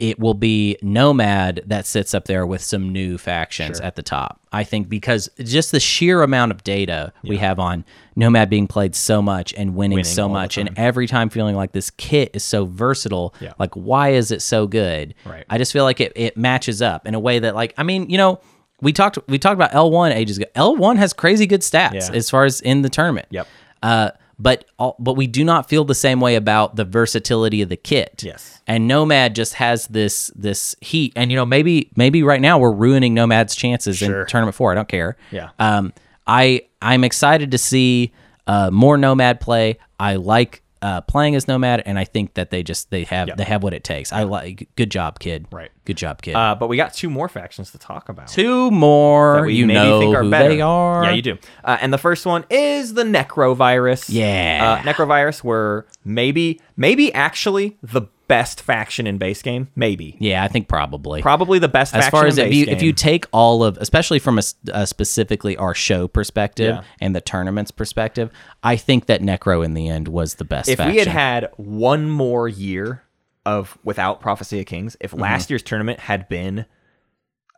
B: it will be Nomad that sits up there with some new factions at the top. I think because just the sheer amount of data we have on Nomad being played so much and winning, so much, and every time feeling like this kit is so versatile.
A: Yeah.
B: Like, why is it so good?
A: Right.
B: I just feel like it, it matches up in a way that, like, I mean, you know. We talked we talked about L one ages ago. L one has crazy good stats
A: Yeah.
B: as far as in the tournament.
A: Yep.
B: Uh, but all, but we do not feel the same way about the versatility of the kit.
A: Yes.
B: And Nomad just has this this heat, and you know maybe maybe right now we're ruining Nomad's chances in tournament four. I don't care.
A: Yeah.
B: Um. I I'm excited to see uh more Nomad play. I like uh playing as Nomad, and I think that they just they have they have what it takes. I like. Good job, kid.
A: Right.
B: Good job, kid.
A: Uh, but we got two more factions to talk about.
B: Two more.
A: that we
B: you
A: maybe
B: know
A: think are
B: who
A: better.
B: they are.
A: Yeah, you do. Uh, and the first one is the necrovirus.
B: Yeah.
A: uh, necrovirus were maybe, maybe actually the best faction in base game. Maybe,
B: Yeah, I think probably.
A: probably the best.
B: as
A: faction
B: far as
A: in
B: if
A: base
B: you
A: game.
B: if you take all of especially from a, s- uh specifically our show perspective
A: Yeah.
B: and the tournament's perspective i think that necro in the end was the best
A: if
B: faction.
A: we had had one more year of without prophecy of kings
B: Mm-hmm.
A: if last year's tournament had been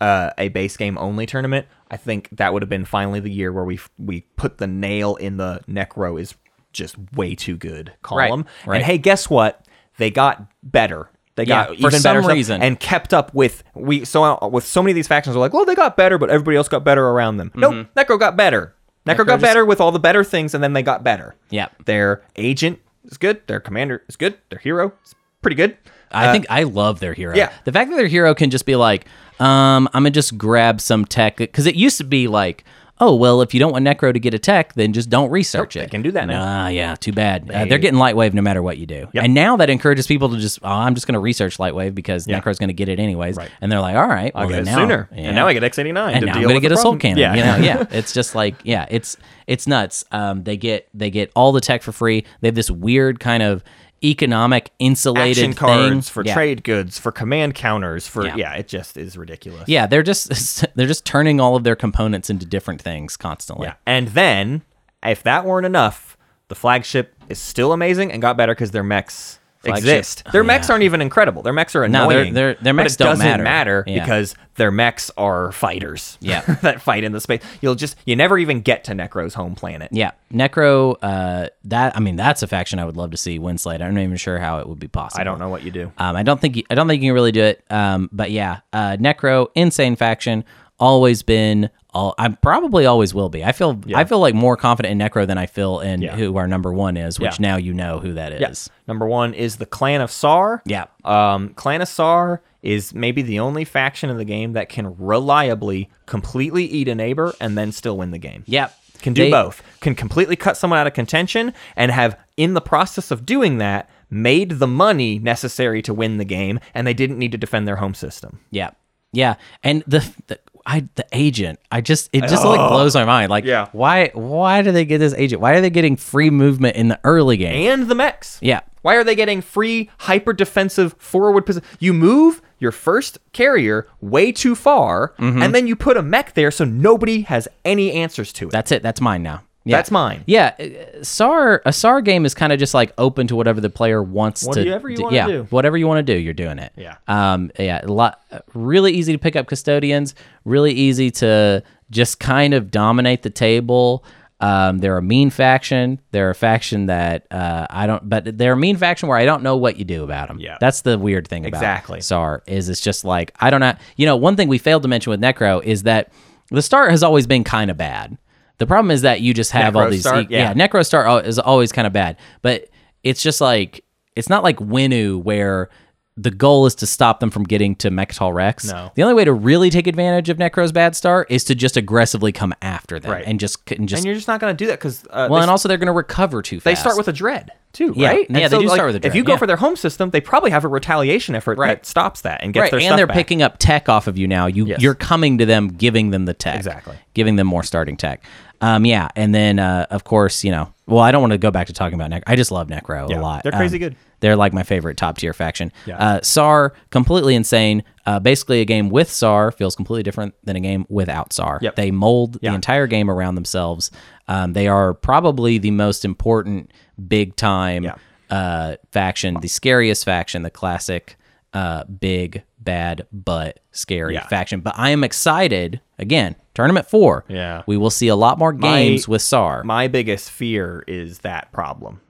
A: uh, a base game only tournament i think that would have been finally the year where we we put the nail in the necro is just way too good column
B: right.
A: and hey guess what they got better they
B: Yeah,
A: got
B: for
A: even better
B: some
A: stuff
B: reason.
A: and kept up with we so with so many of these factions are like well they got better but everybody else got better around them nope
B: Mm-hmm.
A: necro got better necro, got better with all the better things and then they got better
B: Yep.
A: their agent is good. Their commander is good. Their hero is pretty good.
B: i think i love their hero
A: Uh, yeah.
B: the fact that their hero can just be like um i'm gonna just grab some tech because it used to be like oh well, if you don't want Necro to get a tech, then just don't research
A: Nope,
B: it.
A: they can do that now.
B: Ah, yeah, too bad. uh, they're getting Lightwave no matter what you do.
A: Yep.
B: And now that encourages people to just, oh, I'm just going to research Lightwave because
A: Yeah.
B: Necro's going to get it anyways.
A: Right.
B: And they're like, all right, well,
A: I'll get
B: then
A: it
B: now,
A: sooner,
B: yeah.
A: and now I get X89 to
B: and now
A: deal
B: I'm gonna
A: with
B: get
A: the
B: a soul
A: problem.
B: cannon.
A: Yeah,
B: you know, yeah. It's just like, yeah, it's it's nuts. Um, they get they get all the tech for free. They have this weird kind of economic insulated
A: action cards
B: thing.
A: for
B: Yeah.
A: trade goods, for command counters, for
B: Yeah.
A: yeah. it just is ridiculous.
B: Yeah, they're just they're just turning all of their components into different things constantly.
A: Yeah. And then, if that weren't enough, the flagship is still amazing and got better because their mechs
B: Flagship-
A: exist.
B: oh,
A: Their mechs
B: yeah.
A: aren't even incredible. Their mechs are
B: No,
A: annoying.
B: they're- they're- their
A: but
B: mechs
A: it
B: don't
A: doesn't
B: matter. Yeah.
A: because their mechs are fighters.
B: Yeah.
A: that fight in the space. You'll just you never even get to Necro's home planet.
B: Yeah, Necro. Uh, that I mean, that's a faction I would love to see win Slate. I'm not even sure how it would be possible.
A: I don't know what you do.
B: Um, I don't think you, I don't think you can really do it. Um, but yeah, uh, Necro, insane faction, always been. All I probably always will be. I feel I feel like more confident in Necro than I feel in
A: Yeah.
B: who our number one is, which
A: Yeah.
B: now you know who that is.
A: Number one is the Clan of Sar.
B: Yeah.
A: Um, Clan of Sar is maybe the only faction in the game that can reliably completely eat a neighbor and then still win the game.
B: Yep.
A: Can do
B: They-
A: both. Can completely cut someone out of contention and have, in the process of doing that, made the money necessary to win the game, and they didn't need to defend their home system.
B: Yeah, yeah, and the. the I, the agent, I just it just like blows my mind. Like,
A: Oh. Yeah.
B: why why do they get this agent? Why are they getting free movement in the early game?
A: And the mechs.
B: Yeah.
A: Why are they getting free hyper defensive forward position? You move your first carrier way too far,
B: Mm-hmm.
A: and then you put a mech there so nobody has any answers to it.
B: That's it. That's mine now. Yeah.
A: That's mine.
B: Yeah, uh, SAR a SAR game is kind of just like open to whatever the player wants to.
A: Whatever you
B: d-
A: wanna
B: yeah,
A: do.
B: whatever you want to do, you're doing it.
A: Yeah.
B: Um. Yeah. A lot. Really easy to pick up custodians. Really easy to just kind of dominate the table. Um, they're a mean faction. They're a faction that uh, I don't, but they're a mean faction where I don't know what you do about them.
A: Yeah.
B: that's the weird thing about
A: Exactly.
B: Sar is it's just like I don't know. You know, one thing we failed to mention with Necro is that the start has always been kind of bad. The problem is that you just have all
A: Necro
B: these e-,
A: start, yeah.
B: yeah. Necro start al- is always kind of bad, but it's just like it's not like Winu where the goal is to stop them from getting to Mechatol Rex.
A: No.
B: The only way to really take advantage of Necro's bad start is to just aggressively come after them
A: Right.
B: and just and just
A: And you're just not going to do that because uh,
B: well,
A: they,
B: and also they're going to recover too fast.
A: they start with a dread too,
B: Yeah.
A: right?
B: Yeah,
A: And
B: they do start with a
A: If
B: dread,
A: you go
B: yeah.
A: for their home system, they probably have a retaliation effort that stops that and gets
B: right,
A: their
B: and
A: stuff
B: they're
A: back.
B: picking up tech off of you now. You
A: Yes.
B: you're coming to them, giving them the tech,
A: Exactly.
B: giving them more starting tech. Um, yeah, and then uh, of course you know. Well, I don't want to go back to talking about Necro. I just love Necro a
A: Yeah,
B: lot.
A: they're crazy
B: Um,
A: good.
B: They're like my favorite top tier faction.
A: Yeah.
B: Uh, Sar completely insane. Uh, basically, a game with Sar feels completely different than a game without Sar.
A: Yep.
B: They mold
A: Yeah.
B: the entire game around themselves. Um, they are probably the most important big time
A: Yeah.
B: uh, faction, the scariest faction, the classic uh, big bad but scary
A: Yeah.
B: faction. But I am excited again. Tournament four.
A: Yeah.
B: we will see a lot more
A: My-
B: games with Sar.
A: My biggest fear is that problem.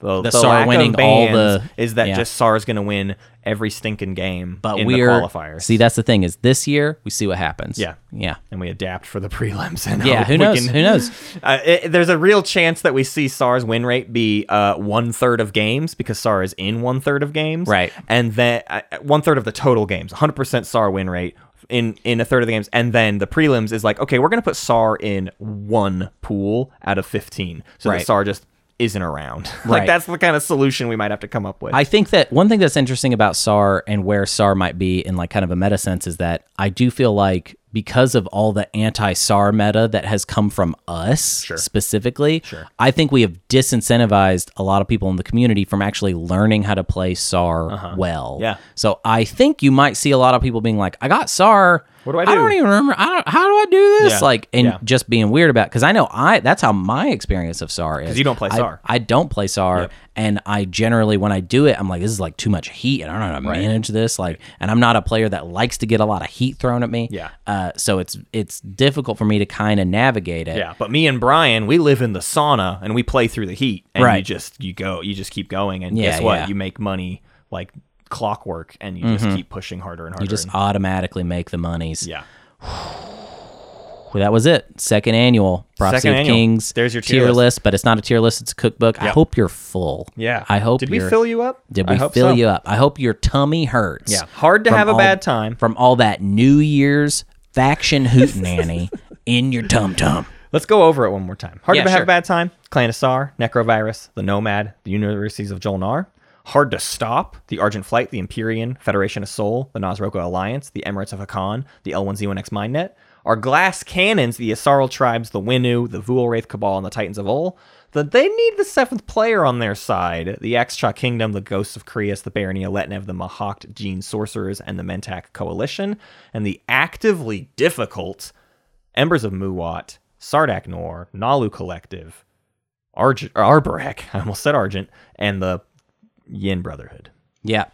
A: The, the
B: SAR
A: lack of
B: winning all
A: bans
B: the-
A: is that
B: yeah.
A: just SAR is going to win every stinking game
B: but
A: in
B: we're
A: the qualifiers.
B: see that's the thing is this year we see what happens.
A: Yeah.
B: yeah,
A: and we adapt for the prelims. And
B: yeah.
A: hope
B: Who
A: we
B: knows?
A: can-
B: Who knows?
A: Uh, it, there's a real chance that we see SAR's win rate be uh, one third of games because SAR is in one third of games,
B: Right.
A: And then uh, one third of the total games, 100% SAR win rate in in a third of the games, and then the prelims is like, okay, we're gonna put SAR in one pool out of 15, so
B: Right.
A: that SAR just isn't around.
B: Right.
A: like that's the kind of solution we might have to come up with.
B: I think that one thing that's interesting about SAR and where SAR might be in like kind of a meta sense is that I do feel like because of all the anti-SAR meta that has come from us specifically, I think we have disincentivized a lot of people in the community from actually learning how to play SAR well.
A: Uh-huh. Yeah.
B: So I think you might see a lot of people being like, "I got SAR.
A: What do I
B: I don't
A: do?"
B: even remember. I don't, how do I do this?"
A: Yeah.
B: Like, and
A: Yeah.
B: just being weird about because I know I that's how my experience of SAR is.
A: 'Cause you don't play
B: I-
A: SAR.
B: I don't play SAR, and I generally when I do it, I'm like, this is like too much heat, and I don't know how to manage this. Like, and I'm not a player that likes to get a lot of heat thrown at me.
A: Yeah.
B: Uh, so it's it's difficult for me to kind of navigate it.
A: Yeah, but me and Brian, we live in the sauna and we play through the heat. And
B: Right.
A: you just you go, you just keep going, and
B: Yeah,
A: guess what?
B: yeah. Mm-hmm.
A: You make money like clockwork, and you just keep pushing harder and harder.
B: You just
A: and-
B: automatically make the monies.
A: yeah,
B: Well, that was it. Second annual Prophecy
A: Second
B: of
A: annual.
B: Kings.
A: There's your tier list.
B: but it's not a tier list. It's a cookbook. I
A: Yep.
B: hope you're full.
A: yeah.
B: I hope.
A: Did
B: you're,
A: we fill you up?
B: Did
A: I
B: we
A: hope
B: fill
A: so.
B: you up? I hope your tummy hurts.
A: Yeah. Hard to
B: from
A: have a
B: all-
A: bad time.
B: from all that New Year's faction hootenanny in your tum tum.
A: Let's go over it one more time. Hard
B: Yeah,
A: to have
B: sure.
A: a bad time. Clanisar, Necrovirus, the Nomad, the Universities of Jolnar. Hard to stop. The Argent Flight, the Empyrean, Federation of Soul, the Nasroka Alliance, the Emirates of Hakan, the L1Z1X Mindnet. Our glass cannons, the Isarl tribes, the Winu, the Vuul Wraith Cabal, and the Titans of Ol. That they need the seventh player on their side. The Axcha Kingdom, the Ghosts of Creus, the Barony Letnev, the Mahakt Gene Sorcerers, and the Mentak Coalition. And the actively difficult Embers of Muwat, Sardak Nor, Nalu Collective, Arg- Arbarak, I almost said Argent, and the Yin Brotherhood.
B: Yeah.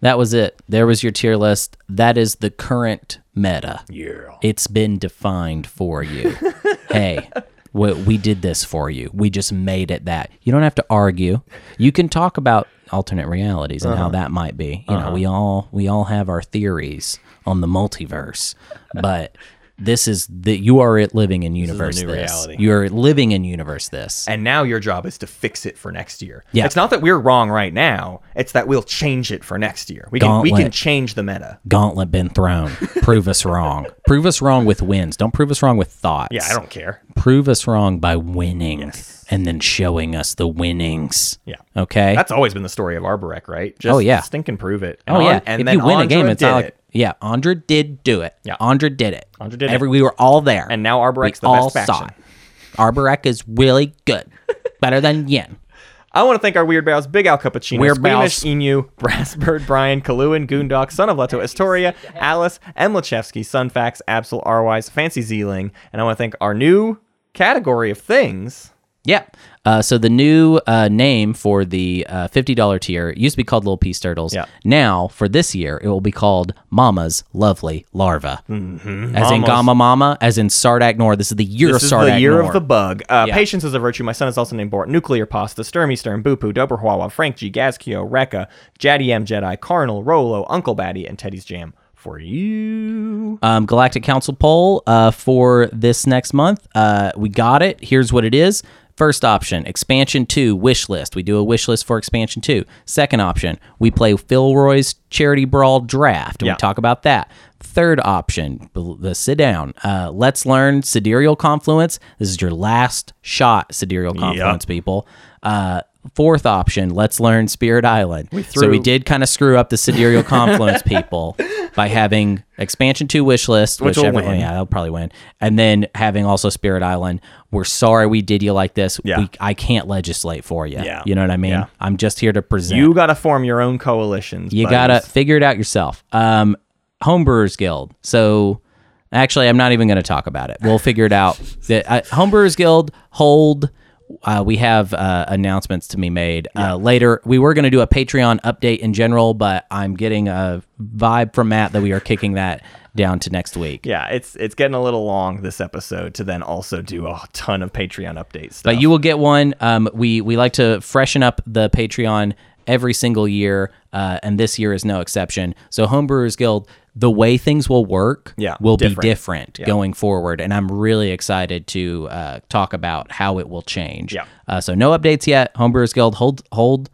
B: That was it. There was your tier list. That is the current meta.
A: Yeah.
B: It's been defined for you. hey, we, we did this for you. We just made it that. You don't have to argue. You can talk about alternate realities and
A: Uh-huh.
B: how that might be. You know, we all we all have our theories on the multiverse, but this is the you are it living in universe. This,
A: new reality.
B: you are living in universe. This.
A: And now your job is to fix it for next year.
B: Yeah.
A: It's not that we're wrong right now, it's that we'll change it for next year. We can, we
B: Gauntlet.
A: can change the meta.
B: Gauntlet been thrown. Prove us wrong. Prove us wrong with wins. Don't prove us wrong with thoughts.
A: Yeah, I don't care.
B: prove us wrong by winning and then showing us the winnings.
A: Yeah.
B: Okay.
A: That's always been the story of Arborek, right? Just
B: Oh, yeah.
A: stinking prove it. And
B: oh yeah.
A: An- and
B: if
A: then
B: you win a
A: Andra
B: game, it's
A: did
B: not like
A: it.
B: yeah. Andra did do it.
A: Yeah.
B: Andra did it.
A: Andra did it.
B: Every, We were all there.
A: And now Arborek's
B: we
A: the
B: all
A: best faction.
B: saw it. Arborek is really good, better than Yin.
A: I want to thank our Weird Bows, Big Al Cappuccino,
B: Weird
A: Squeamish
B: Bows.
A: Inu, Brassbird, Brian, Kaluan, Goondock, Son of Leto, Astoria, Alice, Emlachevsky, Sunfax, Absol, Arwise, Fancy Zeeling. And I want to thank our new category of things.
B: Yeah. Uh, so the new uh, name for the uh, $50 tier it used to be called Little Peace Turtles.
A: Yeah.
B: Now, for this year, it will be called Mama's Lovely Larva. Mm-hmm. As in Gama Mama, as in Sardak Nor. This is the year
A: This
B: of
A: is
B: Sardak
A: the year
B: Nor.
A: of the bug. Uh,
B: Yeah.
A: Patience is a virtue. My son is also named Bort. Nuclear Pasta, Sturmy Stern, Bupu, Doberhuawa, Frank G, Gazkio, Rekka, Jaddy M Jedi, Carnal, Rolo, Uncle Batty, and Teddy's Jam for you.
B: um, Galactic Council poll uh, for this next month. Uh, we got it. Here's what it is. First option, expansion two, wish list. We do a wish list for expansion two. Second option, we play Philroy's charity brawl draft. and
A: Yeah.
B: We talk about that. Third option, bel- the sit down. Uh, let's learn sidereal confluence. This is your last shot, sidereal confluence, people. Uh, fourth option, let's learn Spirit Island. so we
A: threw-
B: did kind of screw up the sidereal confluence people by having expansion two wish list, which,
A: will
B: everyone-
A: win.
B: Yeah, that'll probably win. And then having also Spirit Island. We're sorry we did you like this.
A: Yeah.
B: We, I can't legislate for you.
A: Yeah.
B: You know what I mean?
A: Yeah.
B: I'm just here to present.
A: You got to form your own coalitions.
B: You
A: buddies.
B: gotta figure it out yourself. Um, Homebrewers Guild. So, actually, I'm not even gonna talk about it. We'll figure it out. The uh, Homebrewers Guild hold. Uh, we have uh, announcements to be made uh, later. We were gonna do a Patreon update in general, but I'm getting a vibe from Matt that we are kicking that down to next week.
A: Yeah, it's it's getting a little long this episode to then also do a ton of Patreon updates.
B: But you will get one. Um, we we like to freshen up the Patreon every single year, uh, and this year is no exception. So Homebrewers Guild, the way things will work,
A: Yeah,
B: will
A: different.
B: be different going forward, and I'm really excited to uh, talk about how it will change.
A: Yeah.
B: Uh, so no updates yet. Homebrewers Guild, hold hold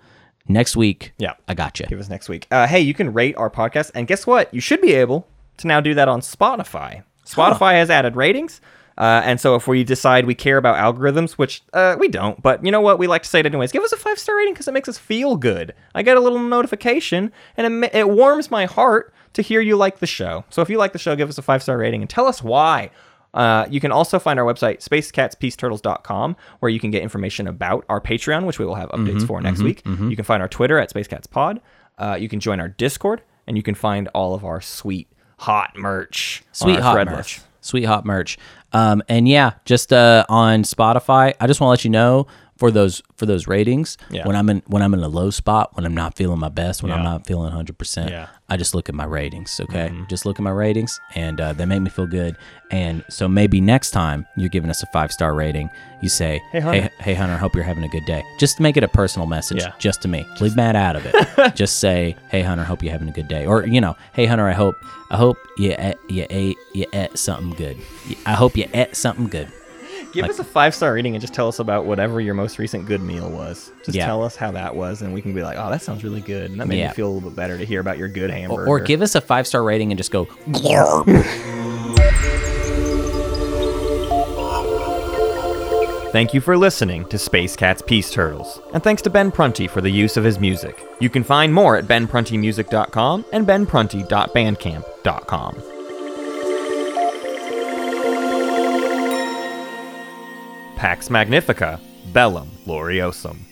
B: next week.
A: Yeah.
B: I got you.
A: give us next week. Uh, hey, you can rate our podcast, and guess what? You should be able to now do that on Spotify. Spotify has added ratings, uh, and so if we decide we care about algorithms, which uh, we don't, but you know what? We like to say it anyways. Give us a five star rating because it makes us feel good. I get a little notification, and it, ma- it warms my heart to hear you like the show. So if you like the show, give us a five star rating and tell us why. Uh, you can also find our website, spacecatspeaceturtles.com, where you can get information about our Patreon, which we will have updates
B: Mm-hmm,
A: for next week. You can find our Twitter at spacecatspod. Uh, you can join our Discord, and you can find all of our sweet, hot merch. on
B: Sweet
A: our
B: hot
A: Threadless.
B: merch. Sweet hot merch. Um, and yeah, just uh, on Spotify, I just want to let you know for those for those ratings.
A: Yeah.
B: When I'm in when I'm in a low spot, when I'm not feeling my best, when I'm
A: Yeah.
B: not feeling 100, percent
A: Yeah.
B: I just look at my ratings. Okay,
A: Mm-hmm.
B: just look at my ratings, and uh, they make me feel good. And so maybe next time you're giving us a five star rating, you say, Hey,
A: Hunter."
B: hey, Hunter, hope you're having a good day. Just make it a personal message,
A: Yeah.
B: just to me. Leave Matt out of it. just say, Hey, Hunter, hope you're having a good day, or you know, Hey, Hunter, I hope I hope you ate, you ate you ate something good. I hope you ate something good.
A: Give us a five star rating and just tell us about whatever your most recent good meal was. Just
B: Yeah.
A: tell us how that was, and we can be like, oh, that sounds really good. And that made
B: Yeah.
A: me feel a little bit better to hear about your good hamburger.
B: Or give us a five star rating and just go. "Glorp."
A: Thank you for listening to Space Cat's Peace Turtles, and thanks to Ben Prunty for the use of his music. You can find more at benpruntymusic.com and benprunty.bandcamp.com. Pax Magnifica, Bellum Gloriosum.